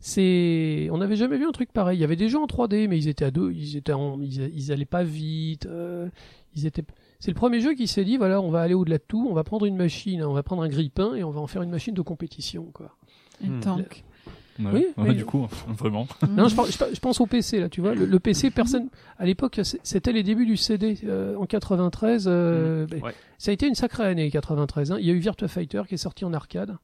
c'est, on n'avait jamais vu un truc pareil. Il y avait des jeux en 3D, mais ils étaient à deux, ils étaient, en- ils, ils allaient pas vite. euh, ils étaient. C'est le premier jeu qui s'est dit, voilà, on va aller au-delà de tout, on va prendre une machine, hein, on va prendre un grippin et on va en faire une machine de compétition, quoi.
Un
Hmm.
tank.
Ouais.
Oui,
Ouais,
mais-
du coup, vraiment.
Non, je, par- je par- je pense au PC là, tu vois. Le, le PC, personne. À l'époque, c'est- c'était les débuts du CD euh, en 93. euh, ben,
Mm. Ouais.
Ça a été une sacrée année 93. hein. Il y a eu Virtua Fighter qui est sorti en arcade.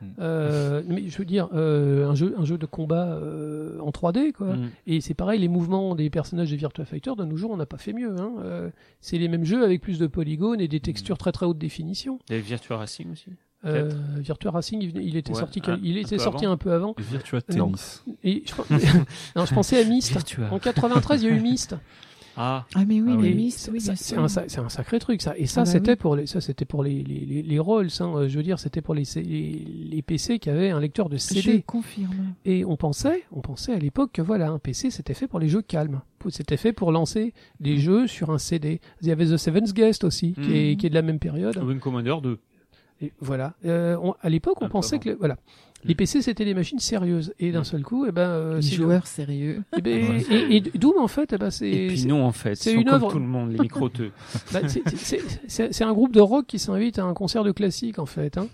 Mm.
Euh, mais je veux dire, euh, un, jeu, un jeu de combat euh, en 3D, quoi.
Mm.
Et c'est pareil, les mouvements des personnages de Virtua Fighter, de nos jours, on n'a pas fait mieux. Hein. Euh, c'est les mêmes jeux avec plus de polygones et des
Mm.
textures très très haute définition.
Il y a Virtua Racing aussi.
Euh,
Peut-être.
Virtua Racing, il, venait- il était
Ouais,
sorti,
un-
il
un
était
peu
sorti
avant.
un peu avant.
Virtua
Non.
Tennis.
Et je, non, je pensais à Myst.
Virtua.
En 93, il y a eu Myst.
Ah,
Ah, mais oui,
Ah
mais
Et
oui,
ça-
oui,
ça-
bien
c'est
sûr.
un, sa- c'est un sacré truc ça. Et ça,
Ah bah
c'était
oui.
pour les, ça, c'était pour les les, les, les Rolls. hein. Euh, Je veux dire, c'était pour les, C- les les PC qui avaient un lecteur de
Je
CD.
confirme.
Et on pensait, on pensait à l'époque que voilà, un PC c'était fait pour les jeux calmes. Pou- C'était fait pour lancer
Mm.
des jeux sur un CD. Il y avait The Seventh Guest aussi, qui, est,
Mhm.
qui est de la même période.
Wing Commander 2.
Et voilà. Euh, on- à l'époque, on
Ah,
pensait que
pardon.
le- voilà,
Mm.
les PC c'était des machines sérieuses. Et d'un
Mhm.
seul coup, eh ben, euh,
Les
c'est-
joueurs sérieux.
eh ben, et, et, et Doom en fait, eh ben, c'est
Et, puis
c'est-
non, en fait,
c'est
c'est
une
une comme
œuvre-
tout le monde, les microteux.
Bah, c'est- c'est- C'est c'est un groupe de rock qui s'invite à un concert de classique en fait. hein.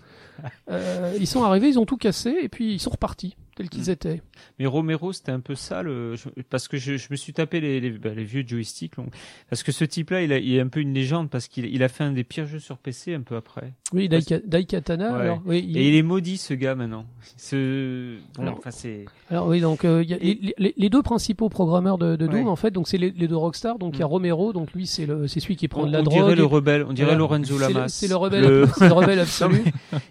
Euh, ils sont arrivés, ils ont tout cassé et puis ils sont repartis tels qu'ils
Mm.
étaient.
Mais Romero, c'était un peu ça, le... je- parce que je, je me suis tapé les, les, bah, les vieux joysticks. donc. Parce que ce type-là, il, a- il est un peu une légende, parce qu'il il a fait un des pires jeux sur PC un peu après.
Oui, Daika- Daikatana.
Ouais.
Alors, oui, il-
Et il est maudit, ce gars, maintenant. Ce... Bon,
Alors-
enfin, c'est...
alors, oui, donc euh, il y a
Et-
les, les- les deux principaux programmeurs de, de Doom
Ouais.
en fait, donc c'est les, les deux rockstars. Donc il y a
Mm.
Romero, donc lui c'est le- c'est celui qui prend
On,
de la
on
drogue.
dirait le
et-
rebelle, on dirait
Voilà.
Lorenzo
C'est le-
Lamas.
C'est le rebelle, c'est le rebelle absolu.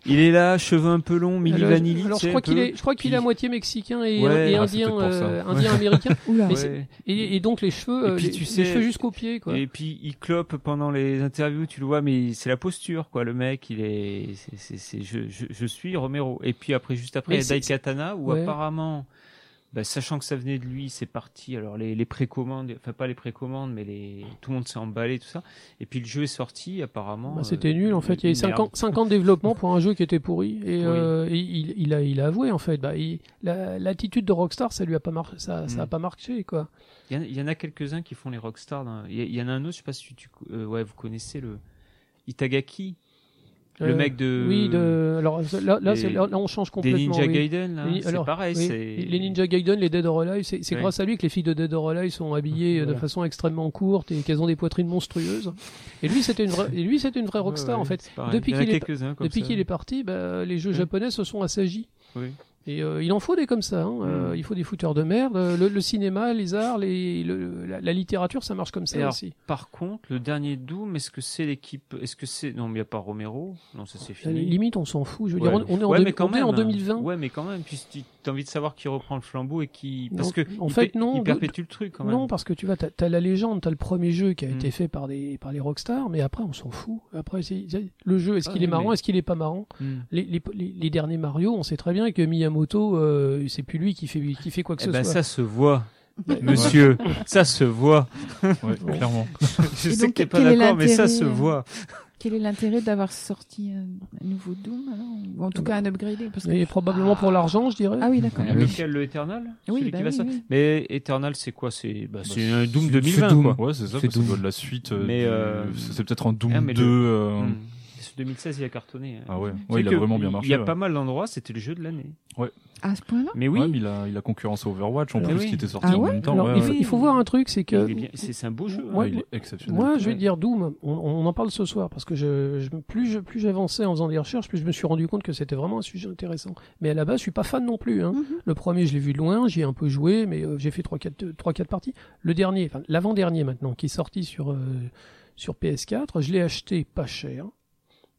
Il est là, cheveux un peu longs, Milli
Alors,
Vanilli.
alors, je
tu sais,
crois
un
qu'il
peu.
est, je crois qu'il est à
Puis-
moitié mexicain et,
Ouais.
et
Ah, c'est
indien,
peut-être pour ça.
euh, indien américain.
Oula.
Mais
Ouais.
Et, et donc les cheveux,
Et
euh,
puis,
les,
tu
les
sais-
cheveux jusqu'aux pieds quoi.
Et puis il clope pendant les interviews, tu le vois, mais c'est la posture, quoi. Le mec, il est, c'est, c'est, c'est- je, je, je suis Romero. Et puis après, juste après,
Mais
il y a
c'est-
Daikatana, où
Ouais.
apparemment, bah, sachant que ça venait de lui, c'est parti. Alors les, les précommandes, enfin pas les précommandes, mais les, tout le monde s'est emballé, tout ça. Et puis le jeu est sorti, apparemment.
Bah,
euh,
c'était nul en fait. Il y a eu
une
5 ans,
merde.
5 ans de développement pour un jeu qui était pourri. Et, euh, et il, il, a, il a avoué en fait. Bah, il- la- L'attitude de Rockstar, ça lui a pas marché. Ça, ça a
Mm.
pas marché quoi.
Il y en- il y en a quelques-uns qui font les rockstars. dans- Il y, il y en a un autre, je sais pas si tu, euh, ouais, vous connaissez le Itagaki, le
Euh,
mec de,
Oui, de. Alors là, là,
les-
c'est- là, là, on change
des
complètement.
Ninja
oui.
Gaiden, là.
Oui,
c'est
alors,
pareil,
Oui,
c'est.
Les Ninja Gaiden, les Dead or Alive, c'est c'est
Ouais.
grâce à lui que les filles de Dead or Alive sont habillées euh, de
Voilà.
façon extrêmement courte et qu'elles ont des poitrines monstrueuses. Et lui, c'était une vraie, et lui, c'était une vraie rockstar en fait. Depuis qu'il est- Depuis qu'il est parti, bah, les jeux
Ouais.
japonais se sont assagis.
Oui.
Et euh, il en faut des comme ça. hein. Euh,
Mm.
il faut des fouteurs de merde. Euh, Le, le cinéma, les arts, les, le- la, la littérature, ça marche comme ça
Et alors,
aussi.
Par contre, le dernier Doom, est-ce que c'est l'équipe Est-ce que c'est Non, mais il n'y a pas Romero. Non, ça c'est
Euh,
fini.
Limite, on s'en fout. Je veux
Ouais.
dire, on, on est en,
Ouais,
deux-
mais quand
on est en
même, hein.
2020.
Ouais, mais quand même. Puis tu as envie de savoir qui reprend le flambeau et qui. Parce
Non,
que
en
il
fait,
pé-
non,
Il
de-
perpétue le truc quand même.
Non, parce que tu vois, t'as as la légende, t'as le premier jeu qui a
Mm.
été fait par, des, par les rockstars, mais après, on s'en fout. Après, c'est- c'est- le jeu, est-ce
Ah
qu'il
oui,
est marrant,
mais-
est-ce qu'il est pas marrant
Hmm.
les, les, les- les derniers Mario, on sait très bien que Miyamoto, euh, c'est plus lui qui fait, qui fait quoi que
Eh
ce
ben,
soit.
ça se voit, monsieur. ça se voit.
Ouais, clairement. Bah,
Je
Et
sais
donc,
que t'es pas
quel est
d'accord, mais ça
l'intérêt,
se
euh,
voit.
Quel est l'intérêt d'avoir sorti un, un nouveau Doom, alors ou en tout cas un upgradé parce que-
Et probablement pour l'argent, je dirais.
Ah oui, d'accord.
Ah oui.
Lequel, le Eternal
Oui,
Celui
bah
qui va
oui,
sortir
oui.
Mais Eternal, c'est quoi C'est
Bah,
bah, c'est un Doom
c'est-
2020,
c'est Doom.
quoi.
Ouais, c'est ça,
C'est
bah, ça doit
Doom.
être la suite. euh,
Mais,
du-
euh,
c'est c'est peut-être en Doom
ah, mais le-
2. euh,
Hmm. Ce 2016, il a cartonné. hein.
Ah ouais, Ouais,
C'est
il a
que
vraiment bien marché.
Il y a
ouais.
pas mal d'endroits, c'était le jeu de l'année.
Ah, À ce point-là
Mais oui,
Ouais, mais il a, il a concurrence à Overwatch en
Ah
plus
oui.
qui était sorti
Ah
en
ouais
même temps.
Alors,
ouais,
il, faut,
ouais.
il faut voir un truc, c'est que
il est bien- c'est c'est un beau jeu. hein.
Ouais, il est exceptionnel.
Moi, je vais
Ouais.
dire Doom. On, on en parle ce soir parce que je, je- plus je- plus j'avançais en faisant des recherches, plus je me suis rendu compte que c'était vraiment un sujet intéressant. Mais à la base, je suis pas fan non plus. hein.
Mhm.
Le premier, je l'ai vu de loin, j'y ai un peu joué, mais euh, j'ai fait 3-4 trois, quatre parties. Le dernier, enfin l'avant-dernier maintenant, qui est sorti sur, euh, sur PS4, je l'ai acheté pas cher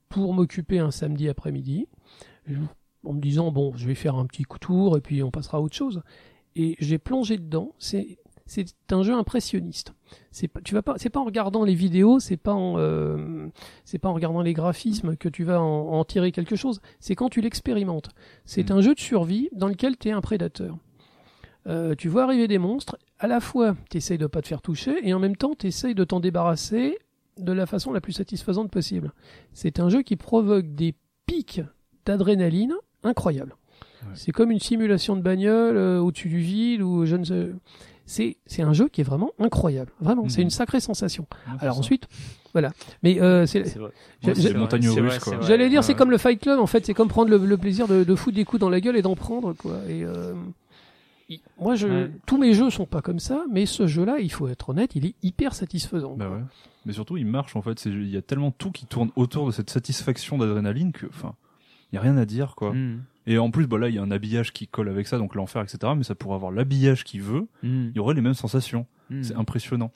pour m'occuper un samedi après-midi, je- en me disant, bon, je vais faire un petit coup tour et puis on passera à autre chose. Et j'ai plongé dedans, c'est... C'est un jeu impressionniste. C'est pas, tu vas pas, c'est pas en regardant les vidéos, c'est pas en, euh, c'est pas en regardant les graphismes que tu vas en, en tirer quelque chose. C'est quand tu l'expérimentes. C'est
Mm.
un jeu de survie dans lequel tu es un prédateur. Euh, tu vois arriver des monstres, à la fois tu essayes de pas te faire toucher et en même temps tu essayes de t'en débarrasser de la façon la plus satisfaisante possible. C'est un jeu qui provoque des pics d'adrénaline incroyables.
Ouais.
C'est comme une simulation de bagnole euh, au-dessus du vide ou je ne sais. C'est c'est un jeu qui est vraiment incroyable. Vraiment, c'est
Mhm.
une sacrée sensation.
Ouais, c'est
Alors
ça.
ensuite, voilà. Mais euh, c'est
C'est vrai.
j'ai-
Ouais,
j'ai-
c'est les montagnes
c'est vrai,
russes,
c'est
quoi.
vrai.
J'allais dire,
ouais,
c'est
ouais.
comme le Fight Club, en fait, c'est comme prendre le, le plaisir de, de foutre des coups dans la gueule et d'en prendre, quoi. Et euh, il- moi, je,
Ouais.
tous mes jeux sont pas comme ça, mais ce jeu-là, il faut être honnête, il est hyper satisfaisant.
Bah
quoi.
ouais. Mais surtout, il marche en fait. C'est- Il y a tellement tout qui tourne autour de cette satisfaction d'adrénaline que, enfin, Il y a rien à dire, quoi.
Mm.
Et en plus, bah là, il y a un habillage qui colle avec ça, donc l'enfer, etc. Mais ça pourrait avoir l'habillage qu'il veut.
Mm.
Il y aurait les mêmes sensations.
Mm.
C'est impressionnant.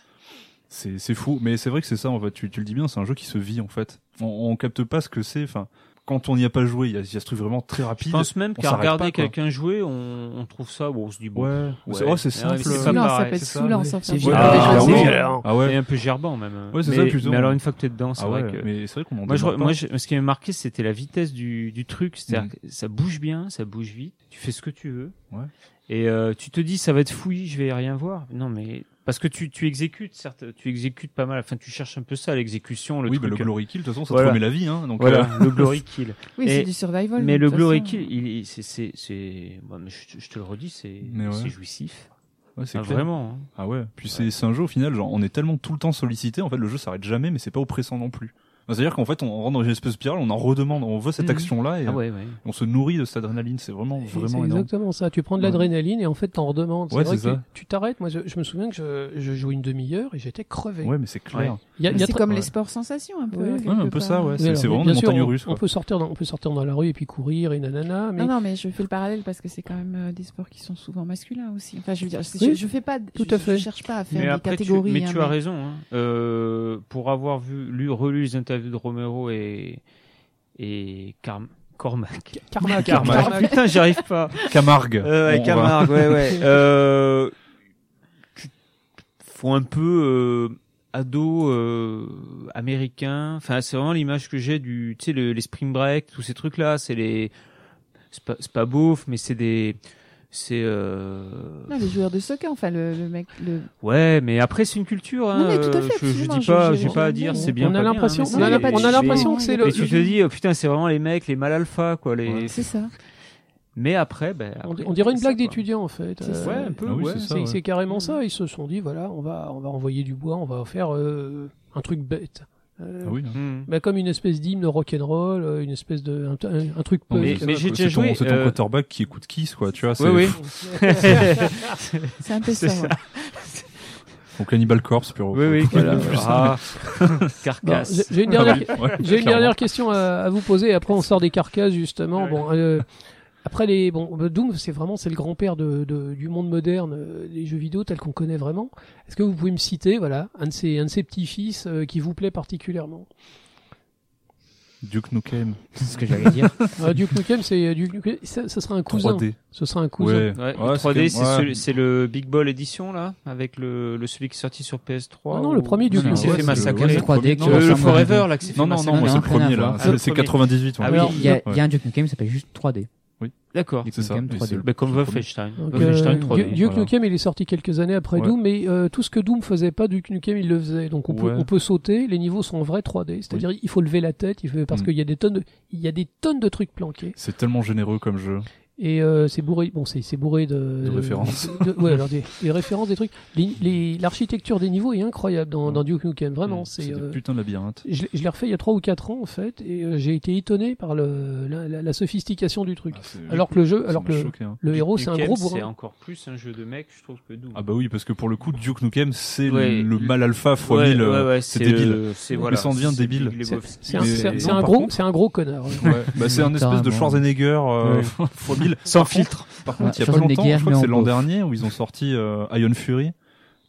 C'est c'est fou. Mais c'est vrai que c'est ça, en fait. Tu, tu le dis bien, c'est un jeu qui se vit, en fait. On, on capte pas ce que c'est. Enfin, quand on n'y a pas joué, il y, a- il y a ce truc vraiment très
Je
rapide.
pense même
on
qu'à
s'arrête
regarder
pas, quoi.
quelqu'un jouer, on, on trouve ça, bon, on se dit bon.
Ouais. C'est- oh, c'est
Ah
simple.
ouais, mais
C'est
pas
saoulant, ça
pareil,
peut être
c'est ça,
saoulant,
ouais.
ça.
C'est
fait
Ouais,
violent.
ah,
déjà,
oui,
c'est
oui.
violent.
Ah ouais.
Et un peu gerbant même. hein.
Ouais, c'est
mais,
ça, plutôt.
mais alors une fois que t'es dedans, c'est
Ah
vrai
ouais,
que.
Mais c'est vrai qu'on en
Moi, je,
démarre
moi
pas. Hmm.
je- ce qui m'a marqué, c'était la vitesse du, du truc. C'est-à-dire que ça bouge bien, ça bouge vite, tu fais ce que tu veux.
Ouais.
Et euh, tu te dis, ça va être fouillis, je vais rien voir. Non, mais. Parce que tu, tu exécutes, certes, tu exécutes pas mal. Enfin, tu cherches un peu ça, l'exécution, le
oui, bah,
truc.
le glory kill, de toute façon, ça te
Voilà.
remet la vie, hein. Donc,
voilà,
euh,
le glory kill.
Oui, c'est
Et-
du survival.
Mais
de
le
toute
glory
façon. hein.
kill, il, il- c'est, c'est, c'est- bon, mais je, je te le redis, c'est,
Mais ouais.
c'est jouissif.
ouais, c'est
Ah,
clair.
vraiment. hein.
Ah ouais. Puis c'est c'est un jeu au final, genre on est tellement tout le temps sollicité, en fait le jeu s'arrête jamais, mais c'est pas oppressant non plus. Enfin, C'est-à-dire qu'en fait on rentre dans une espèce de spirale, on en redemande, on veut cette
Mhm.
action-là et
Ah ouais, ouais.
on se nourrit de cette adrénaline. C'est vraiment
Et C'est
vraiment énorme.
exactement ça. Tu prends de
Ouais.
l'adrénaline et en fait, t'en redemandes.
Ouais,
vrai
c'est
que
ça.
tu t'arrêtes. Moi, je, je me souviens que je, je jouais une demi-heure et j'étais crevé.
Ouais, mais c'est clair.
Il y a- il y a
C'est
très-
comme
ouais.
les sports sensations, un peu.
Ouais.
quelque
Ouais, un peu ça,
part.
ouais.
Oui,
C'est
alors,
c'est vraiment
bien
une
sûr,
montagne
on-
russe.
On
Quoi.
peut sortir, dans, on peut sortir dans la rue et puis courir et nanana. Mais
Non, non, mais je fais le parallèle parce que c'est quand même euh, des sports qui sont souvent masculins aussi. Enfin, je veux dire, c'est-
Oui,
je, je fais pas, de-
tout
je,
à fait.
je cherche pas à faire
Mais
des
après, tu,
catégories.
mais
hein,
tu as raison. hein. Euh, pour avoir vu, lu, relu les interviews de Romero et et Carm- Cormac.
Carmack,
Carmack.
Carmack.
Putain, j'y arrive pas.
Camargue.
Euh, ouais,
Bon, on va-
Camargue, ouais, ouais. Euh, tu- faut un peu euh, ado euh, américain. Enfin, c'est vraiment l'image que j'ai du, tu sais, le- les spring break, tous ces trucs là. C'est les, c'est pas, c'est pas beauf, mais c'est des, c'est euh,
Non, les joueurs de soccer, enfin, le, le mec, le,
ouais. Mais après, c'est une culture. Hein,
Non, mais tout à
euh,
fait,
je, je
absolument,
dis pas,
je- je-
j'ai
je-
pas à
je-
dire.
on-
C'est bien.
on a
pas bien,
l'impression,
hein,
on a
mais
la-
c'est-
on a l'impression que c'est le.
Mais tu te dis, euh, putain, c'est vraiment les mecs, les mal alpha, quoi. Les.
Ouais.
c'est ça.
Mais après, ben.
On,
après,
on dirait une
c'est ça,
blague
quoi.
d'étudiant en fait. Euh,
C'est ça.
Ouais, un peu.
Ah oui,
ouais.
c'est ça.
C'est
ouais.
c'est carrément
Mm.
ça. Ils se sont dit voilà, on va, on va envoyer du bois, on va faire euh, un truc bête. Euh,
Ah oui, hein.
Hmm.
bah, comme une espèce d'hymne rock'n'roll, euh, une espèce de un, un- un truc
Non,
punk.
mais-
c'est
mais
ça,
j'ai
quoi.
déjà
C'est ton-
joué,
C'est
euh,
ton quarterback qui écoute Kiss, quoi. Tu vois, c'est
oui.
C'est un peu
C'est
ça. ouais.
Donc Cannibal Corpse, puis
Oui, oui, voilà.
hein.
Ah,
Bon,
carcasse.
j'ai- J'ai une
Ah
dernière, J'ai une dernière question à, à vous poser. et Après, on sort des carcasses justement.
Ouais.
Bon, euh, après les bon, euh, Doom, c'est vraiment c'est le grand-père de, de- du monde moderne euh, des jeux vidéo tels qu'on connaît vraiment. Est-ce que vous pouvez me citer, voilà, un de ces un de ces petits-fils euh, qui vous plaît particulièrement
Duke Nukem
C'est ce que j'allais dire.
Euh, Duke Nukem, c'est Duke Nukem, ça, ça sera un cousin.
3D.
Ce sera un cousin.
Ouais.
Ouais,
Ouais,
le 3D, c'est
ouais.
celui- c'est le Big Ball Edition là, avec le, le celui qui est sorti sur PS3.
Ah non, le premier du
Non,
Duke
non,
Nukem. s'est
ouais, c'est
fait
le-
massacrer.
le 3D qui
Non, le,
ressemble à
Forever
un-
là, qui s'est fait
Non, non, non,
massacrer.
moi c'est
rien
le
à
premier
voir.
là.
Ah, le
C'est- C'est
premier.
98. moi.
Ah
Oui,
Alors,
il y, a-
ouais.
il y a un Duke Nukem qui s'appelle juste 3D.
D'accord.
C'est ça.
Duke Nukem
Et c'est le-
3D.
Bah, comme Wolfenstein.
Donc, euh,
Wolfenstein 3D.
Duke
voilà.
Nukem, il est sorti quelques années après
Ouais.
Doom, mais euh, tout ce que Doom faisait pas, Duke Nukem, il le faisait. Donc on, peut,
Ouais.
on peut sauter. Les niveaux sont en vrai 3D, c'est-à-dire il faut lever la tête, il faut, parce
Mm.
qu'il y a des tonnes, de, il y a des tonnes de trucs planqués.
C'est tellement généreux comme jeu.
Et euh, c'est bourré, bon, c'est c'est bourré de,
De références.
de- de- ouais, alors des, des références, des trucs. Les- les- L'architecture des niveaux est incroyable dans, dans Duke Nukem, vraiment.
Mm,
c'est
C'est
euh,
des putains de labyrinthes.
je l'ai- je l'ai refait il y a 3 ou 4 ans en fait, et euh, j'ai été étonné par le, la, la- la sophistication du truc.
Ah, c'est-
alors que le jeu,
ça
alors
m'a
que le,
choqué, hein.
le
Duke
héros, c'est un
Nukem,
gros
C'est
bourrin.
encore plus un jeu de mec, je trouve que Doom.
Ah bah oui, parce que pour le coup, Duke Nukem, c'est le-
Ouais.
le mal alpha x
Ouais,
1000.
ouais,
euh,
ouais,
c'est débile.
le- C'est
Mais
voilà.
ça en devient
c'est
débile.
Big
C'est-
Lebowski.
C'est un,
Mais-
c'est un-
mais
c'est
non,
un
par
gros,
contre-
c'est un gros connard. hein. ouais.
Ouais. Bah, c'est un espèce de
Carrément.
Schwarzenegger euh,
Ouais.
x 1000.
Sans filtre.
Par contre, il y a
Ouais,
pas longtemps,
Schwarzenegger,
je crois
mais
que
en
c'est l'an
beauf.
dernier, où ils ont sorti euh, Iron Fury,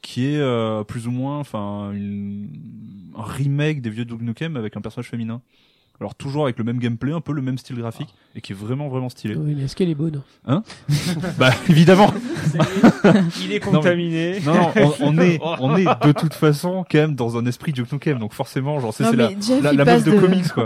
qui est euh, plus ou moins enfin une- un remake des vieux Duke Nukem avec un personnage féminin. Alors toujours avec le même gameplay, un peu le même style graphique, et qui est vraiment vraiment stylé.
Oui, mais est-ce qu'elle est bonne
Bah évidemment
Il est
Non, mais-
contaminé.
Non, non, on, on est, on est de toute façon quand même dans un esprit Duke Nukem, donc forcément, genre, c'est
Non,
c'est la,
mais Jeff,
la,
il
la
passe
meuf de, comics, quoi.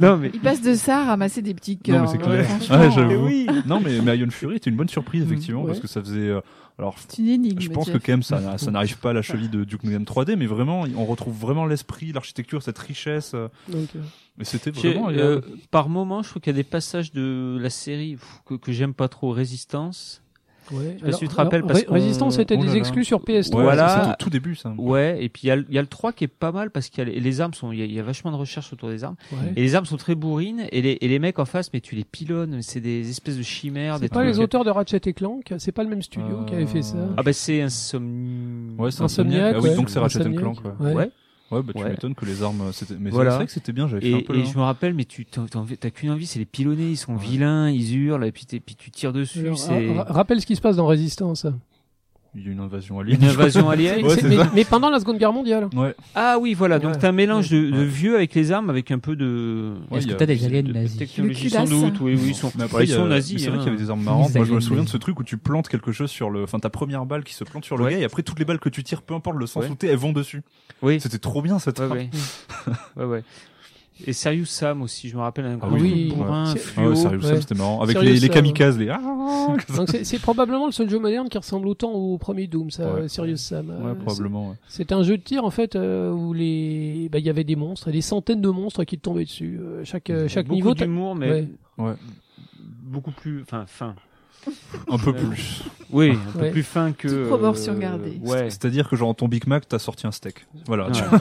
Non, mais.
Il passe de ça à ramasser des petits
Non,
cœurs. hein,
mais c'est
Ouais,
clair.
franchement,
Ouais, j'avoue.
Mais Eh oui.
Non, mais, mais Iron Fury était une bonne surprise, effectivement,
ouais.
parce que ça faisait, euh, alors,
C'est une énigme.
je pense que
Jeff.
quand même, ça, ça n'arrive pas à la cheville de Duke Nukem 3D, mais vraiment, on retrouve vraiment l'esprit, l'architecture, cette richesse, euh,
Donc, euh,
mais c'était
J'ai-
vraiment,
euh,
agréable.
par moment, je trouve qu'il y a des passages de la série pff, que, que j'aime pas trop, Résistance.
ouais.
pas si tu te rappelles, parce
Ré-
qu'on-
Résistance était
Oh là
des
là.
exclus sur PS3.
Ouais,
voilà.
ça, c'était au tout début, ça.
Ouais, et puis il y, a le- il y a le 3 qui est pas mal parce qu'il y a les, les armes sont, il y, a- il y a vachement de recherche autour des armes.
Ouais.
Et les armes sont très bourrines et les, et les mecs en face, mais tu les pilonnes, c'est des espèces de chimères, des
C'est pas
trucs.
les auteurs de Ratchet et Clank, c'est pas le même studio qui avait fait ça.
Euh,
Ah bah c'est Insomni.
Ouais, c'est
Insomniac,
Insomniac. Ah oui,
ouais.
donc c'est Ratchet
Insomniac.
Clank, ouais.
ouais.
Ouais, bah tu
Ouais.
m'étonnes que les armes. c'était- Mais
Voilà.
c'est vrai que c'était bien, j'avais fait un
Et,
peu hein.
et
le-
je me rappelle, mais tu t'en- t'en- t'as qu'une envie, c'est les pilonnés, ils sont vilains, ils hurlent, et puis, t'es- puis tu tires dessus.
Alors,
c'est
ra- ra- rappelle ce qui se passe dans Résistance.
Il y a une invasion alien.
une invasion alien.
Ouais,
C'est-
c'est
mais,
ça.
mais pendant la Seconde Guerre mondiale.
Ouais,
Ah oui, voilà,
Ouais.
donc t'as un mélange de, de
Ouais.
vieux avec les armes, avec un peu de.
Ouais,
Est-ce
il y
que
a-
t'as des aliens
de- de
nazis
Technologie,
Le
sans
culasse.
doute, oui, oui, ils sont,
Mais
ils
il y a-
sont nazis.
C'est vrai
hein.
qu'il y avait des armes marrantes.
Ils
Moi, je me
avaient
souviens
des-
de ce truc où tu plantes quelque chose sur le. Enfin, ta première balle qui se plante sur le
Ouais.
gars, et après, toutes les balles que tu tires, peu importe le sens
Ouais.
où t'es, elles vont dessus.
Oui.
C'était trop bien cette
Ouais,
arme.
ouais. ouais, ouais. Et Serious Sam aussi, je me rappelle un
Ah
gros
oui,
truc
ouais.
brun,
C'est-
Ah ouais,
fluo.
sérieux, Sam,
ouais.
c'était marrant. Avec
Sérieux
les, les
Sam.
kamikazes, les. Ah,
Donc c'est- c'est probablement le seul jeu moderne qui ressemble autant au premier Doom, ça,
Ouais.
Serious Sam.
Ouais,
Euh,
probablement. ouais.
C'est un jeu de tir en fait euh, où les bah, il y avait des monstres, des centaines de monstres qui te tombaient dessus. Euh, chaque euh, chaque
Beaucoup
niveau. t'a-
d'humour, mais
Ouais.
beaucoup plus, enfin, fin.
Un peu
Euh,
plus.
Oui, un peu
Ouais.
plus fin que. euh,
Toute proportion gardée.
Ouais.
C'est-à-dire que, genre, en ton Big Mac, t'as sorti un steak. Voilà, tu
Ouais.
vois.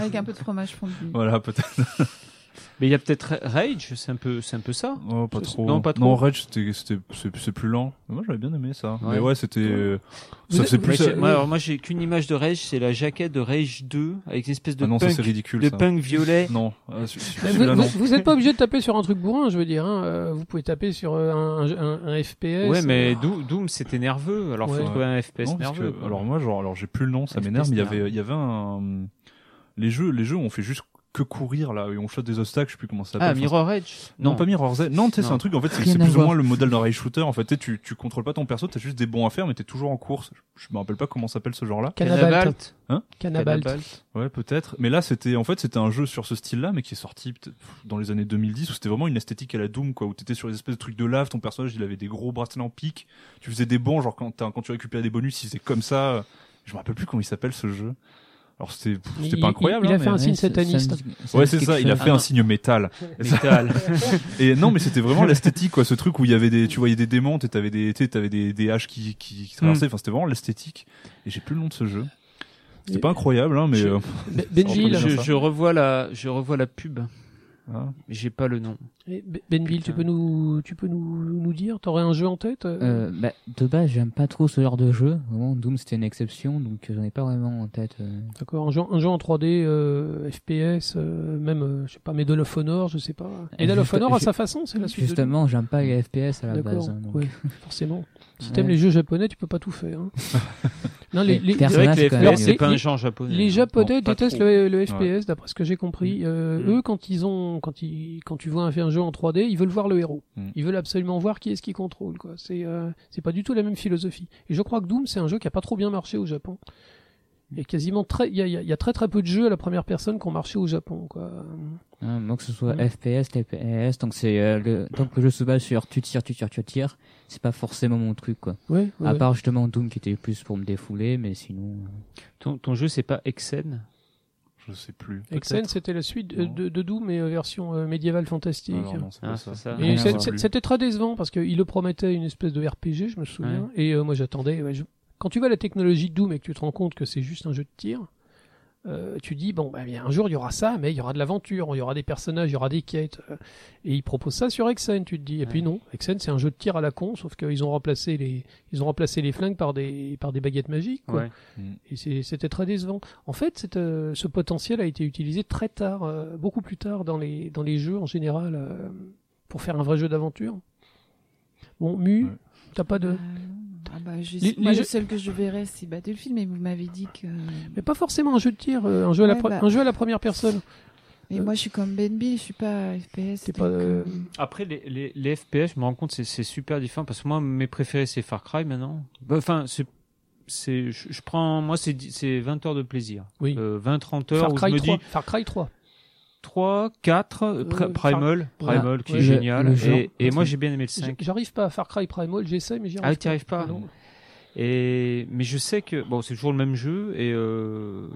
Avec un peu de fromage fondu.
Voilà, peut-être.
Mais il y a peut-être Ra- Rage, c'est un peu, c'est un peu ça.
Oh, pas
C'est-
trop.
non, pas trop.
Non, Rage, c'était- c'était- c'est c'est plus lent. Moi, j'avais bien aimé ça.
Ouais.
Mais ouais, c'était. euh,
Vous
Ça
êtes-
c'est
vous
plus. euh,
êtes-
Moi,
oui.
alors, moi, j'ai qu'une image de Rage, c'est la jaquette de Rage 2 avec une espèce de
Ah non, ça,
punk,
c'est ridicule.
de
ça.
punk violet.
Non, ah, celui-
Mais
celui-là,
vous,
non.
vous- vous êtes pas obligé de taper sur un truc bourrin, je veux dire. hein. Euh, Vous pouvez taper sur euh, un, un, un FPS.
Ouais, mais Doom, Doom, c'était nerveux. Alors,
euh. Ouais.
faut trouver un FPS
Non, parce
nerveux.
que-
quoi.
alors moi, genre, alors j'ai plus le nom, ça
FPS
m'énerve. mais Il y
nerveux.
avait, il y avait un. Les jeux, les jeux, on fait juste que courir là, et on shot des obstacles. Je sais plus comment ça s'appelle.
ah,
Enfin,
Mirror Edge
Non, pas Mirror's Edge. Non, tu sais, c'est
Non.
un truc, en fait, c'est
Rien
c'est
à
plus ou
voir.
moins le modèle d'un rail shooter. En fait, tu sais, tu, tu contrôles pas ton perso, t'as juste des bons à faire, mais t'es toujours en course. Je je me rappelle pas comment s'appelle ce genre-là.
Cannabalt. Cannabalt.
Cannabalt.
Ouais, peut-être. Mais là, c'était, en fait, c'était un jeu sur ce style-là, mais qui est sorti peut-être, pff, dans les années 2010, où c'était vraiment une esthétique à la Doom, quoi, où t'étais sur des espèces de trucs de lave, ton personnage, il avait des gros bracelets en pique, tu faisais des bons, genre, quand, t'as- quand tu récupérais des bonus, il faisait comme ça. Je me rappelle plus comment il s'appelle ce jeu. Alors, c'était, pff,
Mais
c'était
il-
pas incroyable.
il a
hein,
fait
mais-
un signe
Ouais, ça-
sataniste.
ça me dit-
Ouais,
me
c'est
dit
ça,
quelque
il a
chose.
fait un signe métal.
Metal.
Et non, mais c'était vraiment l'esthétique, quoi. Ce truc où il y avait des, tu voyais des démons, et t'avais des, tu sais, t'avais des, des haches qui, qui, qui traversaient. Enfin, c'était vraiment l'esthétique. Et j'ai plus le nom de ce jeu. C'était
Et-
pas incroyable, hein, mais.
Je-
euh,
Be-
Gilles.
Benville.
Je, je revois la, je revois la pub.
hein.
mais J'ai pas le nom.
Eh, Be- Benville, tu peux nous, tu peux nous, nous dire, t'aurais un jeu en tête euh,
Euh, bah, de base, j'aime pas trop ce genre de jeu. Vraiment, Doom c'était une exception, donc euh, j'en ai pas vraiment en tête. euh.
D'accord, un jeu, un jeu en 3D, euh, FPS, euh, même, euh, je sais pas, Medal of Honor, je sais pas. Medal of
juste-
Honor à
ju-
sa façon, c'est la suite. de-
Justement, j'aime pas les FPS à la
D'accord,
base. hein, donc.
ouais, forcément. Si t'aimes
Ouais.
les jeux japonais, tu peux pas tout faire. hein. non, les,
Mais
les,
C'est vrai
Persona,
que les
c'est quand même
FPS, c'est
bien.
pas un
Les-
genre japonais.
les
hein.
japonais
Bon, pas
détestent
trop.
le, le
trop.
FPS, d'après ce que j'ai compris. Euh,
Mm.
Eux, quand ils ont, quand ils, quand tu vois un, un jeu en 3D, ils veulent voir le héros.
Mm.
Ils veulent absolument voir qui est-ce qui contrôle. Quoi. C'est, euh, c'est pas du tout la même philosophie. Et je crois que Doom, c'est un jeu qui a pas trop bien marché au Japon. Il y a quasiment très, il y a, il y a- il y a très très peu de jeux à la première personne qui ont marché au Japon. Quoi.
Hein, moi, que ce soit
Mm.
FPS, TPS, donc c'est euh, le... tant que le jeu se base sur tu tires, tu tires, tu tires, c'est pas forcément mon truc quoi.
Ouais, ouais,
À
ouais.
part justement Doom qui était plus pour me défouler, mais sinon.
Ton, ton jeu, c'est pas Exen
Je sais plus.
Exen, c'était la suite euh,
Non.
de, de Doom, mais euh, version euh, médiévale fantastique.
Alors, non, c'est pas
Ah,
ça.
c'est ça.
Et
Rien
c'est-
à voir.
c'est- c'était très décevant parce qu'il le promettait une espèce de RPG, je me souviens. Et euh, moi j'attendais. ouais, je- Quand tu vois la technologie de Doom et que tu te rends compte que c'est juste un jeu de tir, euh, tu dis bon, bah, bien, un jour il y aura ça, mais il y aura de l'aventure, il y aura des personnages, il y aura des quêtes. euh, Et ils proposent ça sur Exen, tu te dis. Et puis
Ouais.
non, Exen c'est un jeu de tir à la con, sauf qu'ils ont remplacé les, ils ont remplacé les flingues par des, par des baguettes magiques. quoi.
Ouais.
Et c'est- c'était très décevant. En fait, cette, euh, ce potentiel a été utilisé très tard, euh, beaucoup plus tard dans les, dans les jeux en général, euh, pour faire un vrai jeu d'aventure. Bon, Mu,
Ouais.
t'as pas de.
Ah bah, je-
Les-
moi,
les
le
jeux-
seul que je verrais, c'est Battlefield, mais vous m'avez dit que.
Mais pas forcément un jeu de tir, euh, un, jeu à la
Ouais,
pre-
bah.
un jeu à la première personne. euh,
Et moi, je suis comme Benby, je suis pas FPS.
T'es
donc,
pas, euh,
euh,
Après, les, les, les FPS, je me rends compte, c'est- c'est super différent parce que moi, mes préférés, c'est Far Cry maintenant. Bah, Enfin, c'est. c'est- Je, je prends. Moi, c'est dix- c'est 20 heures de plaisir.
Oui.
Euh, 20-30 heures
Far
où
Cry,
je me
3,
dis
Far Cry 3.
3, 4, euh, Pri-
Far-
Primal, Primal qui
ouais.
est
Le-
génial.
le genre.
Et, et moi, j'ai bien aimé le 5.
J'arrive pas à Far Cry Primal, j'essaie, mais j'y
Ah,
arrive
t'y arrives pas
Non.
Et mais je sais que bon, c'est toujours le même jeu et euh,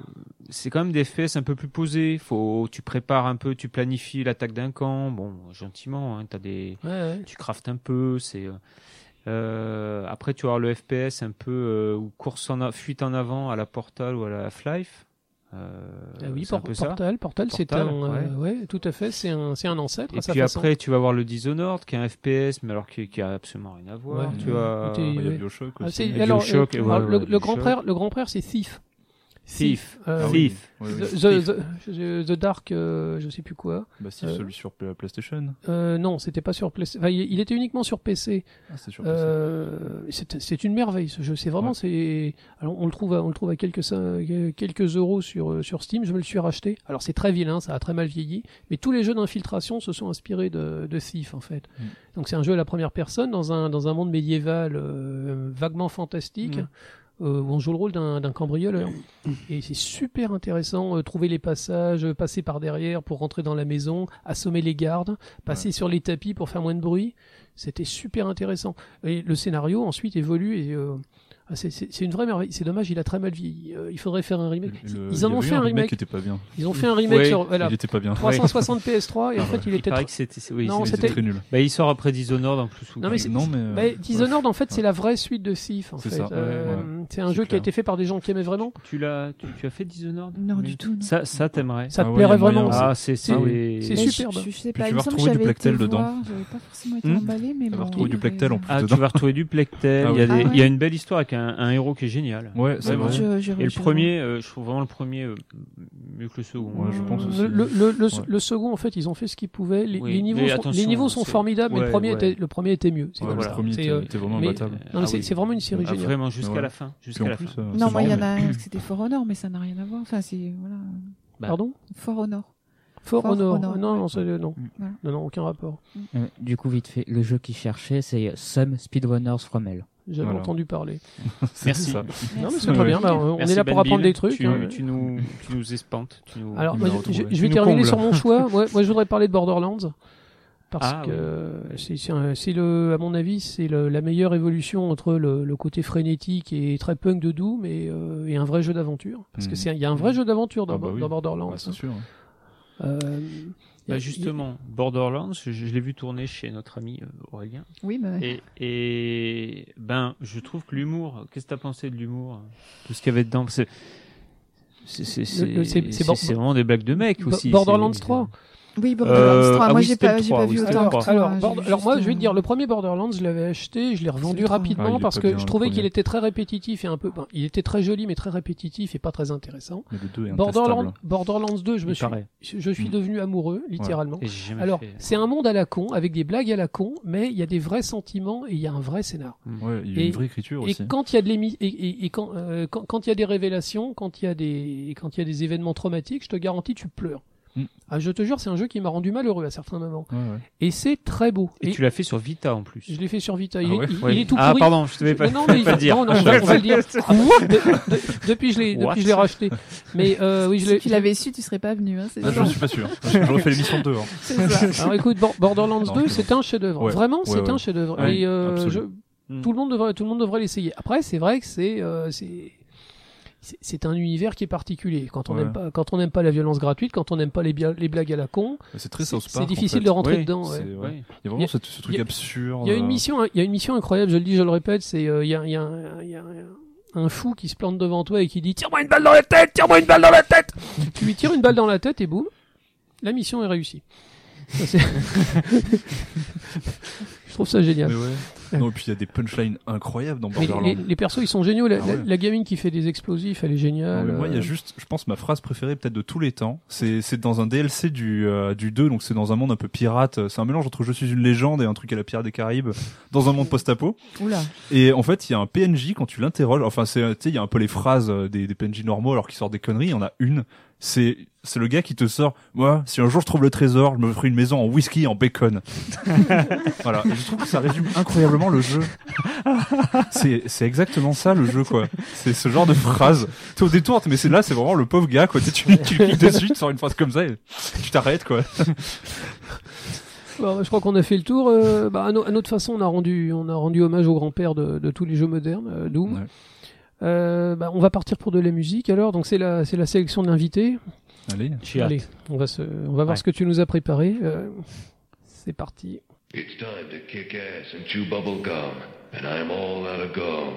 c'est quand même des FPS un peu plus posés. Faut tu prépares un peu, tu planifies l'attaque d'un camp, bon gentiment. Hein, t'as des,
Ouais, ouais.
tu craftes un peu. C'est euh, euh, après tu vas avoir le FPS un peu euh, ou course en a- fuite en avant à la Portal ou à la Half-Life. Euh,
Ah oui,
c'est
Por-
un peu ça.
Portal, Portal, c'est un,
Portal,
euh, ouais, tout à fait, c'est un, c'est un ancêtre
Et
à sa
puis
façon.
après tu vas voir le Dishonored qui est un FPS mais alors qui, qui a absolument rien à voir.
Ouais.
tu vois.
T'es-
Il y a
ouais.
Bioshock
Ah,
aussi.
c'est-
Et
alors,
Bioshock,
euh,
et ouais,
le,
ouais,
le grand
Bioshock.
frère, le grand frère, c'est Thief.
Thief.
Euh,
Ah oui.
Thief.
Ouais, ouais.
The, The- The- The Dark, euh, je sais plus quoi.
Bah si,
Euh.
celui sur P- PlayStation.
Euh, non, c'était pas sur PlayStation. Enfin, il il était uniquement sur PC.
Ah, c'est sur PC.
Euh, c'est c'est une merveille ce jeu. C'est vraiment,
Ouais.
c'est. Alors, on le trouve, à, on le trouve à quelques cin- quelques euros sur euh, sur Steam. Je me le suis racheté. Alors, c'est très vilain, ça a très mal vieilli. Mais tous les jeux d'infiltration se sont inspirés de, de Thief en fait.
Mm.
Donc, c'est un jeu à la première personne dans un dans un monde médiéval euh, vaguement fantastique.
Mm.
euh, où on joue le rôle d'un d'un cambrioleur. Et c'est super intéressant, euh, trouver les passages, euh, passer par derrière pour rentrer dans la maison, assommer les gardes, passer sur les tapis pour faire moins de bruit. C'était super intéressant. Et le scénario ensuite évolue et euh, ah, c'est- c'est c'est une vraie merveille. C'est dommage, il a très mal vieilli. Euh, il faudrait faire un remake.
Le- il y
Ils en ont
avait
fait
eu
un
qui
remake.
était pas bien.
Ils ont fait un remake
Oui.
sur voilà,
Il Ah était pas bien.
360 PS3 et en fait il
Il,
était.
paraît
tr-
que c'était. oui,
Non,
c'est-
Il était
c'était-
très nul.
Bah, il sort après Dishonored en plus. ou-
Non, mais c'est-
non mais euh,
Bah, Dishonored en fait c'est la vraie suite de Thief. en
C'est
fait.
ça. Ouais,
Euh, C'est un
C'est
jeu qui
clair.
a été fait par des gens qui aimaient vraiment.
Tu l'as, tu, tu as fait Dishonored
Non,
Mais
du tout, non.
Ça, ça t'aimerais.
Ça te
Ah ouais, y
plairait
a moyen,
vraiment.
ouais.
Ah, c'est ça.
c'est-
oui.
c'est
Mais
super. superbe.
Je, je sais
Puis
pas,
tu
il
vas
me semble que
retrouver du
j'avais été
Plectel dedans.
voir, J'avais pas forcément été
Hmm
emballée, mais
Tu vas
bon.
retrouver du
euh,
Plectel en plus.
Ah, tu
dedans.
vas retrouver du Plectel.
Ah
il, y a
oui.
des-
Ah ouais. Ah
il y a une belle histoire avec un, un héros qui est génial.
Ouais,
Ouais,
c'est
moi,
vrai.
je- je-
Et le
je-
premier, euh, je trouve vraiment le premier euh, mieux que le second. hein.
Ouais, je pense aussi.
Euh, Le, le- le- le-
Ouais.
le second, en fait, ils ont fait ce qu'ils pouvaient. Les,
Oui,
les niveaux,
mais
sont,
attention,
les niveaux sont
c'est-
formidables, mais le
ouais,
premier,
ouais.
était, le premier était mieux. C'est
Ouais,
comme
le
ça.
premier
C'est,
était
euh,
était vraiment
mais-
imbattable.
Non, mais c'est- c'est vraiment une série
Ah,
géniale.
Vraiment, jusqu'à
Ouais.
la fin.
Puis
Jusqu'à
en
la
plus,
fin.
euh,
Non,
c'est
moi, il y en
marrant,
a un, c'était Fort Honor, mais ça n'a rien à voir. Enfin, c'est. Voilà.
Bah.
Pardon
Fort Honor.
Fort
Fort
Honor.
Honor,
Non,
ouais.
non, c'est- euh, non.
Voilà.
non, non, aucun rapport.
Euh, du coup, vite fait, le jeu qu'il cherchait, c'est Some Speedrunners From Hell.
J'avais
Voilà.
entendu parler.
mais- c'est
Merci.
ça.
Non, mais
Merci.
c'est très
Ouais.
bien. bah, on
Merci,
est là pour
Ben
apprendre
Bill.
des trucs.
Tu,
hein.
tu nous, tu nous espantes. Tu nous... Bah,
Alors,
On
moi,
va
je,
retrouver.
je vais
Nous
terminer
comble.
sur mon choix. Moi, moi, je voudrais parler de Borderlands. Parce
Ah,
que c'est- c'est un- c'est le, à mon avis, c'est le- la meilleure évolution entre le, le côté frénétique et très punk de Doom et, euh, et un vrai jeu d'aventure. Parce que
Mhm.
c'est un- il y a un vrai jeu d'aventure dans,
Ah bah
Bo-
oui.
dans Borderlands.
Ouais, c'est sûr.
Euh,
Bah,
il-
justement, Borderlands, je, je l'ai vu tourner chez notre ami euh, Aurélien.
Oui, bah,
Et, et ben, je trouve que l'humour, qu'est-ce que t'as pensé de l'humour hein Tout ce qu'il y avait dedans parce que c'est c'est-
le-
c'est-
c'est- c'est
c'est-
Bor-
c'est vraiment des blagues de mecs
Bo-
aussi.
Borderlands
c'est-
3.
Oui, Borderlands
Euh,
3.
ah
moi,
oui,
j'ai
c'était
pas,
le
j'ai
3,
pas
oui,
vu
c'était
autant.
le
que
3.
toi, hein,
Alors,
j'ai
Bord-
vu
alors moi,
juste
je vais te
un-
dire, le premier Borderlands, je l'avais acheté, je l'ai revendu
le trois.
Ah,
rapidement
il est
parce
pas
que
bien,
je
le
trouvais qu'il
premier.
était très répétitif et un peu. ben, il était très joli, mais très répétitif et pas très intéressant.
Mais le 2 est
Borderlands,
intestable.
Borderlands 2, je me
Il
suis,
paraît.
je je
Hmm.
suis
Mm.
devenu amoureux, littéralement.
Et j'ai jamais
Alors,
fait-
c'est un monde à la con, avec des blagues à la con, mais il y a des vrais sentiments et il y a un vrai scénar.
Ouais, il y a
Et-
une vraie écriture
Et
aussi.
quand il y a de l'émi- et, et- et quand, euh, quand, quand il y a des révélations, quand il y a des, et quand il y a des événements traumatiques, je te garantis, tu pleures.
Hmm.
Mm.
Ah, je te jure, c'est un jeu qui m'a rendu malheureux à certains moments.
Ouais, ouais.
Et c'est très beau.
Et
Et,
tu l'as fait sur Vita en plus.
je l'ai fait sur Vita. Il,
Ah
est-
ouais
il- il
Ouais.
est tout
ah,
pourri.
pardon, je devais pas,
non,
pas
mais il-
le dire.
non, non, on va- on va le dire. Ah, De- de- depuis, je l'ai,
What
depuis, je l'ai racheté. Mais euh, oui, je l'ai.
Si tu l'avais su, tu serais pas venu. Hein, c'est
Ah, Je
sûr.
ne suis pas sûr. J'aurais fait l'émission 2. hein.
C'est ça.
Alors écoute, Bor- Borderlands
Non,
2,
je
c'est un chef-d'œuvre.
Ouais.
Vraiment,
Ouais,
c'est
ouais.
un chef-d'œuvre.
Ouais,
Et euh,
absolument.
je-
Mm.
tout le monde devrait, tout le monde devrait l'essayer. Après, c'est vrai que c'est, euh, c'est, c'est- c'est un univers qui est particulier. Quand on
Ouais.
n'aime pas, quand on n'aime pas la violence gratuite, quand on n'aime pas les, bia- les blagues à la con,
Mais C'est très
c'est
South Park.
c'est difficile
en fait.
de rentrer
Oui,
dedans. ouais.
C'est- ouais.
Ouais.
Il y a
Il y
vraiment
a-
ce, ce truc
il y a-
absurde.
Il y a
euh,
une mission, il y a une mission incroyable. Je le dis, je le répète, c'est, euh, il y a, il y a un- il y a un- un fou qui se plante devant toi et qui dit tire-moi une balle dans la tête, tire-moi une balle dans la tête. tu lui tires une balle dans la tête et boum, la mission est réussie. Ça, c'est- je trouve ça génial.
Mais ouais. Non, et puis il y a des punchlines incroyables dans
Mais les,
Borderlands.
les persos, ils sont géniaux. La,
Ah
la-
ouais.
la gamine qui fait des explosifs, elle est
Non,
géniale.
mais moi, il y a
Euh,
juste, je pense, ma phrase préférée peut-être de tous les temps. C'est c'est dans un DLC du, euh, du 2, donc c'est dans un monde un peu pirate. euh, C'est un mélange entre Je suis une légende et un truc à la Pierre des Caraïbes, dans un monde post-apo.
Oula.
Et en fait, il y a un PNJ quand tu l'interroges. Enfin, c'est, tu sais, il y a un peu les phrases euh, des, des PNJ normaux alors qu'ils sortent des conneries. Il y en a une. C'est, c'est le gars qui te sort. Moi, si un jour je trouve le trésor, je me ferai une maison en whisky et en bacon. voilà. Et je trouve que ça résume incroyablement le jeu. c'est, c'est exactement ça le jeu, quoi. C'est ce genre de phrase. T'es au détour, mais c'est là, c'est vraiment le pauvre gars, quoi. Tu, sais, tu, tu cliques dessus, tu sors une phrase comme ça et tu t'arrêtes, quoi.
bon, je crois qu'on a fait le tour. Euh, bah, à, no- à notre façon, on a rendu, on a rendu hommage au grand-père de, de tous les jeux modernes, euh, Doom.
Ouais.
Euh, bah, on va partir pour de la musique alors. Donc c'est la, c'est la sélection de l'invité.
Allez.
J'ai hâte.
Allez, on va se, on va voir
Ouais.
ce que tu nous as préparé. Euh, c'est parti.
It's time to kick ass and chew bubble gum, and I'm all out of gum.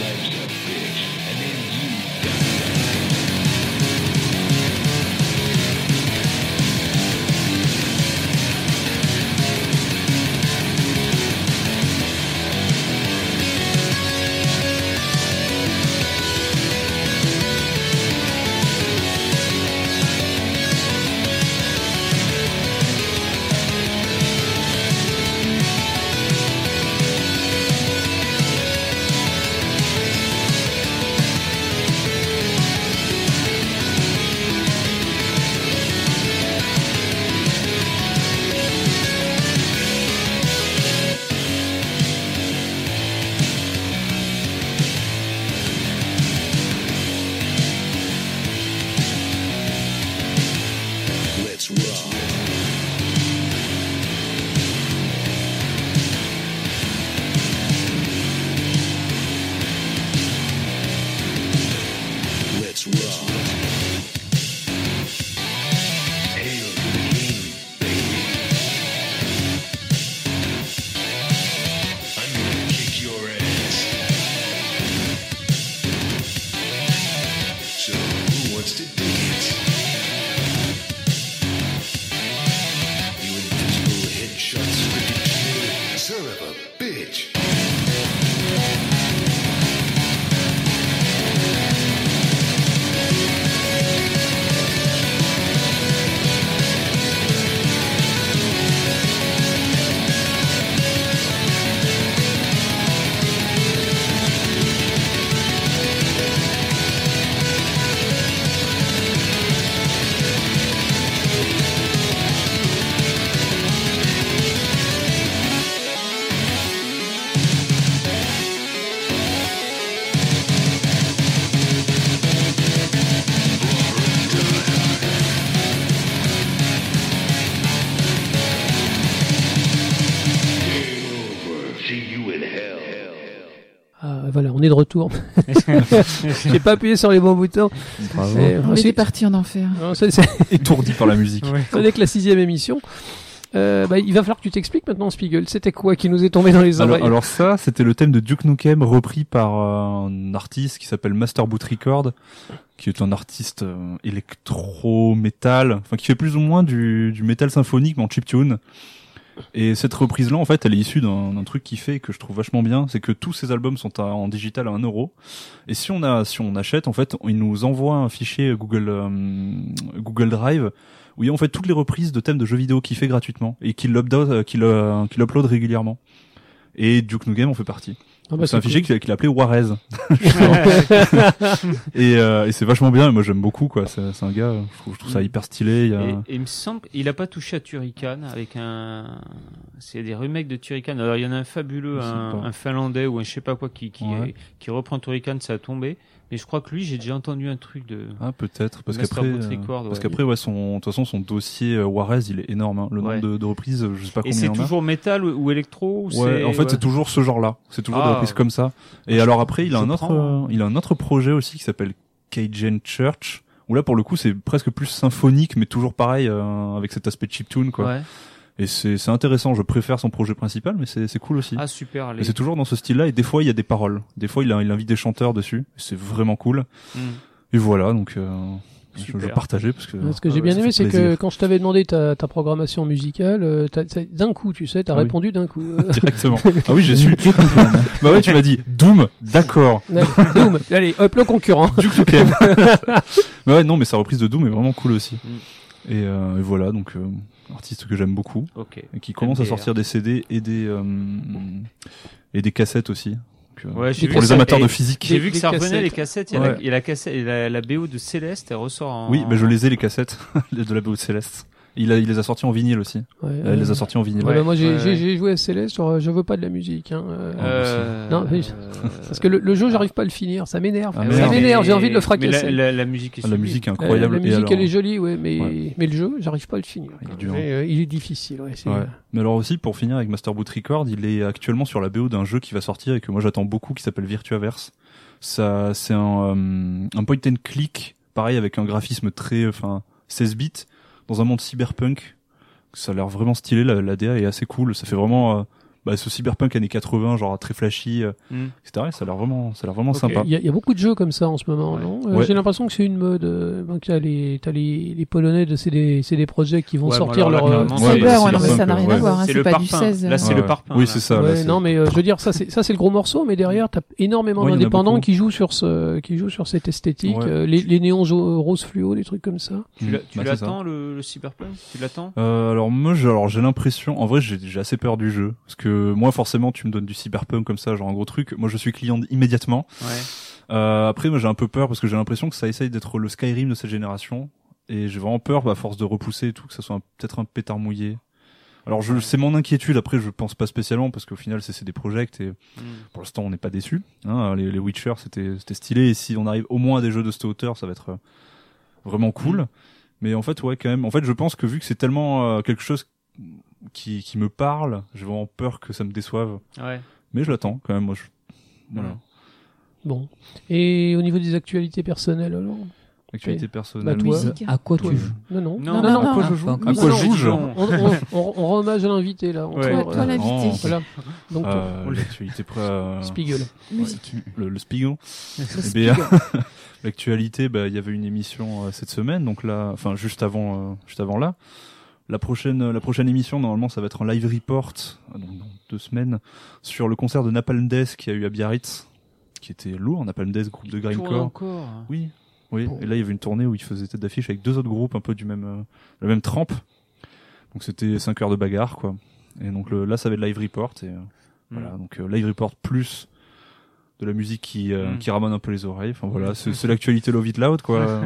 life's a bitch, and then you die. Let's rock. Let's rock. Hail to the king, baby. I'm gonna kick your ass. So who wants to dance? You invisible headshots freaking shit. Son of a bitch. Game over. See you in hell.
Ah, voilà, on est de retour. J'ai pas appuyé sur les bons boutons.
Ah
Mais, euh,
On
c'est-
est parti en enfer.
non, c'est- c'est-
Étourdi par la musique.
Ce n'est que la sixième émission. Euh, bah, il va falloir que tu t'expliques maintenant, Spiegel. C'était quoi qui nous est tombé dans les
Alors,
oreilles
alors ça, c'était le thème de Duke Nukem repris par euh, un artiste qui s'appelle Master Boot Record, qui est un artiste euh, électro-métal, enfin qui fait plus ou moins du, du métal symphonique mais en chiptune. Et cette reprise-là, en fait, elle est issue d'un d'un truc qui fait et que je trouve vachement bien, c'est que tous ces albums sont à- en digital à 1 euro. Et si on a, si on achète, en fait, ils nous envoient un fichier Google euh, Google Drive où il y a en fait toutes les reprises de thèmes de jeux vidéo qu'il fait gratuitement et qu'il upload, euh, qu'il, euh, qu'il upload régulièrement et Duke Nukem en fait partie.
Ah, bah,
c'est un
cool.
fichier qu'il qu'il a appelé Juarez. et euh, et c'est vachement bien, et moi j'aime beaucoup quoi. C'est c'est un gars, euh, je trouve, je trouve
Mm.
ça hyper stylé. il y a-
Et, et il me semble il a pas touché à Turrican avec un. C'est des remakes de Turrican. Alors il y en a un fabuleux,
Je sais
un,
pas.
un finlandais ou un je sais pas quoi qui, qui,
Ouais.
qui reprend Turrican, ça a tombé. Mais je crois que lui, j'ai déjà entendu un truc de.
Ah peut-être parce
Master
qu'après
Boot
euh,
Record,
parce
ouais.
qu'après ouais son de toute façon son dossier euh, Juarez il est énorme hein. le
Ouais.
nombre de, de reprises euh, je sais pas combien
Et
il y
c'est
en a.
toujours métal ou, ou électro ou
Ouais, en fait, c'est toujours ce genre-là. C'est toujours des
Ah.
reprises comme ça. Et
Je-
alors après, il a
je
un autre,
prends.
euh, il a un autre projet aussi qui s'appelle Cajun Church. Où là, pour le coup, c'est presque plus symphonique, mais toujours pareil, euh, avec cet aspect chiptune, quoi.
Ouais.
Et c'est c'est intéressant, je préfère son projet principal, mais c'est c'est cool aussi.
Ah super.
et
Les...
c'est toujours dans ce style-là, et des fois il y a des paroles. Des fois il, a- il invite des chanteurs dessus, c'est vraiment cool.
Hmm.
Et voilà, donc euh, je,
Super.
je partageais parce que...
Ouais, Ce que
Ah
j'ai
ouais,
bien
ça
aimé,
fait
c'est que
plaisir.
quand je t'avais demandé ta, ta programmation musicale, euh, t'as- t'as- d'un coup, tu sais, t'as
Ah oui.
répondu d'un coup. Euh,
Directement. ah oui, j'ai su. bah ouais, tu m'as dit, Doom, d'accord.
allez, boum. allez, hop, le concurrent.
Duke Nukem. bah ouais, non, mais sa reprise de Doom est vraiment cool aussi.
Mm.
Et, euh, et voilà, donc euh, artiste que j'aime beaucoup,
Ok.
et qui commence à
MDR.
sortir des CD et des, euh, et des cassettes aussi. Donc, euh,
Ouais, j'ai
pour
vu
les
ça.
amateurs
Et-
de physique.
J'ai
Des-
vu que
des
ça revenait
cassettes.
les cassettes. Il y a, la, il y a la cassette, et la, la BO de Céleste, elle ressort en.
Oui, mais
Euh,
je les ai les cassettes de la BO de Céleste. Il, a, il les a sortis en vinyle aussi.
Ouais,
Il
euh,
les a sortis en vinyle.
ouais, bah, moi, j'ai
ouais,
j'ai-
ouais.
j'ai joué à Céleste sur euh, Je veux pas de la musique. hein, euh,
Ah, bah,
Euh, ah,
Non, oui. Parce que le, le jeu, j'arrive pas à le finir, ça m'énerve.
Ah,
ça
merde.
m'énerve, j'ai envie de le
Mais la-
fracasser.
la, la musique est
Ah, la
sublime.
musique est
Euh,
incroyable.
La musique,
et alors, hein.
elle est jolie, ouais, mais,
Ouais.
mais le jeu, j'arrive pas à le finir.
Il est
quoi.
dur, hein.
Mais, euh, il est difficile, ouais. c'est-
Ouais. Mais alors aussi, pour finir avec Master Boot Record, il est actuellement sur la BO d'un jeu qui va sortir et que moi j'attends beaucoup, qui s'appelle Virtuaverse. Ça, c'est un, euh, un point and click, pareil avec un graphisme très, euh, enfin, 16 bits, dans un monde cyberpunk. Ça a l'air vraiment stylé, la, la DA est assez cool. Ça fait vraiment, euh, bah, bah, ce cyberpunk années 80, genre très flashy, euh,
Mm.
etc. Et ça a l'air vraiment, ça a l'air vraiment
Ok.
sympa.
Il y, a- il y a beaucoup de jeux comme ça en ce moment,
Ouais.
non Euh,
Hein. Ouais.
J'ai l'impression que c'est une mode. euh, ben, que T'as les, t'as les, les Polonais de CD, CD Project qui vont
Ouais, bon,
sortir
alors là,
leur. euh,
clairement,
Ouais,
Cyber,
bah,
ouais,
c'est
non, mais
leur
ça
simple,
n'a rien à
ouais.
voir, hein,
C'est
c'est
le
pas du
parpaing.
16.
Là, c'est
euh,
Ouais,
le
ouais.
parpaing,
Oui,
là.
c'est ça. là,
ouais,
c'est- Mm.
non, mais euh, je veux dire, ça, c'est, ça, c'est le gros morceau, mais derrière, t'as énormément
Ouais, il y en a
d'indépendants
beaucoup.
qui jouent sur ce, qui jouent sur cette esthétique,
Ouais.
euh, les, les néons jo- rose fluo, des trucs comme ça.
Tu l'a- tu
Bah, c'est ça.
l'attends, le, le Cyberpunk Tu l'attends
Euh, alors moi j'ai alors j'ai l'impression en vrai j'ai j'ai assez peur du jeu parce que moi forcément tu me donnes du cyberpunk comme ça genre un gros truc moi je suis client immédiatement
Ouais.
euh, après moi j'ai un peu peur parce que j'ai l'impression que ça essaye d'être le Skyrim de cette génération et j'ai vraiment peur bah, à force de repousser et tout que ça soit un- peut-être un pétard mouillé alors je c'est mon inquiétude après je pense pas spécialement parce qu'au final c'est c'est des projets et
Mm.
pour l'instant on n'est pas déçu hein, les, les Witcher c'était c'était stylé et si on arrive au moins à des jeux de cette hauteur ça va être euh, vraiment cool mais en fait ouais quand même en fait je pense que vu que c'est tellement euh, quelque chose qui, qui me parle j'ai vraiment peur que ça me déçoive
Ouais.
mais je l'attends quand même moi je... voilà
Mm.
Bon. Et au niveau des actualités personnelles, alors?
actualité
Bah,
personnelle
toi,
musique.
À quoi
Toi,
tu joues
Non, non.
Non, Ah,
non,
à
non,
quoi
non,
je
pas
joue
encore.
à quoi
Non,
je joue
non.
On, on, on- on rend hommage à l'invité, là. On
Ouais.
trouve,
Toi,
euh,
toi l'invité.
non.
Voilà. Donc, euh,
Euh, l'actualité pr- euh,
Spiegel.
Musique.
le, le spigon
Le
Eh bien,
speed.
L'actualité, bah, il y avait une émission euh, cette semaine, donc là, enfin juste avant, euh, juste avant là. La prochaine, euh, la prochaine émission, normalement, ça va être un live report, euh, donc dans deux semaines, sur le concert de Napalm Death qui a eu à Biarritz, qui était lourd, Napalm Death, groupe de
Tourne
grindcore.
encore.
Oui, oui. Et là, il y avait une tournée où il faisait tête d'affiche avec deux autres groupes un peu du même, euh, la même trempe. Donc c'était cinq heures de bagarre, quoi. Et donc le- là, ça avait de live report et euh,
Hmm.
voilà. Donc euh, live report plus de la musique qui euh,
Mm.
qui ramène un peu les oreilles. Enfin voilà,
Hmm.
c'est c'est l'actualité Love It Loud, quoi.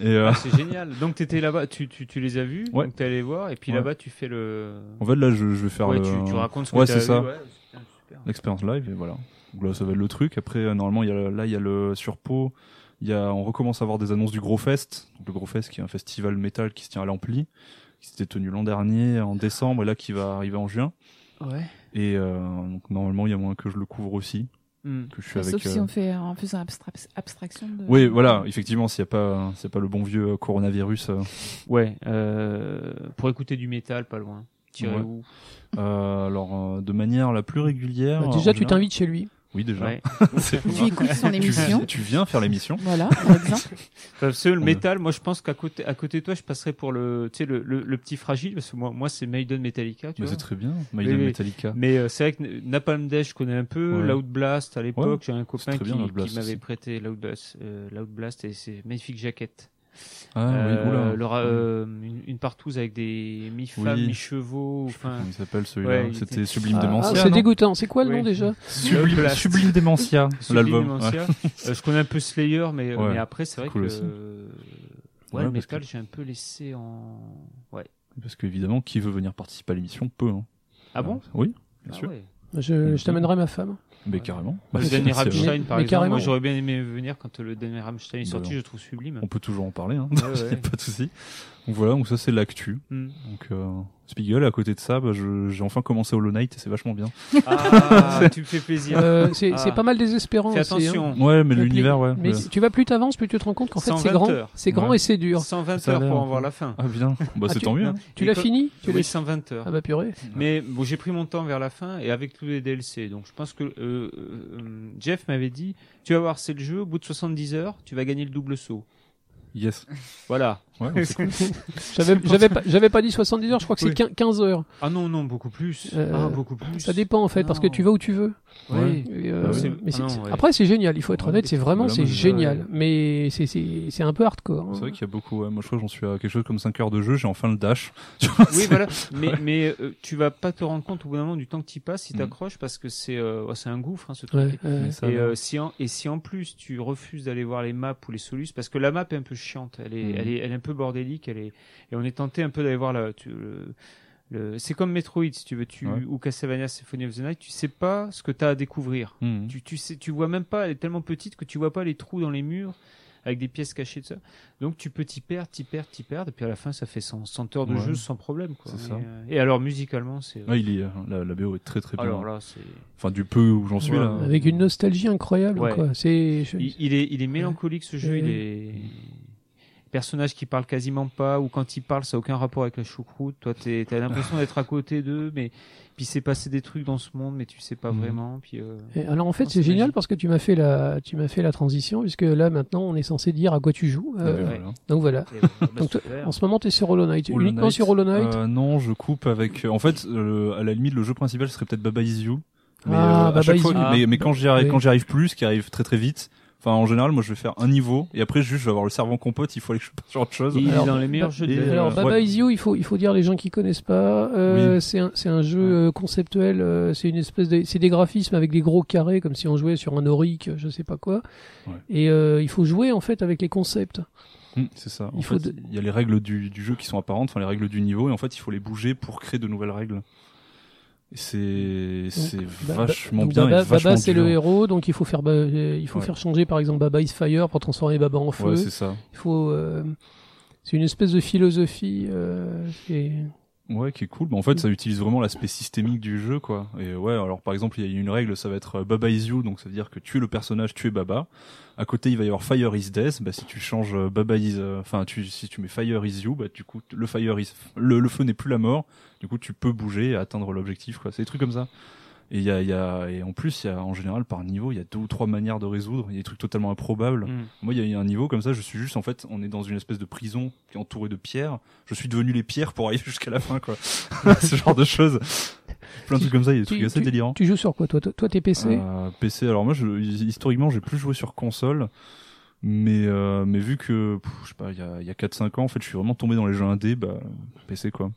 et euh,
Ah, c'est génial. Donc t'étais là-bas, tu, tu, tu les as vus,
Ouais.
donc t'es allé voir, et puis
Ouais.
là-bas tu fais le.
en fait, là, je, je vais faire euh,
ouais,
le-
tu, tu racontes ce que
ouais,
t'as
c'est
vu,
ça.
ouais, putain, super.
l'expérience live et voilà. Donc là, ça va être le truc. Après, euh, normalement, il y a, là, il y a le sur Pau, Il y a, on recommence à avoir des annonces du Gros Fest. Donc, le Gros Fest, qui est un festival métal qui se tient à l'Ampli, qui s'était tenu l'an dernier en décembre et là qui va arriver en juin.
Ouais.
Et euh, donc, normalement, il y a moyen que je le couvre aussi,
Hmm.
que je suis avec.
Sauf si
euh,
on fait euh, en faisant abstra- abstraction de.
Oui, voilà. Effectivement, s'il n'y a pas, s'il y a pas le bon vieux coronavirus. euh,
Ouais. euh, pour écouter du métal, pas loin. Tirez
Ouais.
où
euh, alors, euh, de manière la plus régulière.
Bah,
en
déjà, tu
général-
t'invites chez lui.
Oui, déjà.
Ouais.
C'est-
Tu écoutes son
tu,
émission.
tu viens faire l'émission.
Voilà, par exemple.
Parce que le
Ouais.
métal, moi je pense qu'à côté, à côté de toi, je passerais pour le, tu sais, le, le, le petit fragile, parce que moi, moi c'est Maiden Metallica, tu
Mais
vois.
Bah, c'est très bien.
Oui,
Maiden
oui.
Metallica.
Mais euh, c'est vrai que Napalm Death, je connais un peu,
Ouais.
Loud Blast à l'époque,
Ouais.
j'avais un copain
très
qui,
bien, Loud Blast
qui m'avait
aussi.
prêté Loud Blast, euh, Loud Blast et ses magnifiques jaquettes.
Ah
Euh,
oui, oula.
leur, euh, une, une partouze avec des mi-femmes,
Oui.
mi-chevaux,
Je sais plus
enfin
comment il s'appelle celui-là.
Ouais, il
C'était
était-
Sublime
Ah,
Dementia.
c'est
non
dégoûtant. C'est quoi le
Oui.
nom déjà
Loud
Sublime,
Blast.
Sublime Dementia,
Sublime
l'album.
Dementia. Euh, je connais un peu Slayer, mais, euh,
Ouais.
mais après, c'est vrai
Cool
que.
aussi.
euh, Ouais,
Ouais,
le
parce
métal, j'ai un peu laissé en. Ouais.
Ouais, Parce qu'évidemment, qui veut venir participer à l'émission peut. Hein.
Ah bon
Oui, bien
Ah
sûr.
ouais.
Je, je t'amènerai ma femme.
Mais carrément.
Bah, Le
Si,
dernier
si, euh,
Rammstein, par
Mais
exemple.
carrément.
Moi, j'aurais bien aimé venir quand le dernier Rammstein est
Bah
sorti,
non.
je le trouve sublime.
On peut toujours en parler, hein.
Ouais,
Y a
ouais.
pas de souci. Donc voilà, donc ça c'est l'actu.
Hmm.
Donc euh, Spiegel, à côté de ça, bah, je- j'ai enfin commencé Hollow Knight et c'est vachement bien.
Ah, tu me fais plaisir.
Euh, c'est
Ah.
c'est pas mal désespérant.
Fais
aussi, hein.
attention. euh,
Ouais, mais
La
l'univers, ouais.
Mais
ouais.
tu vas plus t'avances, plus tu te rends compte qu'en fait c'est
120
grand,
heures.
c'est grand
Ouais.
et c'est dur.
120
Ça a
heures
l'air
pour
un
en
peu.
voir la fin.
Ah bien, bah
Ah,
c'est
tu-
tant mieux. hein.
Tu
Et
l'as
quand-
fini Tu l'as-
Oui, 120 heures.
Ah bah purée.
Mais bon, j'ai pris mon temps vers la fin et avec tous les DLC. Donc je pense que euh, euh, Jeff m'avait dit tu vas voir, c'est le jeu, au bout de 70 heures, tu vas gagner le double saut.
Yes.
Voilà.
Ouais, bah, c'est cool.
J'avais j'avais pas, j'avais pas dit 70 heures, je crois que c'est
Oui.
quin- 15 heures.
Ah non, non, beaucoup plus.
Euh,
ah, beaucoup plus.
Ça dépend en fait, parce que
Non.
tu vas où tu veux.
Ouais.
Et, euh,
Ah oui.
mais c'est-
Ah non,
c'est-
ouais.
Après c'est génial, il faut être
Ouais.
honnête, c'est vraiment
Voilà,
c'est
moi, je-
génial.
ouais.
Mais c'est- c'est c'est un peu hardcore. hein.
C'est vrai qu'il y a beaucoup. ouais. Moi je crois que j'en suis à quelque chose comme 5 heures de jeu, j'ai enfin le dash. Tu vois,
Oui,
c'est-
voilà. Mais, mais euh, tu vas pas te rendre compte au bout d'un moment du temps que tu passes si
Mhm.
t'accroches parce que c'est euh, oh, c'est un gouffre hein, ce truc.
Ouais, ouais.
Mais ça,
Et, euh, si en, et si en plus tu refuses d'aller voir les maps ou les solus, parce que la map est un peu chiante, elle est,
Mhm.
elle est, elle est un peu bordélique, elle est, et on est tenté un peu d'aller voir la, tu- le, le- c'est comme Metroid si tu veux, tu,
Ouais.
ou Castlevania Symphony of the Night, tu sais pas ce que t'as à découvrir.
hmm.
Tu, tu sais, tu vois même pas, elle est tellement petite que tu vois pas les trous dans les murs avec des pièces cachées de ça. Donc tu peux t'y perdre, t'y perdre, t'y perdre, et puis à la fin ça fait 100, 100 heures de
Ouais.
jeu sans problème. Quoi.
C'est
Et,
ça.
euh, et alors musicalement c'est,
Ouais, il est, euh, la, la BO est très très bien.
alors là c'est,
Enfin du peu où j'en suis
Ouais.
là.
Avec une nostalgie incroyable.
Ouais.
quoi. C'est je-
il, il est, il est mélancolique ce jeu,
Ouais.
il est. personnages qui parlent quasiment pas, ou quand ils parlent, ça n'a aucun rapport avec la choucroute. Toi, t'es- t'as l'impression d'être à côté d'eux, mais puis c'est passé des trucs dans ce monde, mais tu sais pas
Mhm.
vraiment. Puis euh,
Et alors en fait,
Non,
c'est
c'est
génial
magique.
parce que tu m'as fait la, tu m'as fait la transition puisque là maintenant on est censé dire à quoi tu joues.
Ah,
Euh,
ben voilà.
Donc voilà.
et, euh, bah,
Donc,
super.
En ce moment, tu es sur Hollow Knight.
Hollow
Uniquement
Knight,
sur Hollow Knight.
Euh, non, je coupe avec. En fait, euh, à la limite, le jeu principal serait peut-être Baba Is You. Mais,
Ah,
euh, à
Baba
chaque
Is
fois,
You.
mais, mais quand j'y arrive,
Oui.
quand j'y arrive plus, ce qui arrive très très vite. Enfin, en général, moi, je vais faire un niveau et après, juste, je vais avoir le cerveau en compote. Il faut aller que je passe sur autre chose.
Il
alors,
est dans les meilleurs jeux de
et,
Alors
euh,
Baba
ouais.
Is You, il faut, il faut dire les gens qui connaissent pas. euh, C'est un, c'est un jeu euh, conceptuel. euh, c'est une espèce de, c'est des graphismes avec des gros carrés comme si on jouait sur un auric, je sais pas quoi.
Ouais.
Et euh, il faut jouer en fait avec les concepts.
Hmm, C'est ça. En
Il
il
faut
fait,
de-
il y a les règles du, du jeu qui sont apparentes, enfin les règles du niveau, et en fait, il faut les bouger pour créer de nouvelles règles. Et C'est c'est
Ba- Ba-
vachement
donc
bien
Baba,
et vachement
Baba, c'est
dur.
le héros, donc il faut faire, ba- euh, il faut
Ouais.
faire changer par exemple Baba is Fire pour transformer Baba en feu.
Ouais, c'est ça.
il faut, euh, c'est une espèce de philosophie. euh, et-
Ouais, qui est cool. Bah, en fait, ça utilise vraiment l'aspect systémique du jeu, quoi. Et ouais, alors par exemple, il y a une règle, ça va être euh, Baba is you, donc ça veut dire que tu es le personnage, tu es Baba. À côté, il va y avoir Fire is death. Bah, si tu changes euh, Baba is, euh, enfin, tu, si tu mets Fire is you, bah, du coup, le Fire is, le, le feu n'est plus la mort. Du coup, tu peux bouger et atteindre l'objectif, quoi. C'est des trucs comme ça. Et il y a, il y a, et en plus, il y a, en général, par niveau, il y a deux ou trois manières de résoudre. Il y a des trucs totalement improbables.
Mhm.
Moi, il y a- il y a un niveau comme ça, je suis juste, en fait, on est dans une espèce de prison qui est entourée de pierres. Je suis devenu les pierres pour arriver jusqu'à la fin, quoi. Ce genre de choses. Plein de trucs comme ça, il y a des trucs assez délirants.
Tu joues sur quoi toi Toi, toi, t'es PC.
Euh, PC, alors moi, je, historiquement, j'ai plus joué sur console. Mais, euh, mais vu que, pff, je sais pas, il y a, il y a 4-5 ans, en fait, je suis vraiment tombé dans les jeux indés, bah, PC, quoi.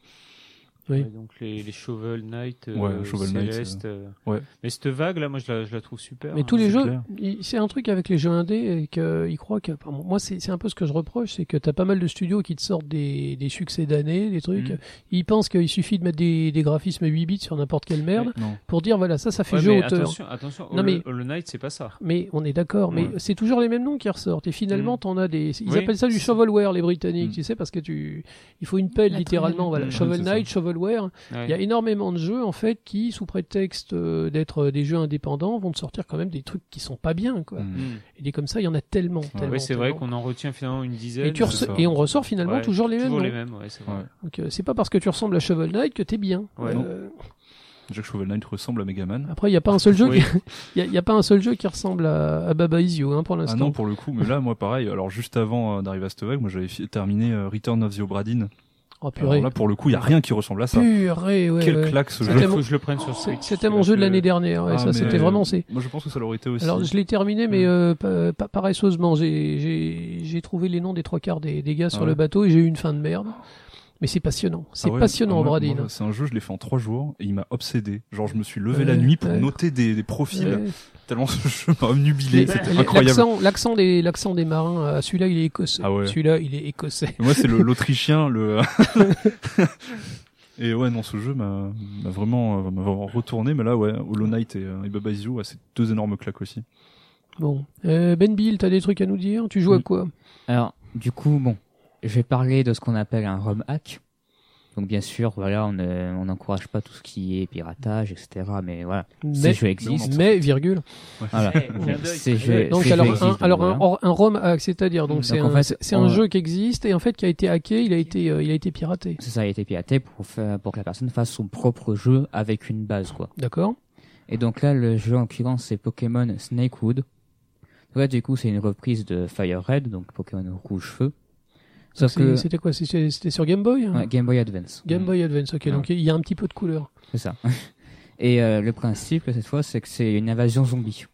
Oui.
Ouais, donc les, les Shovel Knight, euh,
Ouais, Shovel Knight,
Celeste, euh,
ouais.
Mais cette vague là, moi je la, je la trouve super.
Mais
hein.
tous les
c'est
jeux,
clair.
il- c'est un truc avec les jeux indés, et qu'ils croient que. pardon, moi, c'est c'est un peu ce que je reproche, c'est que t'as pas mal de studios qui te sortent des, des succès d'année, des trucs.
Mhm.
Ils pensent qu'il suffit de mettre des, des graphismes 8 bits sur n'importe quelle merde
Non.
pour dire voilà, ça, ça fait
Ouais,
jeu
mais
auteur.
attention, attention
Non,
Hollow,
mais-
Hollow Knight c'est pas ça.
Mais on est d'accord, mais
Ouais.
c'est toujours les mêmes noms qui ressortent. Et finalement,
Mm.
t'en as des. Ils
Oui.
appellent ça du shovelware, les Britanniques,
Mm.
tu sais, parce que tu. Il faut une pelle,
La
littéralement.
trouille.
Voilà.
Mm.
Shovel
Ouais, c'est
Knight, shovelware.
Ouais.
Il y a énormément de jeux, en fait, qui, sous prétexte euh, d'être euh, des jeux indépendants, vont te sortir quand même des trucs qui sont pas bien, quoi.
Mm.
Mhm.
Et des comme ça, il y en a tellement. tellement
Ouais, c'est vrai
tellement.
qu'on en retient finalement une dizaine.
Et, tu
euh,
resse-
c'est ça.
et on ressort finalement
Ouais,
toujours les mêmes.
toujours
noms.
les mêmes, ouais, c'est vrai.
Ouais.
Donc euh, c'est pas parce que tu ressembles à Shovel Knight que t'es bien.
Ouais.
Euh,
Jack Shovel Knight ressemble à Ah Megaman.
après, il n'y a pas un seul jeu.
Oui.
qui- Il y a- il y a, pas un seul jeu qui ressemble à, à Baba Is You hein, pour
Ah
l'instant.
non, pour le coup, mais là, moi, pareil. Alors, juste avant euh, d'arriver à cette vague, moi, j'avais fi- terminé euh, Return of the Obra Dinn.
oh
Alors
purée.
là, pour le coup, il y a rien qui ressemble à ça.
Purée, ouais,
Quel
ouais.
claque ce
Il
jeu.
C'était
faut
mon-
que je le prenne sur
C'est-
Switch.
C'était mon
parce
jeu de
que-
l'année dernière, ouais,
Ah,
ça
mais-
c'était vraiment c'est.
Moi, je pense que ça l'aurait été aussi.
Alors je l'ai terminé, mais
Mm.
euh, pas, pas- paresseusement, j'ai- j'ai j'ai trouvé les noms des trois quarts des, des gars sur
Ah ouais.
le bateau et j'ai eu une fin de merde. Mais c'est passionnant, c'est
Ah ouais,
passionnant,
ah, moi,
Bradine.
moi, C'est un jeu, je l'ai fait en trois jours et il m'a obsédé. Genre, je me suis levé la
Ouais,
nuit pour
ouais.
noter des, des profils
Ouais.
tellement ce jeu m'a obnubilé.
Les-
C'était
les-
incroyable.
L'accent l'accent des, l'accent des marins, euh, celui-là il est écossais.
Ah ouais.
Celui-là il est écossais.
Et Moi, c'est le- l'Autrichien, le. Et ouais, non, ce jeu m'a m'a vraiment, euh, m'a vraiment retourné, mais là, ouais, Hollow Knight et, euh, et Baba Is You, ouais, c'est deux énormes claques aussi.
Bon. Euh, ben Bill, t'as des trucs à nous dire Tu joues à
Oui.
quoi
Alors, du coup, bon, je vais parler de ce qu'on appelle un ROM hack. Donc, bien sûr, voilà, on euh, on n'encourage pas tout ce qui est piratage, etc. Mais voilà, ces
mais,
jeux existent.
mais, virgule.
Voilà.
Eh, clin d'œil.
Ces jeux,
Donc
ces
alors,
jeux
un,
existent,
alors
donc
un,
voilà. Mm.
or- un ROM hack, c'est-à-dire donc
Donc,
c'est
en
un,
fait,
c'est- c'est
on-
un jeu qui existe et en fait qui a été hacké, il a été, euh, il a été piraté.
C'est ça, il a été piraté pour, faire, pour que la personne fasse son propre jeu avec une base, quoi.
D'accord
Et donc là, le jeu en l'occurrence, c'est Pokémon Snakewood. Donc là, du coup, c'est une reprise de Fire Red, donc Pokémon Rouge Feu. Sauf
C'est-
que
C'était quoi C'est- C'était sur Game Boy hein
euh, ouais, Game Boy Advance.
Game Boy Advance, ok,
Ouais.
donc il y a un petit peu de couleur.
C'est ça. Et euh, le principe, cette fois, c'est que c'est une invasion zombie.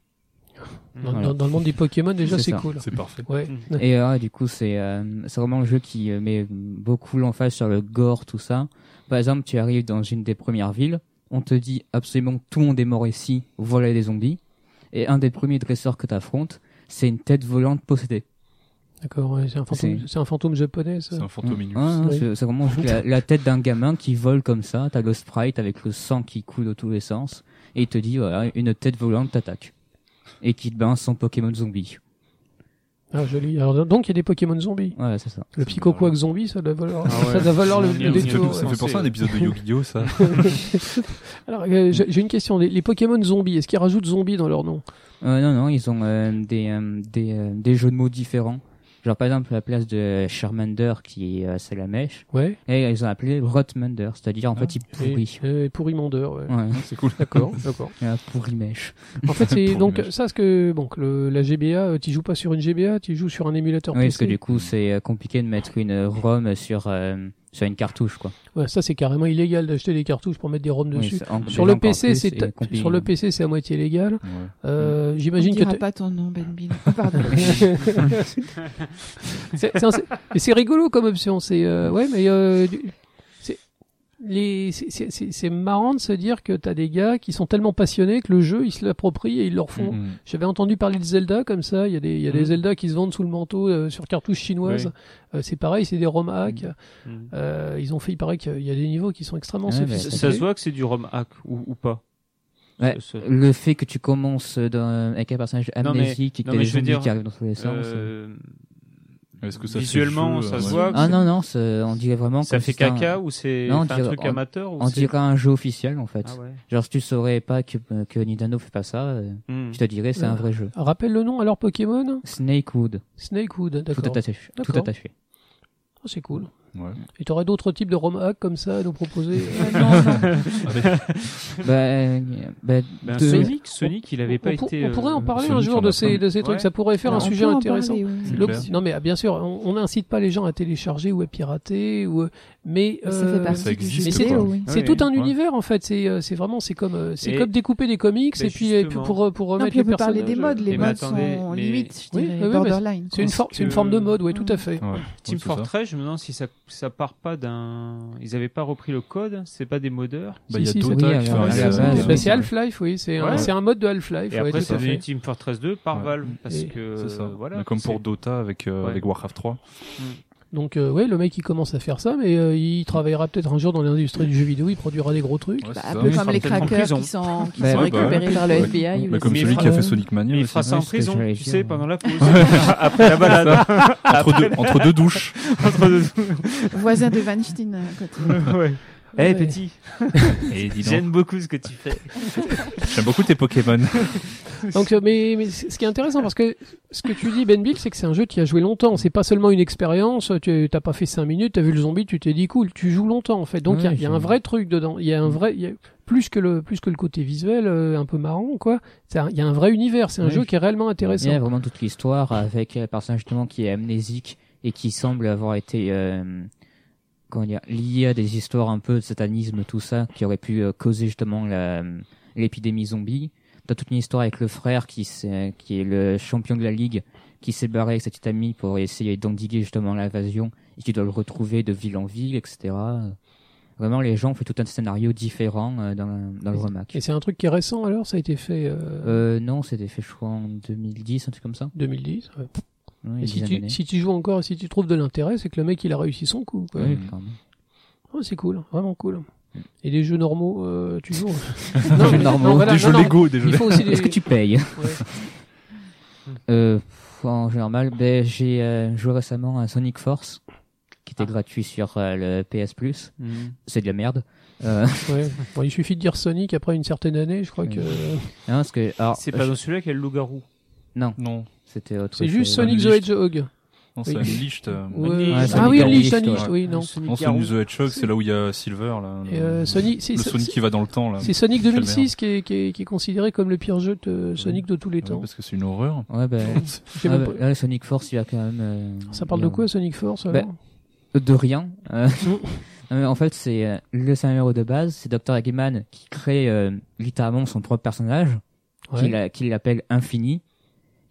Dans,
Voilà.
dans- dans le monde des Pokémon, déjà
C'est
c'est
ça.
cool.
C'est parfait.
Ouais.
Et euh, du coup, c'est euh, c'est vraiment le jeu qui euh, met beaucoup l'emphase sur le gore, tout ça. Par exemple, tu arrives dans une des premières villes, on te dit absolument que tout le monde est mort ici, voilà des zombies. Et un des premiers dresseurs que tu affrontes, c'est une tête volante possédée.
D'accord, ouais, c'est un, fantôme-
C'est-
c'est un fantôme japonais. ça.
C'est un fantôme
Ouais,
minus.
ouais,
Oui.
Hein, c'est- C'est vraiment juste la, la tête d'un gamin qui vole comme ça. T'as le sprite avec le sang qui coule de tous les sens. Et il te dit, voilà, une tête volante t'attaque. Et qui te balance son Pokémon zombie.
Ah, joli. Alors, donc il y a des Pokémon zombies.
Voilà, c'est ça.
Le
C'est
Pico
marrant.
zombie, ça doit valoir,
Ah ouais.
ça doit valoir le,
On y est,
le
on y est.
Ça
détour.
fait,
ouais.
ça fait penser à un épisode de Yu-Gi-Oh! ça.
Alors, euh, j'ai j'ai une question. Les, les Pokémon zombies, est-ce qu'ils rajoutent zombies dans leur nom
Euh, non, non, ils ont euh, des, euh, des, euh, des jeux de mots différents. Genre par exemple la place de Charmander qui est euh, à Salamèche,
Ouais.
et ils ont appelé Rotmander, c'est-à-dire en
Ah.
fait il pourrit.
Et, et pourri mandeur, Euh, ouais.
Ouais,
C'est cool.
D'accord, d'accord.
euh, pourrimèche.
En fait, c'est
Pourri
donc
mandeur.
ça, ce que donc le, la GBA, euh, tu joues pas sur une GBA, tu joues sur un émulateur
Oui, parce que
PC.
du coup c'est euh, compliqué de mettre une euh, ROM sur euh, sur une cartouche quoi.
Ouais, ça, c'est carrément illégal d'acheter des cartouches pour mettre des ROM
Oui,
dessus.
c'est en-
sur, le
encore
PC,
plus,
c'est
et Mm. compliqué.
sur le PC, c'est à moitié légal. Euh, J'imagine
On
que
dira
t'as-
pas ton nom, Benbin. Ah, pardon.
C'est- c'est un- c'est- mais c'est rigolo comme option. C'est euh, ouais, mais euh, du- c'est les- c'est- c'est- c'est- c'est marrant de se dire que t'as des gars qui sont tellement passionnés que le jeu ils se l'approprient et ils leur font.
Mhm.
J'avais entendu parler de Zelda comme ça. Il y a des il y a des
Mhm.
Zelda qui se vendent sous le manteau euh, sur cartouche chinoise. Euh, c'est pareil, c'est des ROM hacks.
Mhm.
Euh, ils ont fait il paraît qu'il y a des niveaux qui sont extrêmement
Ouais,
Ça,
mais
sophistiqués.
ça se voit que c'est du ROM hack ou, ou pas.
Ouais. Euh,
Ce- ce-
Le fait que tu commences dans- avec un personnage
Non, mais-
amnésique et que
non,
t'as
mais
des
je veux
zombies
dire,
qui arrivent dans tous les sens.
euh,
Est-ce que ça fait
Visuellement,
jeu,
ça
euh,
se
ouais.
voit. que
Ah
c'est-
non, non, c'est- on dirait vraiment
Ça
que
fait
c'est un-
caca ou c'est
Non, on
enfin, un
dirait-
truc
on-
amateur ou
On
c'est-
dirait un jeu officiel en fait.
Ah ouais.
Genre si tu saurais pas que, que Nintendo fait pas ça, euh,
Hmm.
Mhm.
je te dirais c'est
Ouais.
un vrai jeu.
Rappelle le nom alors Pokémon
Snakewood,
Snakewood,
tout
d'accord.
attaché, tout
D'accord.
attaché.
Oh, c'est cool.
Ouais.
Et t'aurais d'autres types de ROM hacks comme ça à nous proposer
Ah, non, non.
bah, euh, bah,
Ben,
de-
Sonic, Sonic, il
on,
avait pas
pour-
été.
on pourrait en
euh,
parler un
Sonic
jour
en
de
a
ces,
plein.
de ces trucs.
Ouais.
Ça pourrait faire
On
un
peut
sujet
en
intéressant.
parler, oui.
C'est
Le-
clair.
non mais ah, bien sûr, on on n'incite pas les gens à télécharger ou à pirater, ou mais
Ça
euh,
fait partie
Ça
du
existe,
jeu vidéo,
quoi.
oui.
c'est
Ouais,
tout un
ouais.
univers en fait. C'est euh, c'est vraiment c'est comme euh, c'est
Et-
comme découper des comics
Ben,
et puis et puis
justement.
pour euh, pour
Non,
remettre
puis on
les
peut parler
personnages.
des modes. Les
Eh ben,
modes
attendez,
sont
mais-
limite, je
Oui,
dirais,
oui, oui, mais
borderline.
C'est une,
Parce
for- c'est une
que-
forme de mode, oui, tout à
Mm.
fait.
Ouais.
Team
Ouais, c'est ça.
Fortress, je me demande si ça, ça part pas d'un. Ils avaient pas repris le code, c'est pas des modeurs.
Bah, il y
Si,
a
si,
Dota
c'est-
oui,
qui fait
à la-
un
à la
réseau,
base,
euh,
oui.
Ben, c'est Half-Life, oui, c'est un,
Ouais.
c'est un mode de Half-Life.
Et
ouais,
après,
tout
c'est
à fait.
devenu Team Fortress 2 par
Ouais.
Valve. Parce
Et-
que.
C'est ça.
euh, Voilà,
Comme pour
c'est-
Dota avec, euh,
Ouais.
avec Warcraft 3.
Donc euh, ouais, le mec il commence à faire ça, mais euh, il travaillera peut-être un jour dans l'industrie du jeu vidéo, il produira des gros trucs.
Ouais,
Bah,
c'est
un
ça.
peu
Mais
comme les
peut-être en
crackers
prison.
qui sont, qui
Bah,
sont
ouais, bah,
récupérés par le
ouais.
FBI. ou
Bah,
les
comme
Mais
celui
il
qui a
fera-
fait Sonic Mania.
Mais il
aussi.
fera ça en
c'est ce que
prison,
j'allais
tu
dire,
sais,
ouais.
hein.
pendant la pause.
Après la balade. entre, deux, entre deux douches.
Entre deux-
voisins de Weinstein. à côté.
ouais. Eh
Ouais.
petit,
Et dis donc,
j'aime beaucoup ce que tu fais.
J'aime beaucoup tes Pokémon.
Donc, euh, mais, mais c- ce qui est intéressant, parce que ce que tu dis, Ben Bill, c'est que c'est un jeu qui a joué longtemps. C'est pas seulement une expérience. Tu t'as pas fait cinq minutes, t'as vu le zombie, tu t'es dit cool. Tu joues longtemps, en fait. Donc, il y a-
Ouais,
il y, a un
c'est-
vrai truc dedans. Il y a un vrai, il y a- plus que le, plus que le côté visuel, euh, un peu marrant, quoi. C'est un- Il y a un vrai univers. C'est un
Ouais.
jeu qui est réellement
Il y
intéressant.
a vraiment toute l'histoire avec un personnage justement qui est amnésique et qui semble avoir été euh, comment dire, lié à des histoires un peu de satanisme, tout ça, qui aurait pu euh, causer justement la, euh, l'épidémie zombie. T'as toute une histoire avec le frère qui, s'est- qui est le champion de la ligue, qui s'est barré avec sa petite amie pour essayer d'endiguer justement l'invasion et qui doit le retrouver de ville en ville, etc. Vraiment, les gens ont fait tout un scénario différent euh, dans, le- dans le
Et
remake.
c'est un truc qui est récent, alors. Ça a été fait, euh,
Euh, non, c'était fait, je crois, en 2010, un truc comme ça.
2010. ouais.
Ouais, une
Et si
dizaine
tu,
d'années.
si tu joues encore, et si tu trouves de l'intérêt, c'est que le mec, il a réussi son coup, quoi.
Oui,
Mm.
clairement.
Oh, c'est cool. Vraiment cool. Et des jeux normaux, euh, tu joues.
Des jeux
mais-
normaux,
voilà,
des jeux
non, non.
Lego, des jeux
Il faut aussi des...
Est-ce que tu payes
Ouais.
euh, pff, En général, ben, j'ai euh, joué récemment à Sonic Force, qui
Ah.
était gratuit sur euh, le PS Plus. C'est de la merde. Euh,
Ouais. Bon, il suffit de dire Sonic après une certaine année, je crois que.
non, parce que, alors,
C'est
euh,
Ah,
pas
je-
dans celui-là qu'il y a le loup-garou.
Non,
Non,
c'était autre
C'est
chose.
juste
euh,
Sonic the
Unleashed.
Hedgehog.
non c'est
Oui.
Unleashed. euh,
Ouais.
Unleashed.
Ouais,
ah
Sonic
oui,
the
Unleashed,
Hedgehog,
Unleashed,
Ah,
oui, non.
Non, c'est New The Hedgehog, c'est là où il y a Silver. Là,
Et, euh, Sonic, c'est
le
c'est-
Sonic qui va dans le temps. là.
c'est Sonic
Quelle
2006 qui est, qui, est, qui est considéré comme le pire jeu de Sonic de tous les
Ouais,
temps.
Ah parce que c'est une horreur.
Ouais, ben,
J'ai
ouais,
même
ben, là, le Sonic Force, il y a quand même.
pas-
euh, Bah,
Ça parle
il y
de
a-
quoi Sonic Force alors
De rien. Euh, non, mais en fait, c'est euh, le scénario de base. C'est Dr. Eggman qui crée euh, littéralement son propre personnage.
Ouais.
qu'il a- qu'il l'appelle Infini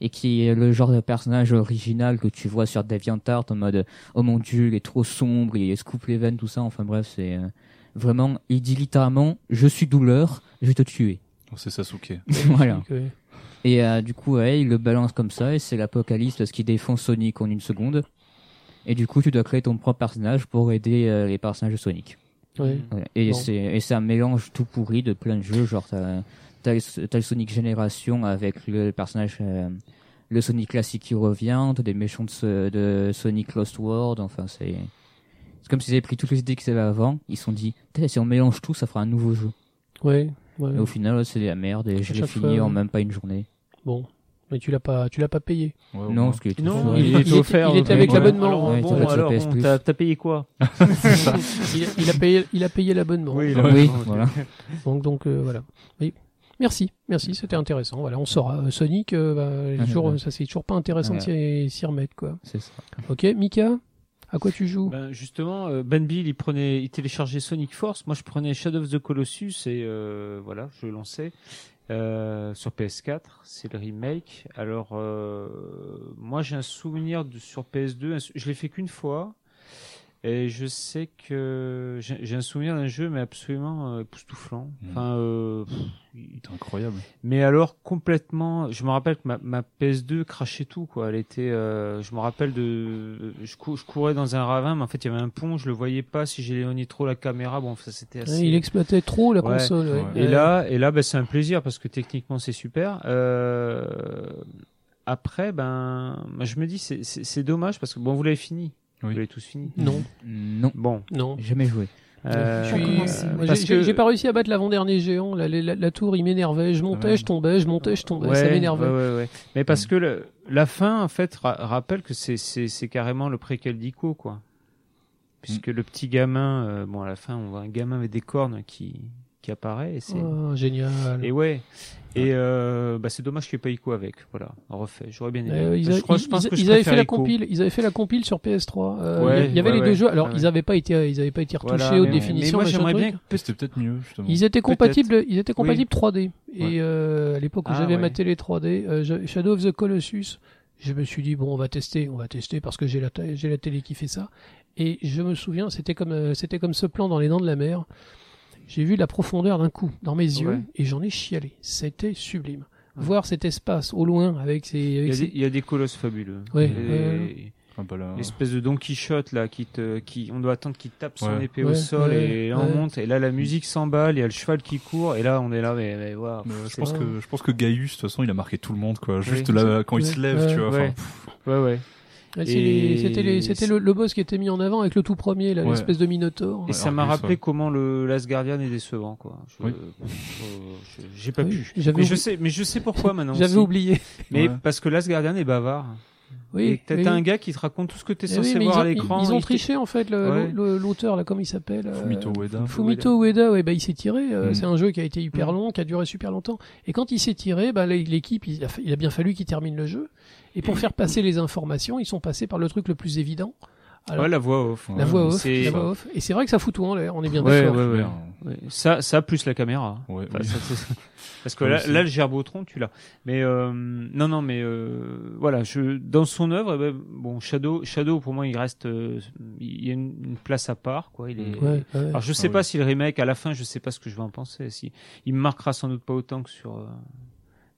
et qui est le genre de personnage original que tu vois sur DeviantArt en mode oh mon dieu il est trop sombre il se coupe les veines tout ça enfin bref c'est euh, vraiment il dit littéralement je suis douleur je vais te tuer
Oh, C'est Sasuke.
voilà
Ouais.
et euh, du coup ouais, il le balance comme ça et c'est l'apocalypse parce qu'il défend Sonic en une seconde et du coup tu dois créer ton propre personnage pour aider euh, les personnages de Sonic
Ouais.
voilà. Et
Bon.
c'est et c'est un mélange tout pourri de plein de jeux, genre t'as t'as le, t'as le Sonic Génération avec le personnage, euh, le Sonic classique qui revient, t'as des méchants de, ce- de Sonic Lost World, enfin c'est c'est comme s'ils avaient pris toutes les idées qu'ils avaient avant, ils se sont dit Tain, si on mélange tout, ça fera un nouveau jeu.
Ouais. ouais.
Et au final, c'est de la merde et je
À
l'ai
chaque
fini
fois,
en
ouais.
même pas une journée.
Bon. Mais tu l'as pas, tu l'as pas payé.
Ouais, au
Non,
moins.
parce qu'il était
Non,
tout seul.
Oh, il
il,
était-
était offert.
il était
donc,
avec
voilà.
l'abonnement.
Alors,
Ouais, il était
bon,
offert
alors,
sur PS
bon,
Plus.
t'as t'as payé quoi
Il, il a payé, il a payé l'abonnement.
Oui, voilà.
Donc, donc euh, voilà. Oui. Merci, merci, c'était intéressant. Voilà, on saura. Euh, Sonic, euh, bah, les
Ah,
jours,
ouais.
ça c'est toujours pas intéressant de s'y- s'y remettre, quoi.
C'est ça.
Ok, Mika, à quoi tu joues
Ben, justement, euh, Benby, il prenait, il téléchargeait Sonic Force. Moi, je prenais Shadow of the Colossus et euh, voilà, je le lançais euh, sur PS4. C'est le remake. Alors, euh, moi, j'ai un souvenir de, sur PS2. un sou- je l'ai fait qu'une fois. Et je sais que j'ai j'ai un souvenir d'un jeu, mais absolument euh, époustouflant.
Mhm.
Enfin, euh, pff, il-
C'est incroyable.
mais alors complètement, je me rappelle que ma, ma PS2 crachait tout quoi. Elle était, euh, je me rappelle de, je, cou- je courais dans un ravin, mais en fait il y avait un pont, je le voyais pas si j'éloignais trop la caméra. Bon, ça c'était
Hein,
assez.
Il exploitait trop la
Ouais.
console.
Ouais.
ouais.
Et
Euh,
là, et là, ben, c'est un plaisir parce que techniquement c'est super. Euh, Après, ben, moi, je me dis c'est- c'est c'est dommage parce que bon, vous l'avez fini,
Oui.
vous l'avez tous fini.
non,
Non,
Bon,
non.
jamais joué.
euh,
Je suis-
commencé.
Moi,
parce
j'ai-
que-
j'ai j'ai pas réussi à battre l'avant-dernier géant. La, la- la- la tour, il m'énervait. Je montais,
Ouais.
je tombais, je montais, je tombais.
Ouais,
bah, ça Mm. m'énervait.
ouais, ouais, ouais. Mais parce que le- la fin, en fait, ra- rappelle que c'est- c'est c'est carrément le préquel d'Ico, quoi. Puisque
Mm.
le petit gamin, euh, bon, à la fin, on voit un gamin avec des cornes qui, qui apparaît. Et, c'est-
Ah, génial.
et ouais. Et euh, bah, c'est dommage qu'il n'y ait pas Ico avec. Voilà, refait. J'aurais bien aimé.
Euh, ils,
Je
a-
crois- je
ils-
pense
ils-
que je
ils avaient
préfère
fait la
Ico.
compile, ils avaient fait la compile sur PS3. Euh,
Ouais,
il y avait
ouais,
les deux
ouais.
jeux. Alors
Ouais,
ils
ouais.
n'avaient pas été, ils avaient pas été retouchés
Voilà,
haute
mais-
définition.
Mais moi,
machin
j'aimerais
truc.
bien.
C'était peut-être mieux, justement.
Ils étaient compatibles, ils étaient compatibles 3D. Et
Ouais.
euh, à l'époque où
Ah,
j'avais
ouais.
maté les 3D, euh, je- Shadow of the Colossus, je me suis dit bon, on va tester, on va tester parce que j'ai la, ta- j'ai la télé qui fait ça. Et je me souviens, c'était comme, euh, c'était comme ce plan dans les dents de la mer. J'ai vu la profondeur d'un coup dans mes yeux
Ouais.
et j'en ai chialé. C'était sublime.
Ouais.
Voir cet espace au loin avec ses,
Il
avec
y, a
ses-
des, il y a des colosses fabuleux.
Ouais.
Et-
Ouais.
Ah, bah là,
L'espèce de Don Quichotte là, qui te, qui, on doit attendre qu'il tape son
Ouais.
épée
Ouais,
au sol
ouais,
et là, on
ouais.
monte et là la musique s'emballe, il y a le cheval qui court et là on est là mais, mais waouh.
Mais ouais, je
c'est-
pense que je pense que Gaius de toute façon il a marqué tout le monde quoi juste
Oui.
là quand il
Ouais.
se lève tu vois
Ouais.
enfin,
Ouais ouais.
Ouais, c'est les-
Et-
C'était les- c'était le, le boss qui était mis en avant avec le tout premier, là,
Ouais.
l'espèce de Minotaur.
Et
Ouais,
ça
en
m'a
plus,
rappelé
ouais.
comment le Last Guardian est décevant quoi. Je-
Oui.
euh, je- J'ai pas
Oui,
pu.
j'avais
Mais je
oublié-
sais mais je sais pourquoi maintenant.
J'avais
aussi.
oublié.
Mais
Ouais.
parce que Last Guardian est bavard.
Oui,
et que t'as
oui,
t'as
oui.
un gars qui te raconte tout ce que t'es
Eh oui,
censé
mais
voir
ils ont,
à l'écran.
Ils, ils ont
il te-
triché en fait, le-
Ouais.
le- L'auteur, là, comme il s'appelle euh,
Fumito Ueda
Fumito Ueda, ouais, bah, il s'est tiré. euh,
Mm.
C'est un jeu qui a été hyper
Mm.
long, qui a duré super longtemps. Et quand il s'est tiré, bah, l'é- l'équipe, il, a fa- il a bien fallu qu'il termine le jeu. Et pour faire passer les informations, ils sont passés par le truc le plus évident, Alors-
Ouais la voix off.
la voix off.
C'est-
La voix off. Et c'est vrai que ça fout tout en l'air, on est bien
Ouais,
d'accord.
ouais, ouais.
ouais,
Ouais, Ça, ça plus la caméra.
ouais,
Enfin,
oui.
ça, c'est- c'est- Parce que
Ouais,
là,
aussi.
là, le gerbotron, tu l'as. Mais euh, non, non, mais euh, voilà, je, dans son œuvre, eh ben, bon, Shadow, Shadow, pour moi, il reste, euh, il y a une, une place à part, quoi. Il est.
Ouais, ouais.
Alors, je sais
Ah
pas
ouais.
si le remake, à la fin, je sais pas ce que je vais en penser. Si, il me marquera sans doute pas autant que sur euh,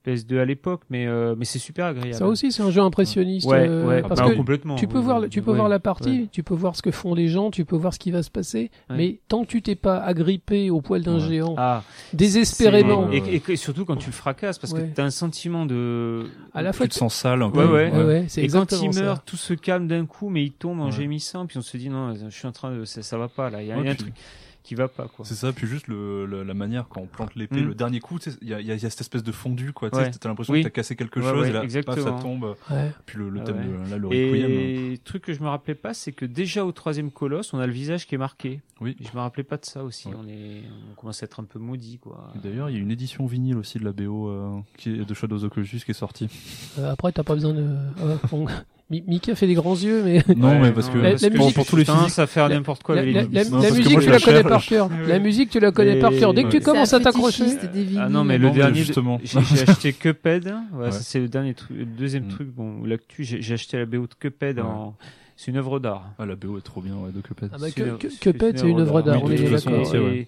PS2 à l'époque, mais euh, mais c'est super agréable.
Ça aussi, c'est un jeu impressionniste.
ouais,
euh,
ouais,
parce
bah,
que
complètement.
tu peux
oui,
voir,
oui,
tu peux
oui.
voir la partie,
Ouais.
tu peux voir ce que font les gens, tu peux voir ce qui va se passer.
Ouais.
Mais tant que tu t'es pas agrippé au poil d'un
Ouais.
géant,
Ah,
désespérément,
c'est- Et, et- et surtout quand tu le fracasses, parce
Ouais.
que t'as un sentiment de.
à la fois
tu te sens sale un peu
Ouais, ouais.
Ouais, ouais, c'est
Et quand
exactement
il
ça.
meurt, tout se calme d'un coup, mais il tombe en
Ouais.
gémissant, puis on se dit non, je suis en train de ça, ça va pas là, il y a
Ouais,
il y a un
puis-
truc qui va pas quoi.
c'est ça puis juste le, le- la manière quand on plante l'épée
Mm.
le dernier coup tu sais, il y a, il y a- il y a cette espèce de fondu quoi tu sais,
Ouais.
t'as l'impression
Oui.
que t'as cassé quelque
Ouais,
chose
ouais,
et là paf, ça
exactement.
tombe
Ouais.
puis le, le
Ah
thème
ouais.
de là, le hein. requiem
Et truc que je me rappelais pas, c'est que déjà au troisième colosse, on a le visage qui est marqué.
oui
Je me rappelais pas de ça aussi.
Ouais.
On est, on commence à être un peu maudit quoi.
Et D'ailleurs, il y a une édition vinyle aussi de la BO euh, qui est de Shadows of the Colossus qui est sortie.
Euh, après, t'as pas besoin de. ah, bon. Mi- Mika fait des grands yeux, mais
Non, mais parce que
La- la
pour,
musique-
pour tous les
Putain,
physiques,
ça fait
la-
n'importe quoi.
la,
avec
la-
les
la-
musiques.
Non,
la
parce que
musique,
moi,
tu
je
la
la
connais
cherche.
par cœur.
Oui, oui.
La musique, tu la connais
Et-
par cœur. Dès que tu
Ouais.
commences à
C'est un
t'accrocher,
fétichiste des
Ah non,
vinyles.
mais le
Non, mais
dernier,
justement.
j'ai j'ai acheté Cuphead. Voilà,
Ouais.
ça, c'est le dernier truc, le deuxième
Mm.
truc. Bon, l'actu, j'ai j'ai acheté la BO de Cuphead.
Ouais.
en- C'est une œuvre d'art.
Ah, la BO est trop bien, ouais, de Cuphead.
Ah bah,
C'est
que-
une-
que-
c'est
Cuphead, c'est une œuvre d'art,
on est
de toute
d'accord,
façon,
ouais.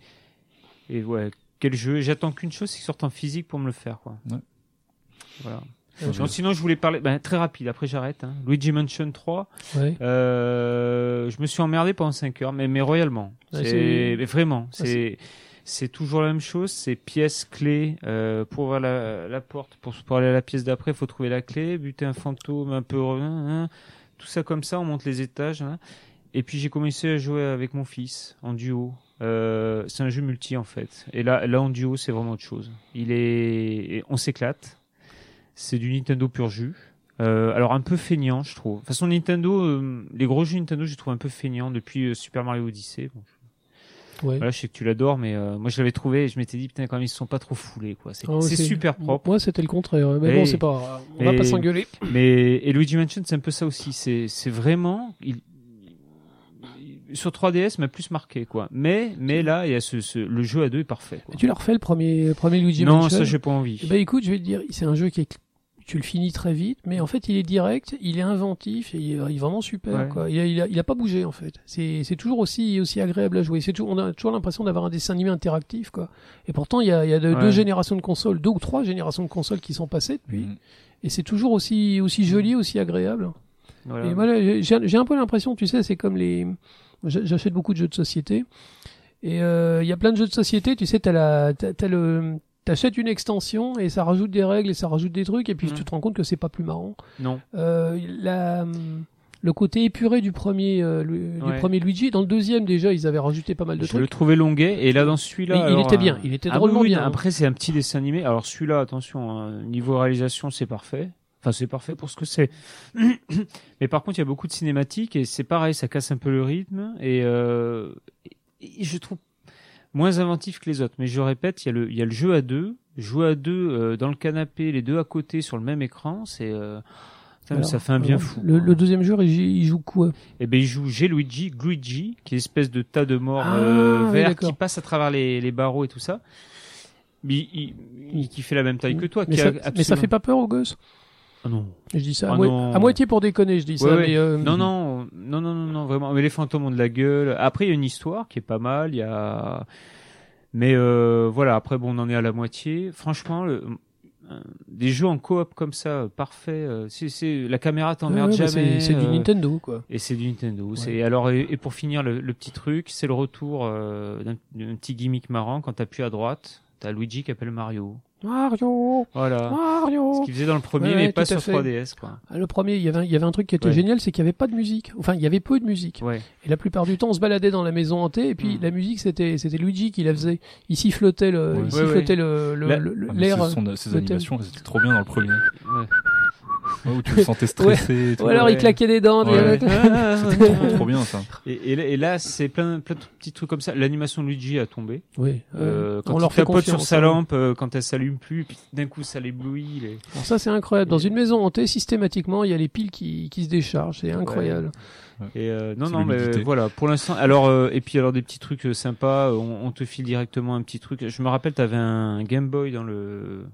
et- Et ouais, quel jeu. J'attends qu'une chose, c'est qu'il sorte en physique pour me le faire, quoi.
Ouais.
Voilà.
Ouais,
Non, sinon, je voulais parler, ben, très rapide, après j'arrête, hein. Luigi Mansion 3,
ouais.
euh, je me suis emmerdé pendant 5 heures, mais, mais royalement.
Ouais, c'est-
c'est, mais vraiment,
Ouais,
c'est, c'est toujours la même chose, c'est pièce, clé, euh, pour ouvrir la, la porte, pour, pour aller à la pièce d'après, faut trouver la clé, buter un fantôme un peu, hein, hein. tout ça comme ça, on monte les étages, hein. Et puis j'ai commencé à jouer avec mon fils en duo. Euh, c'est un jeu multi en fait. Et là, là en duo, c'est vraiment autre chose. Il est, et on s'éclate. C'est du Nintendo pur jus. Euh, alors un peu feignant, je trouve. De toute façon, Nintendo, euh, les gros jeux Nintendo, je les trouve un peu feignant depuis euh, Super Mario Odyssey. Bon,
Ouais.
voilà, je sais que tu l'adores, mais euh, moi je l'avais trouvé et je m'étais dit, putain, quand même, ils se sont pas trop foulés, quoi. C'est
Ah,
c'est
c'est-
super propre.
Moi, c'était le contraire. hein. Mais
Et-
bon, c'est pas grave. On va
et-
pas s'engueuler.
Mais et Luigi Mansion, c'est un peu ça aussi. C'est c'est vraiment il, il- sur 3DS m'a plus marqué quoi. Mais mais là il y a ce, ce- le jeu à deux est parfait. Quoi.
Et tu l'as refait le premier, premier Luigi
non
Mansion
ça j'ai pas envie.
Eh ben, écoute, je vais te dire, c'est un jeu qui est, tu le finis très vite, mais en fait, il est direct, il est inventif, et il est il est vraiment super.
Ouais.
Quoi. Il, a, il a- il a pas bougé en fait. C'est c'est toujours aussi aussi agréable à jouer. C'est toujours, on a toujours l'impression d'avoir un dessin animé interactif, quoi. Et pourtant, il y a, il y a de-
Ouais. Mmh.
deux générations de consoles, deux ou trois générations de consoles qui sont passées depuis,
Mm.
et c'est toujours aussi aussi joli, aussi agréable.
Voilà.
Et moi, là, j'ai- j'ai j'ai un peu l'impression, tu sais, c'est comme les. j'a- J'achète beaucoup de jeux de société. Et euh, il y a plein de jeux de société, tu sais, t'as la- t'as- t'as le. T'achètes une extension et ça rajoute des règles et ça rajoute des trucs et puis
Mm.
tu te rends compte que c'est pas plus marrant.
Non.
Euh, la- le côté épuré du premier, euh, Lu- du
Ouais.
premier Luigi, dans le deuxième déjà ils avaient rajouté pas mal de
Je
trucs.
le trouvais longuet et là dans celui-là.
Mais il
alors,
était bien, il était
ah oui,
drôlement
oui,
bien,
non,
hein.
Après c'est un petit dessin animé. Alors celui-là attention hein, niveau réalisation c'est parfait. Enfin c'est parfait pour ce que c'est. Mais par contre il y a beaucoup de cinématiques et c'est pareil ça casse un peu le rythme et, euh, et- et je trouve moins inventif que les autres. Mais je répète il y a le il y a le jeu à deux, jouer à deux euh, dans le canapé les deux à côté sur le même écran c'est euh, putain, mais
Alors,
ça fait un bien
euh,
fou.
Le,
quoi.
le deuxième jeu, il, il joue quoi
Eh ben, il joue Geluigi, Gluigi, qui est une espèce de tas de morts
Ah,
euh,
oui,
verts
d'accord.
qui passe à travers les, les barreaux et tout ça. Mais il, il- qui fait la même taille que toi.
mais,
qui
ça,
a
mais ça
absolument-
fait pas peur aux gosses
Ah non.
Je dis ça à,
Ah
moi-
non.
à moitié pour déconner, je dis
Ouais,
ça.
ouais.
mais, euh,
non, non, non, non, non, non, vraiment. Mais les fantômes ont de la gueule. Après, il y a une histoire qui est pas mal. Il y a. Mais euh, voilà, après, bon, on en est à la moitié. Franchement, le- euh, des jeux en coop comme ça, euh, parfait. euh, c'est- c'est- la caméra t'emmerde
ouais, ouais, mais
jamais.
c'est- C'est du
euh,
Nintendo quoi.
Et c'est du Nintendo. C'est alors et, et pour finir le, le petit truc, c'est le retour euh, d'un d'un petit gimmick marrant quand t'appuies à droite, t'as Luigi qui appelle Mario.
Mario
Voilà.
Mario
Ce qu'il faisait dans le premier,
Oh. Ouais,
mais
ouais,
pas
tout
sur
à fait.
3DS quoi.
Ah, Le premier, il y avait, un- il y avait un truc qui était
Ouais.
génial, c'est qu'il n'y avait pas de musique. Enfin, il y avait peu de musique.
Ouais.
Et la plupart du temps, on se baladait dans la maison hantée, et puis
Mm.
la musique, c'était c'était Luigi qui la faisait. Il sifflotait le,
Ouais.
il
Ouais,
sifflotait
ouais.
le- le-
La-
le- le-
Ah, mais
l'air.
ce sont de- ces
le thème.
animations, c'était trop bien dans le premier.
Ouais.
Ouais, où tu le sentais stressé. et tout.
Ou alors il
Ouais.
claquait des dents. des-
Ouais.
C'était
Trop, trop bien ça.
Et, et là- et là, c'est plein, plein de petits trucs comme ça. L'animation de Luigi a tombé.
Ouais,
Euh,
ouais.
quand
on
il
leur fait
tapote
confiance.
sur sa
hein.
lampe, euh, quand elle s'allume plus, puis d'un coup ça l'éblouit. il est-
Alors ça, c'est incroyable. Dans une maison hantée, systématiquement, il y a les piles qui, qui se déchargent. C'est incroyable.
Et euh, non,
C'est
non, mais
l'humidité.
voilà, pour l'instant. Alors, euh, et puis alors des petits trucs euh, sympas, euh, on, on te file directement un petit truc. Je me rappelle, t'avais un Game Boy dans le.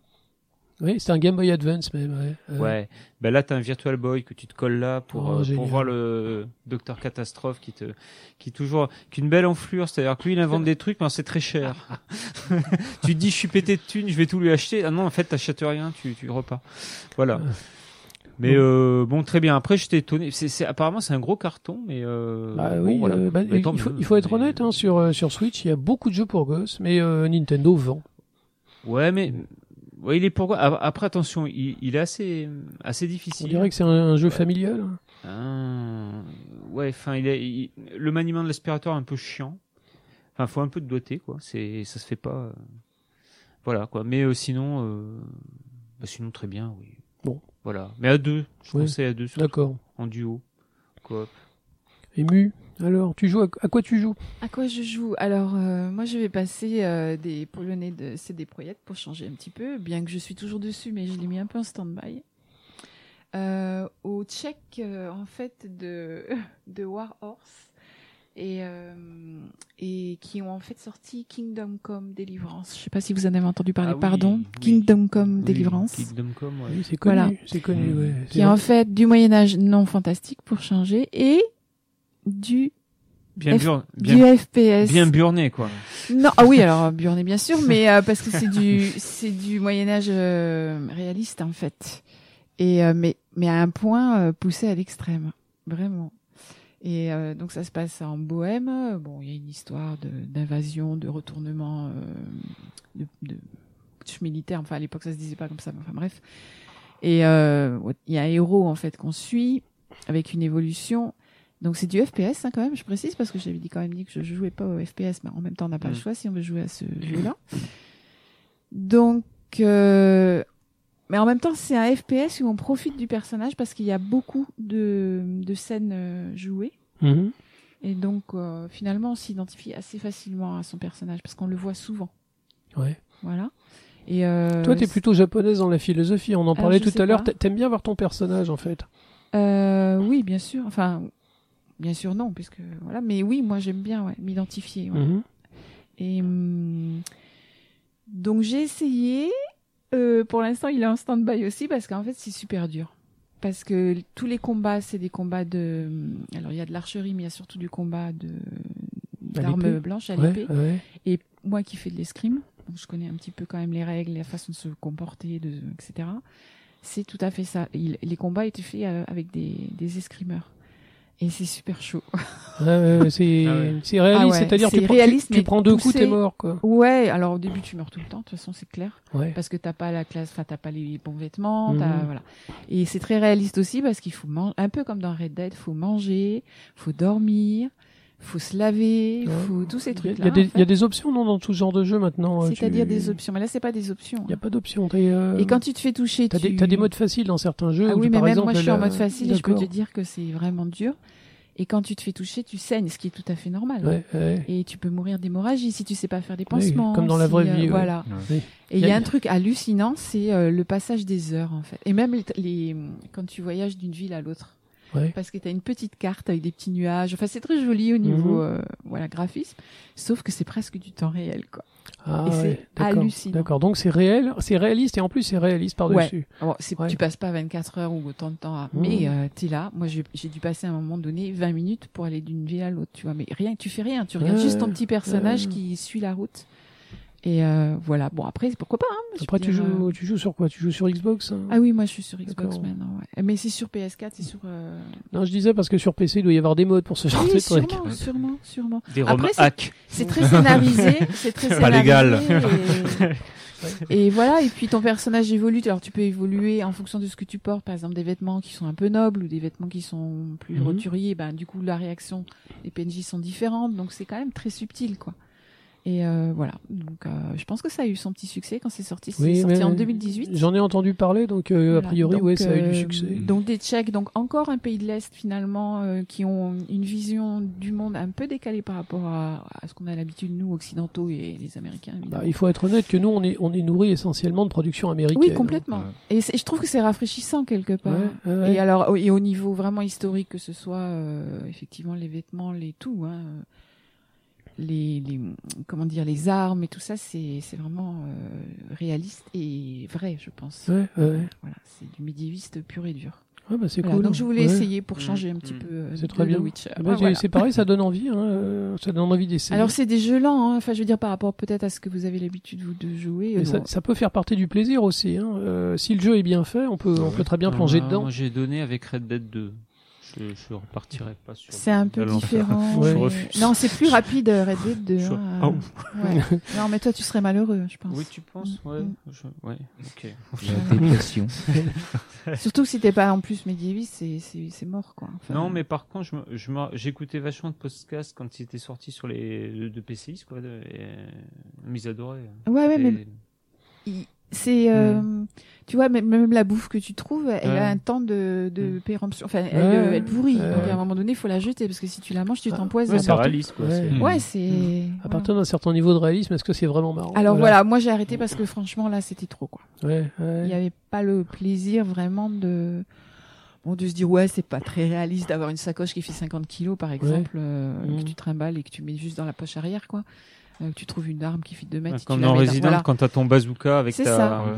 Oui, c'était un Game Boy Advance même. Ouais. Euh,
Ouais. Ben là, t'as un Virtual Boy que tu te colles là
Oh,
pour, euh, pour
génial.
voir le Docteur Catastrophe qui te, qui est toujours, qui a une belle enflure. C'est-à-dire que lui, il invente des trucs, mais c'est très cher. tu te dis, je suis pété de thunes, je vais tout lui acheter. Ah non, en fait, t'achètes rien, tu, tu repars. Voilà.
Euh.
Mais euh, bon, très bien. Après, j'étais étonné. C'est, c'est- apparemment, c'est un gros carton, mais euh,
Bah
bon,
oui,
voilà.
euh, bah,
Mais tant
il, faut,
mieux.
il faut être
Mais-
honnête, hein, sur, euh, sur Switch, il y a beaucoup de jeux pour gosses, mais euh, Nintendo vend.
Ouais, mais ouais, il est pourquoi A- Après, attention, il, il est assez assez
On
difficile.
dirait que c'est un, un jeu familial. hein.
Ah, ouais, enfin, il est il- le maniement de l'aspirateur est un peu chiant. Enfin, faut un peu de doigté, quoi. C'est ça se fait pas. euh, Voilà, quoi. Mais euh, sinon, euh, bah, sinon très bien, oui.
Bon.
Voilà. Mais à deux, je
Oui.
conseille à deux, surtout,
D'accord.
en duo. Quoi.
Ému. Alors, tu joues à, à quoi tu joues
À quoi je joue Alors, euh, moi, je vais passer euh, des polonais de CD Projekt pour changer un petit peu, bien que je suis toujours dessus, mais je l'ai mis un peu en stand-by. Euh, au check, euh, en fait, de, de Warhorse, et, euh, et qui ont en fait sorti Kingdom Come Deliverance. Je sais pas si vous en avez entendu parler,
Ah oui,
pardon.
oui.
Kingdom Come
Oui,
Deliverance.
Kingdom Come, ouais. Mmh.
Oui, c'est connu.
Voilà.
C'est connu, ouais.
qui est en fait du Moyen-Âge non fantastique pour changer, et du,
Bien,
F-
bur-
du
bien,
FPS.
bien burné, quoi.
Non, ah oui, alors Burné bien sûr, mais euh, parce que c'est du c'est du Moyen Âge euh, réaliste en fait, et euh, mais mais à un point euh, poussé à l'extrême, vraiment. Et euh, donc ça se passe en Bohème. Bon, il y a une histoire de- d'invasion, de, retournement euh, de, de putsch militaire. Enfin, à l'époque, ça se disait pas comme ça. Mais enfin, bref. Et euh, ouais, il y a un héros en fait qu'on suit avec une évolution. Donc c'est du FPS hein, quand même. Je précise parce que j'avais dit quand même dit que je jouais pas au FPS, mais en même temps, on n'a pas le
Mm.
choix si on veut jouer à ce jeu-là. Donc euh, Mais en même temps, c'est un FPS où on profite du personnage parce qu'il y a beaucoup de, de scènes euh, jouées.
Mhm.
Mmh.
Et donc, euh, finalement, on s'identifie assez facilement à son personnage parce qu'on le voit souvent.
Ouais.
Voilà. Et euh,
Toi, t'es plutôt japonaise dans la philosophie. On en parlait
je
tout
sais
à l'heure.
pas.
T'a- T'aimes bien voir ton personnage, en fait.
Euh, oui, bien sûr. Enfin, bien sûr, non, puisque voilà. Mais oui, moi, j'aime bien ouais, m'identifier. ouais.
Mmh.
Mhm.
Et hum, donc, j'ai essayé. Euh, pour l'instant, il est en stand-by aussi parce qu'en fait, c'est super dur. Parce que tous les combats, c'est des combats de. hum, Alors, il y a de l'archerie, mais il y a surtout du combat de d'armes
l'épée.
blanches à l'épée.
Ouais, ouais.
Et moi qui fais de l'escrime, donc je connais un petit peu quand même les règles, la façon de se comporter, de, etc. C'est tout à fait ça. Il- les combats étaient faits euh, avec des, des escrimeurs. Et c'est super chaud.
Ouais, ouais, ouais, c'est
Ah ouais.
c'est réaliste,
Ah ouais,
c'est-à-dire
c'est
tu, prends-
réaliste,
tu, tu
mais
prends deux coups,
poussé.
t'es mort, quoi.
Ouais, alors au début tu meurs tout le temps, de toute façon c'est clair.
Ouais.
Parce que t'as pas la classe, enfin t'as pas les bons vêtements,
Mhm.
t'as- voilà. Et c'est très réaliste aussi parce qu'il faut manger, un peu comme dans Red Dead, faut manger, faut dormir, faut se laver,
Ouais.
faut tous ces
Il y, a- il
trucs-là.
y a des-
en fait.
il y a des options non, dans tout ce genre de jeu maintenant. euh, tu-
C'est-à-dire des options, mais là c'est pas des options.
Il n'y a pas d'options. t'es, euh,
Et quand tu te fais toucher,
T'as
tu
des, t'as des modes faciles dans certains jeux.
Ah
où
oui,
tu-
mais
par
même
exemple,
moi, je suis en
la-
mode facile et je peux te
D'accord.
dire que c'est vraiment dur. Et quand tu te fais toucher, tu saignes, ce qui est tout à fait normal.
Ouais, ouais.
Et tu peux mourir d'hémorragie si tu sais pas faire des
Oui,
pansements.
comme dans la
si,
vraie
euh,
vie, ouais.
Voilà.
Oui.
Et il y
Y
a
a-
un truc hallucinant, c'est euh, le passage des heures, en fait. Et même les, les- quand tu voyages d'une ville à l'autre.
Ouais.
Parce que tu as une petite carte avec des petits nuages. Enfin, c'est très joli au niveau
Mhm.
euh, voilà, graphisme. Sauf que c'est presque du temps réel, quoi.
Ah,
Et c'est
ouais, d'accord,
hallucinant.
D'accord, donc c'est réel, c'est réaliste et en plus c'est réaliste par-dessus.
Alors, c'est-
Ouais.
Tu passes pas 24 heures ou autant de temps à...
Mmh.
Mais tu es là. Moi, j'ai j'ai dû passer à un moment donné 20 minutes pour aller d'une ville à l'autre, tu vois. Mais rien, tu fais rien. Tu regardes
Ouais,
juste ton petit personnage
ouais.
qui suit la route. Et euh, voilà. Bon, après, pourquoi pas. hein, je
Après,
veux
tu
dire,
joues, tu joues sur quoi Tu joues sur Xbox hein
euh, Ah oui, moi, je suis sur Xbox
D'accord.
maintenant. ouais. Mais c'est sur PS4, c'est sur... euh,
Non, je disais parce que sur PC, il doit y avoir des modes pour ce genre
Oui,
de truc.
sûrement, sûrement, sûrement.
Des
Après,
roms
c'est-
hack.
C'est très scénarisé, c'est très
Pas
scénarisé,
légal.
Et... et voilà, et puis ton personnage évolue. Alors tu peux évoluer en fonction de ce que tu portes, par exemple des vêtements qui sont un peu nobles ou des vêtements qui sont plus
Mhm.
roturiers. Ben du coup la réaction des PNJ sont différentes, donc c'est quand même très subtil quoi. Et euh, voilà, donc euh, je pense que ça a eu son petit succès quand c'est sorti. C'est
Oui,
sorti
mais-
en 2018.
J'en ai entendu parler, donc euh,
Voilà.
a priori,
Donc,
ouais, ça a eu
euh,
du succès.
Donc des Tchèques, donc encore un pays de l'Est finalement, euh, qui ont une vision du monde un peu décalée par rapport à, à ce qu'on a l'habitude, nous, occidentaux et les Américains,
Bah,
évidemment.
il faut être honnête que nous, on est, on est nourri essentiellement de production américaine.
oui, complètement.
Ouais.
Et c'est- je trouve que c'est rafraîchissant quelque
Ouais,
part.
euh, ouais, ouais.
Et alors, au- et au niveau vraiment historique, que ce soit euh, effectivement les vêtements, les tout, hein, euh, les, les comment dire, les armes et tout ça, c'est c'est vraiment euh, réaliste et vrai, je pense.
Ouais, ouais, ouais.
Voilà, c'est du médiéviste pur et dur.
Ouais, bah, c'est
Voilà,
cool.
donc je voulais
Ouais.
essayer pour
Mm,
changer un
mm.
petit peu euh,
C'est
de
très bien.
The Witcher.
Ah bah,
Ouais,
c'est-
voilà.
C'est pareil, ça donne envie. Hein. euh, Ça donne envie d'essayer.
Alors c'est des jeux lents, hein. enfin je veux dire par rapport peut-être à ce que vous avez l'habitude vous de jouer.
Mais
Euh,
ça,
bon.
ça peut faire partie du plaisir aussi. Hein. Euh, si le jeu est bien fait, on peut, on peut très bien plonger
Ah,
dedans.
Moi, j'ai donné avec Red Dead 2. Je, je repartirai pas sur.
C'est un peu
l'enfer.
différent.
Ouais.
Je
mais-
refuse.
Non, c'est plus rapide euh, Red Dead 2.
Je-
hein.
Ah,
Ouais. Non, mais toi tu serais malheureux, je pense.
Oui, tu penses Ouais.
Mm.
je- ouais. Ok.
La dépression.
Surtout que si t'es pas en plus médiéviste, c'est- c'est c'est mort quoi. Enfin,
Non, mais par contre, je me- je me- j'écoutais vachement de podcasts quand c'était sorti sur les de, de PCX, quoi. De, et, euh, mais ils adoraient.
Ouais, ouais,
Et-
mais il- c'est euh, tu vois même, même la bouffe que tu trouves, elle
Hmm. Ouais.
a un temps de, de
Mm.
péremption. Enfin, elle,
Ouais.
euh, elle pourrit.
Ouais.
Donc à un moment donné, il faut la jeter parce que si tu la manges, tu
Ah.
t'empoisonnes.
Ouais,
c'est
ça
parti-
réalise, quoi.
Ouais.
c'est-
Mm.
Ouais, c'est.
À
voilà.
partir d'un certain niveau de réalisme, est-ce que c'est vraiment marrant
Alors voilà, moi j'ai arrêté parce que franchement là c'était trop quoi.
Ouais, ouais.
Il n'y avait pas le plaisir vraiment de bon de se dire ouais c'est pas très réaliste d'avoir une sacoche qui fait 50 kilos par exemple euh,
Mhm.
que tu trimbales et que tu mets juste dans la poche arrière quoi. Euh, que tu trouves une arme qui fait 2 mètres. et
Comme
tu la
dans
mets
Resident,
voilà.
quand t'as ton bazooka avec
C'est
ta, euh,
ça.
Ouais.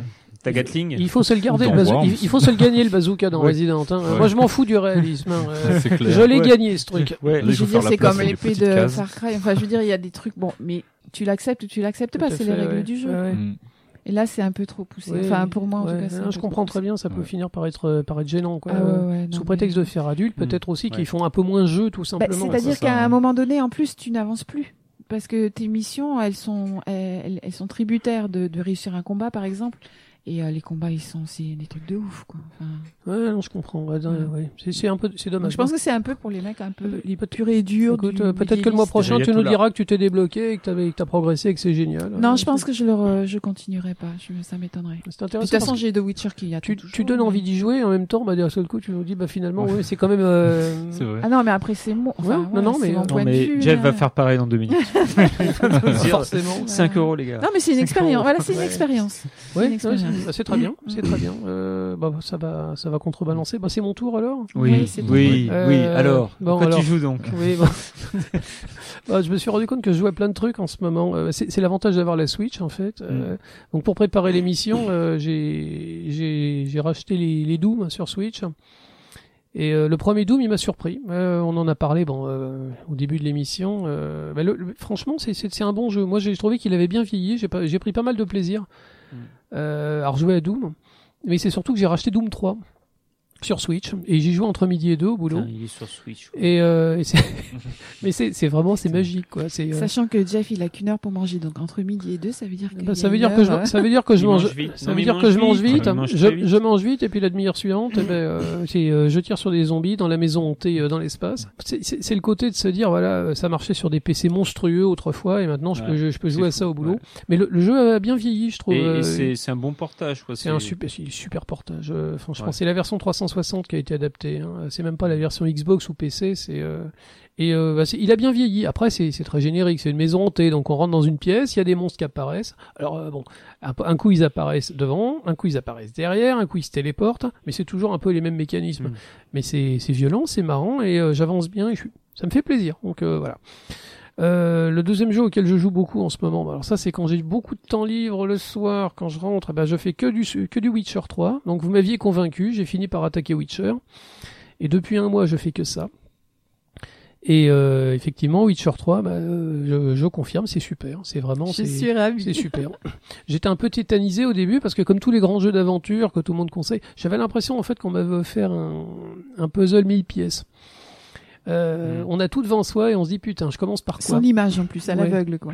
ta Gatling.
Il faut se le garder,
Dans
le bazou-
Worms.
il, il faut se le gagner le bazooka dans
Ouais.
Resident. hein.
Ouais.
Moi, je m'en fous du réalisme. hein. Euh,
C'est clair.
je l'ai
Ouais.
gagné ce truc.
Ouais.
Là, il
je
faut
veux dire
faire la
c'est
place
comme
dans les
l'épée
petites
de
cases.
Far Cry. Enfin je veux dire il y a des trucs bon mais tu l'acceptes ou tu l'acceptes
Tout
pas
à
c'est les
fait,
règles
ouais.
du jeu.
Ouais.
Mm.
Et là c'est un peu trop poussé.
Ouais.
Enfin pour moi en
Ouais.
tout cas c'est
Non,
un
je
peu
comprends
trop
très bien, ça peut
Ouais.
finir par être, euh, par être gênant. Quoi.
poussé. Ah ouais, ouais, non,
Sous
mais-
prétexte de faire adulte,
Mm.
peut-être aussi
Ouais.
qu'ils font un peu moins jeu, tout
Bah,
simplement.
C'est-à-dire
c'est ça,
qu'à
hein.
un moment donné, en plus, tu n'avances plus. Parce que tes missions, elles sont, elles, elles sont tributaires de, de réussir un combat, par exemple. Et euh, les combats, ils sont aussi des trucs de ouf, quoi. Enfin,
Ouais, non, je comprends. Ouais, ouais, ouais. C'est- C'est un peu, c'est
donc
dommage.
Ah, bah, je pense que c'est un peu pour les mecs un peu
Il peut-
pur et dur.
Écoute,
du
euh, peut-être que le mois
médiéviste.
prochain,
Il y a
tu
tout
nous
là.
diras que tu t'es débloqué et que t'avais- que t'as progressé et que c'est génial.
Non, je pense que je le re- je continuerai pas. Je, ça m'étonnerait.
C'est
De toute
intéressant.
façon,
parce que
j'ai The Witcher qui attend
tu,
toujours,
tu donnes
mais-
envie d'y jouer et en même temps, bah, d'un seul coup, tu nous dis, bah, finalement, ouais, c'est quand même. euh,
C'est vrai.
Ah non, mais après c'est mon, enfin,
Ouais, non,
voilà,
non,
c'est
mais-
mon
Non,
point de vue.
Jeff va
euh.
hein.
faire pareil dans deux minutes.
forcément.
5 euros, les gars.
Non, mais c'est une expérience. Voilà, c'est une
Ouais.
expérience. C'est
Ouais,
une
ouais,
expérience.
c'est- bah, c'est très bien, c'est très bien. Euh, bah, ça va, ça va contrebalancer. Bah, c'est mon tour alors.
Oui, c'est
oui,
bon.
oui,
Euh,
alors.
bon,
Pourquoi
alors.
tu joues donc
Oui, bon. Bah, je me suis rendu compte que je jouais à plein de trucs en ce moment. Euh, c'est c'est l'avantage d'avoir la Switch en fait. Euh, donc pour préparer l'émission, euh, j'ai- j'ai j'ai racheté les, les Doom sur Switch. Et euh, le premier Doom, il m'a surpris. Euh, on en a parlé bon, euh, au début de l'émission. Euh, bah, le- le- franchement, c'est- c'est c'est un bon jeu. Moi, j'ai trouvé qu'il avait bien vieilli. J'ai pas- j'ai pris pas mal de plaisir
Mm.
euh, à rejouer à Doom. Mais c'est surtout que j'ai racheté Doom 3 sur Switch. Et j'y joué entre midi et deux au boulot.
Il est sur Switch.
Et, euh, et c'est- mais c'est c'est vraiment c'est magique quoi. C'est euh,
Sachant que Jeff, il a qu'une heure pour manger, donc entre midi et deux, ça veut dire que.
bah, ça veut dire que je ça veut dire que je
Il
mange
mange vite.
ça
Non,
veut
mais
dire
il
que je mange
mange vite.
vite. hein.
Il mange
Je,
très vite.
je mange vite et puis la demi-heure suivante eh ben, euh, c'est euh, je tire sur des zombies dans la maison hantée euh, dans l'espace. C'est- C'est c'est le côté de se dire voilà euh, ça marchait sur des PC monstrueux autrefois et maintenant je
Ouais,
peux je, je peux
c'est
jouer à
fou,
ça au boulot.
ouais.
Mais le, le jeu a bien vieilli je trouve.
Et, et
euh,
c'est c'est un bon portage. quoi.
C'est un super, c'est super portage. euh, franchement,
Ouais.
c'est la version 360 qui a été adaptée. Hein. C'est même pas la version Xbox ou PC. C'est euh, et euh, bah, c'est- il a bien vieilli. Après, c'est c'est très générique. C'est une maison hantée, donc on rentre dans une pièce. Il y a des monstres qui apparaissent. Alors euh, bon, un, peu- un coup ils apparaissent devant, un coup ils apparaissent derrière, un coup ils se téléportent. Mais c'est toujours un peu les mêmes mécanismes.
Mm.
Mais c'est c'est violent, c'est marrant et euh, j'avance bien. Et je suis, ça me fait plaisir. Donc euh, voilà. Euh, le deuxième jeu auquel je joue beaucoup en ce moment, bah, alors ça c'est quand j'ai beaucoup de temps libre le soir, quand je rentre, eh ben, je fais que du, que du Witcher 3. Donc vous m'aviez convaincu, j'ai fini par attaquer Witcher. Et depuis un mois je fais que ça. Et euh, effectivement Witcher 3, bah, euh, je, je confirme, c'est super. C'est vraiment...
Je
c'est-
suis ravie.
c'est super. J'étais un peu tétanisé au début parce que comme tous les grands jeux d'aventure que tout le monde conseille, j'avais l'impression en fait qu'on m'avait offert un, un puzzle mille pièces. Euh,
Mm.
On a tout devant soi et on se dit putain, je commence par quoi
Son image en plus, à
Ouais.
l'aveugle, quoi.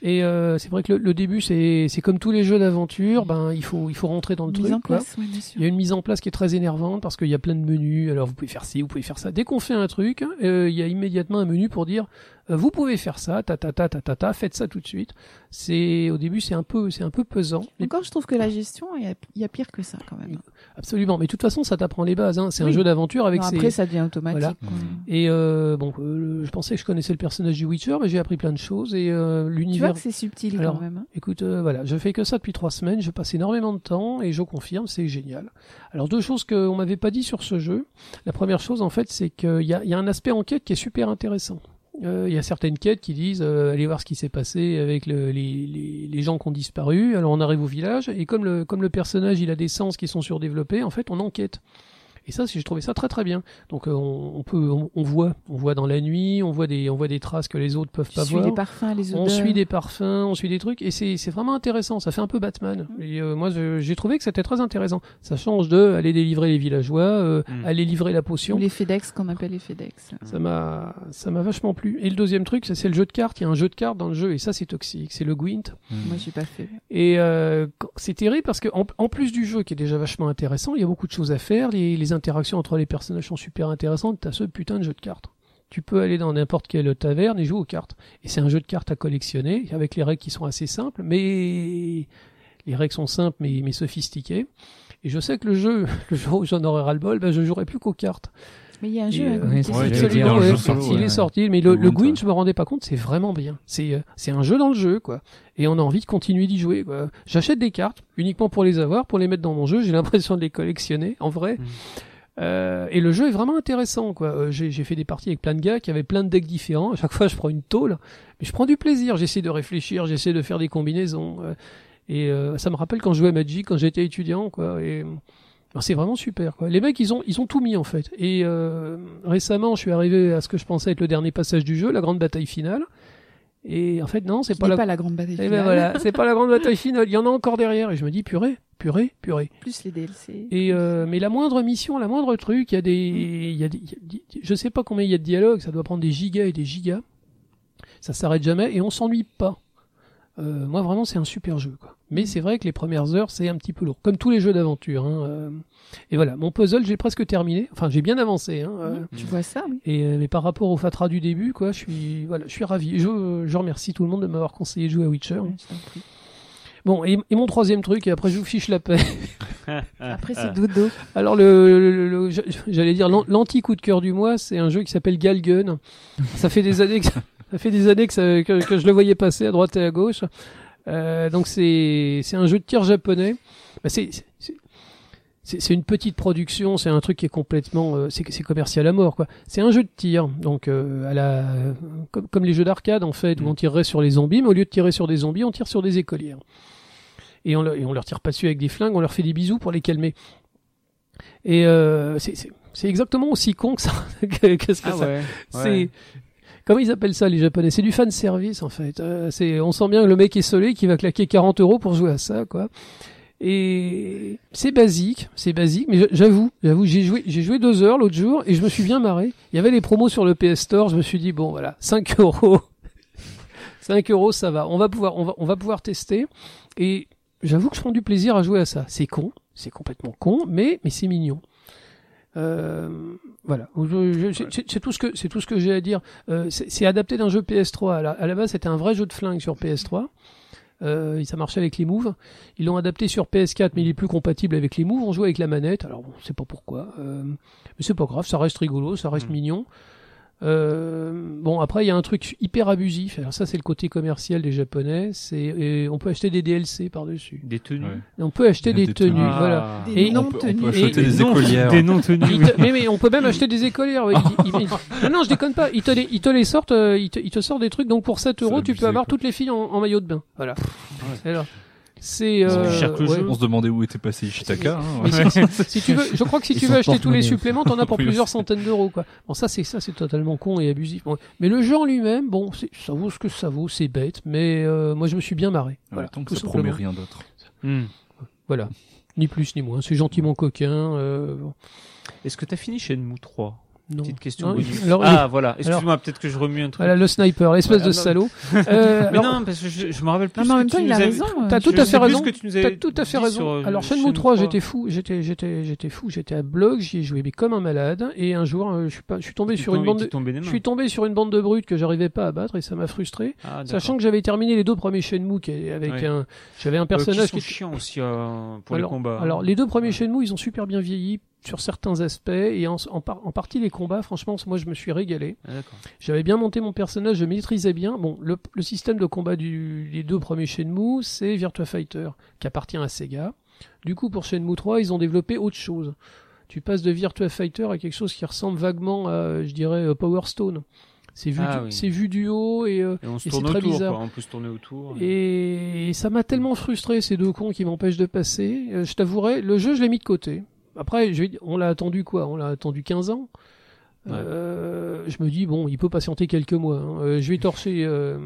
Et euh, c'est vrai que le, le début c'est c'est comme tous les jeux d'aventure, ben il faut il faut rentrer dans le
Mise
truc.
en
quoi.
place, oui, bien sûr.
Il y a une mise en place qui est très énervante parce qu'il y a plein de menus. Alors vous pouvez faire ci, vous pouvez faire ça. Dès qu'on fait un truc, euh, il y a immédiatement un menu pour dire euh, vous pouvez faire ça, ta ta ta ta ta ta, faites ça tout de suite. C'est au début c'est un peu c'est un peu pesant. Mais
Encore, je trouve que la gestion, il y a- il y a pire que ça, quand même.
Absolument, mais de toute façon, ça t'apprend les bases. Hein. C'est un
Oui.
jeu d'aventure avec
Non,
ses.
après, ça devient automatique.
Voilà.
quoi.
Et euh, bon, euh, je pensais que je connaissais le personnage du Witcher, mais j'ai appris plein de choses et euh,
Tu vois
l'univers.
que c'est subtil,
Alors,
quand même. hein.
Écoute, euh, voilà, je fais que ça depuis trois semaines, je passe énormément de temps et je confirme, c'est génial. Alors deux choses qu'on m'avait pas dit sur ce jeu. La première chose, en fait, c'est qu'il y a, il y a un aspect enquête qui est super intéressant. Euh, Il y a certaines quêtes qui disent euh, allez voir ce qui s'est passé avec le- les, les- les gens qui ont disparu. Alors on arrive au village et comme le, comme le personnage il a des sens qui sont surdéveloppés, en fait on enquête. Et ça, c'est- j'ai trouvé ça très très bien. Donc euh, on, on peut, on, on voit, on voit dans la nuit, on voit des, on voit des traces que les autres peuvent
Tu
pas
suis
voir.
les parfums, les odeurs.
On suit des parfums, on suit des trucs, et c'est c'est vraiment intéressant. Ça fait un peu Batman.
Mm.
Et euh, moi, je- j'ai trouvé que c'était très intéressant. Ça change de aller délivrer les villageois, euh,
Mm.
aller livrer la
Ou
potion.
les FedEx, qu'on appelle les FedEx.
Ça m'a, ça m'a vachement plu. Et le deuxième truc, ça, c'est le jeu de cartes. Il y a un jeu de cartes dans le jeu, et ça, c'est toxique. C'est le Gwent.
Moi, j'ai pas fait.
Et euh, quand- c'est terrible parce que en, en plus du jeu qui est déjà vachement intéressant, il y a beaucoup de choses à faire. Les, les interactions entre les personnages sont super intéressantes. T'as ce putain de jeu de cartes. Tu peux aller dans n'importe quelle taverne et jouer aux cartes. Et c'est un jeu de cartes à collectionner avec les règles qui sont assez simples, mais les règles sont simples mais, mais sophistiquées. Et je sais que le jeu, le jour où j'en aurai ras-le-bol, ben je jouerai plus qu'aux cartes.
Mais il y a un
Et,
jeu.
euh,
hein,
ouais,
qui est
c'est-
sorti.
j'allais dire,
Absolument,
un
ouais.
jeu solo,
Il
ouais.
est sorti, mais le,
Le
le
Gwent,
Gwyn,
ouais.
je me rendais pas compte, c'est vraiment bien. C'est euh, c'est un jeu dans le jeu, quoi. Et on a envie de continuer d'y jouer. quoi. J'achète des cartes uniquement pour les avoir, pour les mettre dans mon jeu. J'ai l'impression de les collectionner, en vrai.
Mm.
Mhm.
Euh, et le jeu est vraiment intéressant, quoi. Euh, J'ai j'ai fait des parties avec plein de gars qui avaient plein de decks différents. À chaque fois, je prends une tôle, mais je prends du plaisir. J'essaie de réfléchir, j'essaie de faire des combinaisons. euh, et euh, ça me rappelle quand je jouais à Magic, quand j'étais étudiant, quoi. Et alors, c'est vraiment super. Quoi. Les mecs, ils ont, ils ont tout mis en fait. Et euh, récemment, je suis arrivé à ce que je pensais être le dernier passage du jeu, la grande bataille finale. Et en fait, non, c'est
qui
pas
n'est
la.
pas la grande bataille.
Eh ben
finale.
voilà, c'est pas la grande bataille finale. Il y en a encore derrière. Et je me dis, purée, purée, purée.
Plus les DLC.
Et euh, mais la moindre mission, la moindre truc, il y a des, il y a des, il y a des- je sais pas combien il y a de dialogues. Ça doit prendre des gigas et des gigas. Ça s'arrête jamais et on s'ennuie pas. Euh, moi, vraiment, c'est un super jeu. Quoi. Mais c'est vrai que les premières heures, c'est un petit peu lourd, comme tous les jeux d'aventure. hein, euh. Et voilà, mon puzzle, j'ai presque terminé. Enfin, j'ai bien avancé. hein, euh.
Tu vois ça, oui.
Et euh, mais par rapport au fatras du début, quoi, je suis voilà, je suis ravi. Je, je remercie tout le monde de m'avoir conseillé de jouer à Witcher.
Ouais, je t'en prie.
Bon, et, et mon troisième truc, et après je vous fiche la paix.
Après,
Ah.
c'est dodo.
Alors le, le- le- le- j'allais dire l'an- l'anti coup de cœur du mois, c'est un jeu qui s'appelle Galgun. Ça fait des années que ça fait des années que, ça- que, que je le voyais passer à droite et à gauche. Euh, donc c'est c'est un jeu de tir japonais. Bah, c'est c'est- c'est c'est une petite production, c'est un truc qui est complètement euh, c'est c'est commercial à mort quoi. C'est un jeu de tir, donc euh, à la comme, comme les jeux d'arcade en fait où
Mm.
on tirerait sur les zombies, mais au lieu de tirer sur des zombies, on tire sur des écolières. Et on, le- et on leur tire pas dessus avec des flingues, on leur fait des bisous pour les calmer. Et euh, c'est- c'est c'est exactement aussi con que ça. que, que ce que
Ah
ça.
ouais.
C'est comment ils appellent ça les Japonais C'est du fan service en fait. Euh, c'est on sent bien que le mec est solé qui va claquer 40 euros pour jouer à ça quoi. Et c'est basique, c'est basique, mais je- j'avoue, j'avoue, j'ai joué, j'ai joué deux heures l'autre jour et je me suis bien marré. Il y avait les promos sur le PS Store, je me suis dit bon voilà, 5 euros, 5 euros ça va, on va pouvoir, on va, on va pouvoir tester. Et j'avoue que je prends du plaisir à jouer à ça. C'est con, c'est complètement con, mais mais c'est mignon. Euh, voilà, Je- je- c'est- c'est c'est tout ce que c'est tout ce que j'ai à dire. Euh, c'est c'est adapté d'un jeu PS3. À la, à la base, c'était un vrai jeu de flingue sur PS3. Euh, ça marchait avec les moves. Ils l'ont adapté sur PS4, mais il est plus compatible avec les moves. On joue avec la manette. Alors bon, c'est pas pourquoi, Euh, mais c'est pas grave. Ça reste rigolo, ça reste
Mm.
mignon. Euh, bon après il y a un truc hyper abusif. Alors ça c'est le côté commercial des japonais. C'est et on peut acheter des DLC par dessus.
Des tenues.
Ouais.
On peut acheter
Des
des,
tenues.
tenues. Voilà.
Des
Et-
Ah. On peut, on peut acheter
Et-
des
non,
écolières.
Des non tenues.
Ils te- mais, mais on peut même acheter des écolières. ouais. Ils- ils- ils- non, non, je déconne pas. Ils te, les- ils te les sortent, euh, ils te, ils te sortent des trucs. Donc pour 7 euros,
C'est
tu
abusé,
peux avoir
quoi.
toutes les filles en, en maillot de bain. Voilà. Alors, c'est.
ont
euh,
plus cher que le
ouais.
jeu.
On se demandait où était passé Ishitaka. hein,
Mais
ouais.
si, si- si tu veux, je crois que si
Ils
tu
sont
veux acheter tous les
porte-monnaie.
suppléments, t'en as pour
Oui,
plusieurs
aussi.
centaines d'euros, quoi. Bon, ça, c'est ça, c'est totalement con et abusif. Bon, Mais le jeu en lui-même, bon, c'est- ça vaut ce que ça vaut, c'est bête, mais euh, moi, je me suis bien marré.
En
Voilà,
même temps que
tout
ça promet
simplement.
rien d'autre.
Hmm.
Voilà, ni plus ni moins. C'est gentiment coquin. euh, bon.
Est-ce que t'as fini Shenmue 3
non.
Petite question.
Non,
bonus.
alors,
ah voilà. Excuse-moi, peut-être que je remue un truc.
Voilà, le sniper, l'espèce
Ouais, ah,
de
non.
salaud. Euh,
Mais
alors,
non, parce que je, je me
Ah.
rappelle plus.
Non, mais en même temps,
ce que tu
il
nous
a
avais-
raison. euh,
T'as
Je
tout à
sais
fait
plus
raison.
ce que tu nous
T'as
avais
tout à fait
dit
raison.
sur, euh,
Alors Shenmue 3,
Shenmue
j'étais fou, j'étais j'étais j'étais fou, j'étais à bloc, j'y ai joué mais comme un malade et un jour euh, je suis pas je suis tombé
Tu
sur une
tombes-
bande
tu
de,
tombes des mains.
je suis tombé sur une bande de brutes que j'arrivais pas à battre et ça m'a frustré,
Ah, d'accord.
sachant que j'avais terminé les deux premiers Shenmue qui est- avec
Ouais.
un j'avais un
Euh, qui
personnage
sont
qui était-
chiants aussi euh, pour
alors,
les combats.
Alors les deux premiers
Ouais.
Shenmue, ils ont super bien vieilli sur certains aspects et en, en, par- en partie les combats, franchement moi je me suis régalé.
Ah, d'accord.
J'avais bien monté mon personnage, je maîtrisais bien. Bon, le, le système de combat du- des deux premiers Shenmue, c'est Virtua Fighter, qui appartient à Sega. Du coup, pour Shenmue 3, ils ont développé autre chose. Tu passes de Virtua Fighter à quelque chose qui ressemble vaguement à, je dirais, euh, Power Stone. C'est vu,
Ah
du-
oui.
c'est vu du haut et, euh,
Et on se
Et
tourne
c'est très
autour,
bizarre.
quoi. On peut se tourner autour.
et ça m'a tellement frustré ces deux cons qui m'empêchent de passer. Euh, je t'avouerai, le jeu, je l'ai mis de côté. Après, je vais dire, on l'a attendu quoi On l'a attendu 15 ans.
Ouais.
Euh, je me dis, bon, il peut patienter quelques mois. hein. Euh, je vais torcher, euh,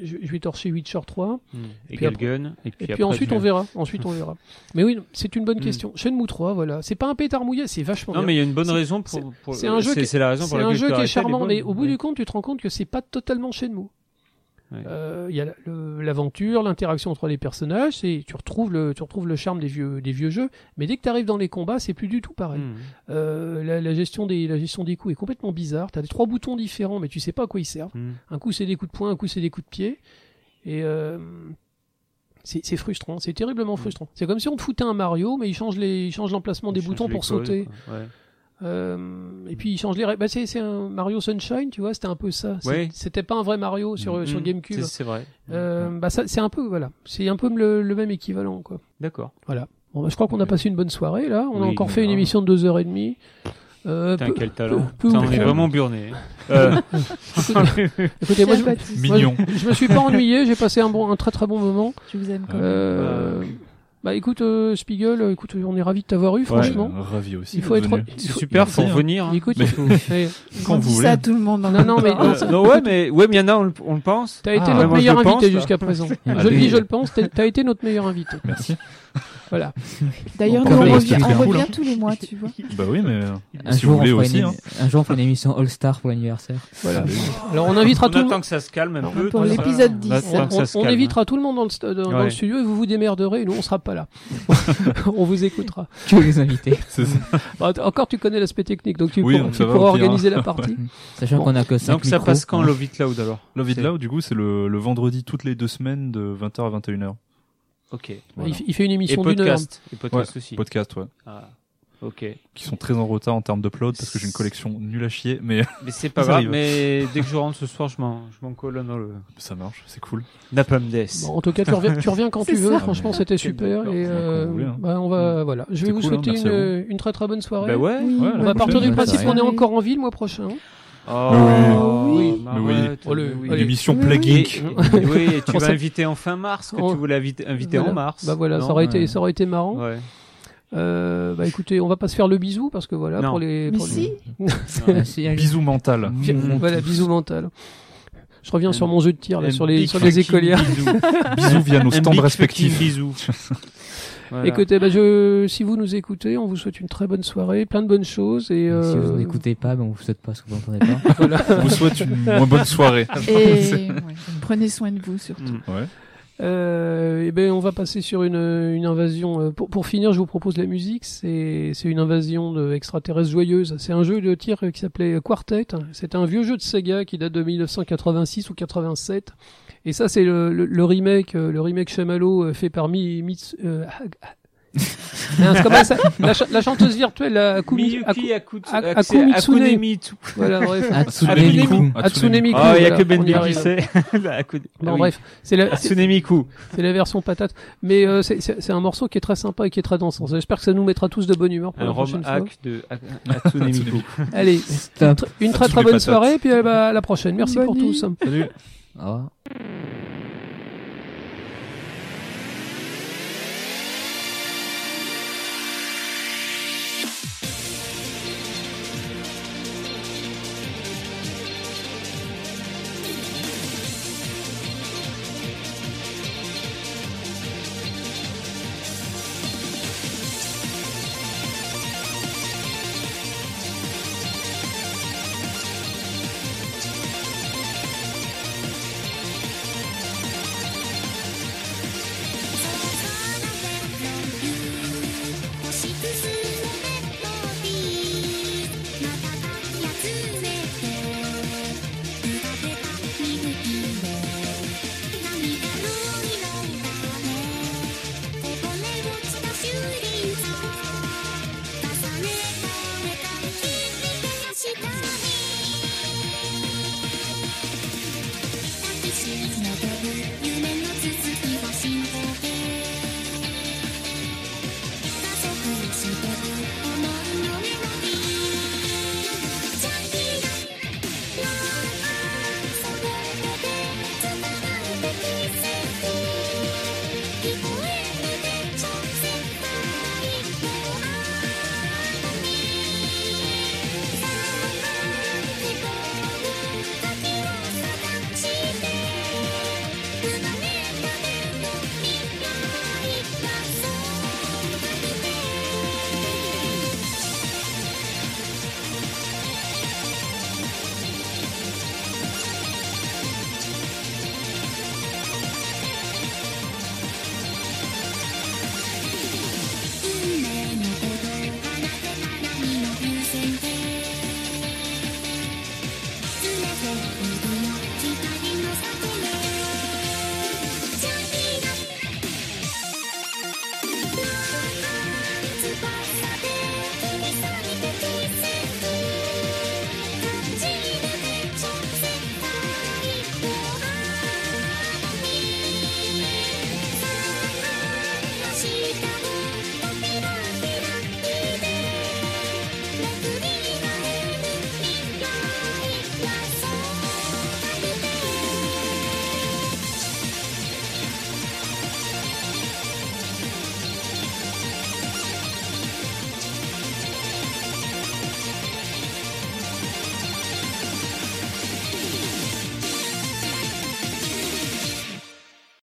je, je vais torcher Witcher 3.
Hmm. Et
puis après-
Galgun. Et
Et
puis,
puis,
après,
ensuite,
tu-
on verra. Ensuite, on verra. Mais oui, c'est une bonne
Hmm.
question. Shenmue 3, voilà. C'est pas un pétard mouillé, c'est vachement
Non,
bien.
mais il y a une bonne
C'est-
raison pour. pour-
c'est un jeu qui-
C'est la raison pour
C'est un
laquelle
jeu
tu
qui
as
est
arrêté, elle
charmant,
bonne.
mais au bout
Ouais.
du compte, tu te rends compte que c'est pas totalement Shenmue.
Ouais.
Euh, Il y a la- le- l'aventure, l'interaction entre les personnages, c'est tu retrouves le tu retrouves le charme des vieux des vieux jeux, mais dès que tu arrives dans les combats, c'est plus du tout pareil.
Hmm.
Euh, la, la gestion des la gestion des coups est complètement bizarre. T'as les trois boutons différents, mais tu sais pas à quoi ils servent.
Hmm.
Un coup c'est des coups de poing, un coup c'est des coups de pied, et euh, c'est c'est frustrant, c'est
Mm.
terriblement frustrant. C'est comme si on te foutait un Mario, mais il change les il change l'emplacement des
Change
boutons
les
pour
codes,
sauter.
quoi. Ouais.
Euh, et puis il change les règles. Bah, c'est c'est un Mario Sunshine, tu vois, c'était un peu ça. C'est-
Ouais.
C'était pas un vrai Mario sur, euh, sur
Hmm.
GameCube.
C'est- C'est vrai.
Euh, bah, ça, c'est un peu voilà, c'est un peu le, le même équivalent quoi.
D'accord.
Bon, bah, je crois qu'on a
Ouais.
passé une bonne soirée là. On a
Oui,
encore
mais
fait une
grave.
émission de deux heures et demie. Euh,
Putain,
peu-
quel talent.
peu ou
Putain, on est
prou.
vraiment burné. hein. Euh,
écoutez, moi, je,
Tiens, Baptiste,
moi, je-
Mignon.
je me suis pas ennuyé, j'ai passé un bon, un très très bon moment.
je vous aime comme.
Euh, bah écoute, euh, Spiegel, euh, écoute, on est ravi de t'avoir eu, franchement.
Ouais, ravi aussi.
Il faut être,
Bienvenue.
il
C'est
faut-
super,
Merci,
faut
hein.
venir. hein.
Écoute,
Mais-
il faut- eh,
Quand
on
vous
dit
voulez.
ça à tout le monde. en
Non,
même
non, mais-
temps.
Euh, non, ouais, mais, ouais, mais il y en a, on le, on le pense.
T'as été
Ah,
notre
moi, je
meilleur
le pense,
invité
là.
jusqu'à présent. je le
Ah, oui.
dis, je le pense. t'as- T'as été notre meilleur invité.
Merci.
Voilà.
D'ailleurs,
On
nous, on,
parle des
revient,
trucs
on
bien
revient
cool, hein.
tous les mois, tu vois.
Bah oui, mais euh,
Un
si
jour,
vous voulez
on fera
aussi.
une,
hein.
un jour, on fera une émission All Star pour l'anniversaire.
voilà. Alors on invitera
On
tout le
attend
monde.
que ça se calme un
Non,
peu.
Pour
tout ça.
l'épisode 10.
On
On,
attend que ça se
on
calme.
évitera tout le monde dans le, st- dans- dans le
Ouais.
studio et vous vous démerderez. Nous, on sera pas là. on vous écoutera.
Que les invités.
C'est ça.
Bah, t- encore, tu connais l'aspect technique, donc tu,
Oui,
pourras-
donc
tu
ça va,
pourras
au pire,
organiser la partie.
Sachant
Bon.
qu'on a que 5
Donc ça passe quand Love It Loud alors
Love It Loud, du coup, c'est le, le vendredi toutes les deux semaines de 20h à 21h.
Ok.
Voilà.
Il, f- il fait une
Et
émission d'une heure.
podcast. Et podcast aussi.
Podcast, ouais.
Ah, Ok.
Qui sont très en retard en termes d'upload parce que j'ai une collection nulle à chier, mais
Mais c'est pas
Ça
grave.
arrive.
Mais dès que je rentre ce soir, je m'en, je m'en colle dans le
ça marche, c'est cool.
Napalm Death.
Bon, en tout cas, tu reviens, tu reviens quand
C'est
tu veux.
ça.
Franchement, c'était
Ok,
super.
d'accord.
Et
Quand
euh,
vous voulez, hein.
bah, on va, voilà. Je vais
C'est
vous
cool, hein,
souhaiter
merci à
une, une très très bonne soirée.
Bah ouais.
Oui,
Ouais,
On va
bonne
partir du
soirée.
principe qu'on est
Bonne
encore en ville le mois prochain.
Oh,
Oui.
Oui.
Marotte,
Bah Oh, le-
oui.
Une
Allez.
émission
Oui,
Play
oui.
Geek.
Et- oui, et tu
On
vas
s'est-
inviter en fin mars, que
On-
tu voulais inviter, inviter
Voilà.
en mars.
Bah voilà,
non
ça aurait été,
Ouais.
ça aurait été marrant.
Ouais.
Euh, bah écoutez, on va pas se faire le bisou parce que voilà
Non.
pour les.
Mais
pour les-
si,
Bisous mental.
Puis- Voilà, Mmh. bisou mental. Je reviens sur mon jeu de tir là,
Un
sur les
big
sur les
fucking
écolières.
bisou.
Bisous via nos
Un
stands
big
respectifs.
fucking Bisou. Voilà.
Écoutez, bah je, si vous nous écoutez, on vous souhaite une très bonne soirée, plein de bonnes choses et.
Si
euh,
vous n'écoutez pas, ben, on vous souhaite pas ce que vous n'entendez pas.
voilà.
On vous souhaite une moins bonne soirée.
et ouais, prenez soin de vous surtout.
Mm.
Ouais.
Euh, eh ben, on va passer sur une, une invasion. euh, Pour, pour finir, je vous propose la musique. C'est c'est une invasion de extraterrestres joyeuse. C'est un jeu de tir euh, qui s'appelait Quartet. C'est un vieux jeu de Sega qui date de 1986 ou 87. Et ça, c'est le, le, le remake, euh, le remake Chamallow euh, fait par Mi, Mits- euh, Hag- Mince, comment elle s'appelle la, cha- la chanteuse virtuelle, la Kumi,
Miyuki Ah Akut-
Ak-
Akse-
Akumitsune.
Akunemitsu.
voilà, bref.
Hatsune
Hatsune
Miku.
Miku.
Hatsune Miku.
Ah, il y a
voilà,
que
on y
Ben qui
arrive.
sait. La Akune- Ah
Bon,
oui.
bref, c'est la, c'est-
Hatsune Miku.
C'est la version patate. Mais euh, c'est- c'est c'est un morceau qui est très sympa et qui est très dansant. J'espère que ça nous mettra tous de bonne humeur pour
Un
la
rom
prochaine fois.
hack de Ak- Hatsune Miku.
Allez,
Stop.
tr- une très
Tous
très
les
bonne
patates.
soirée et puis euh, bah, à la prochaine. Merci
Bonne
pour
nuit.
tous.
Au revoir.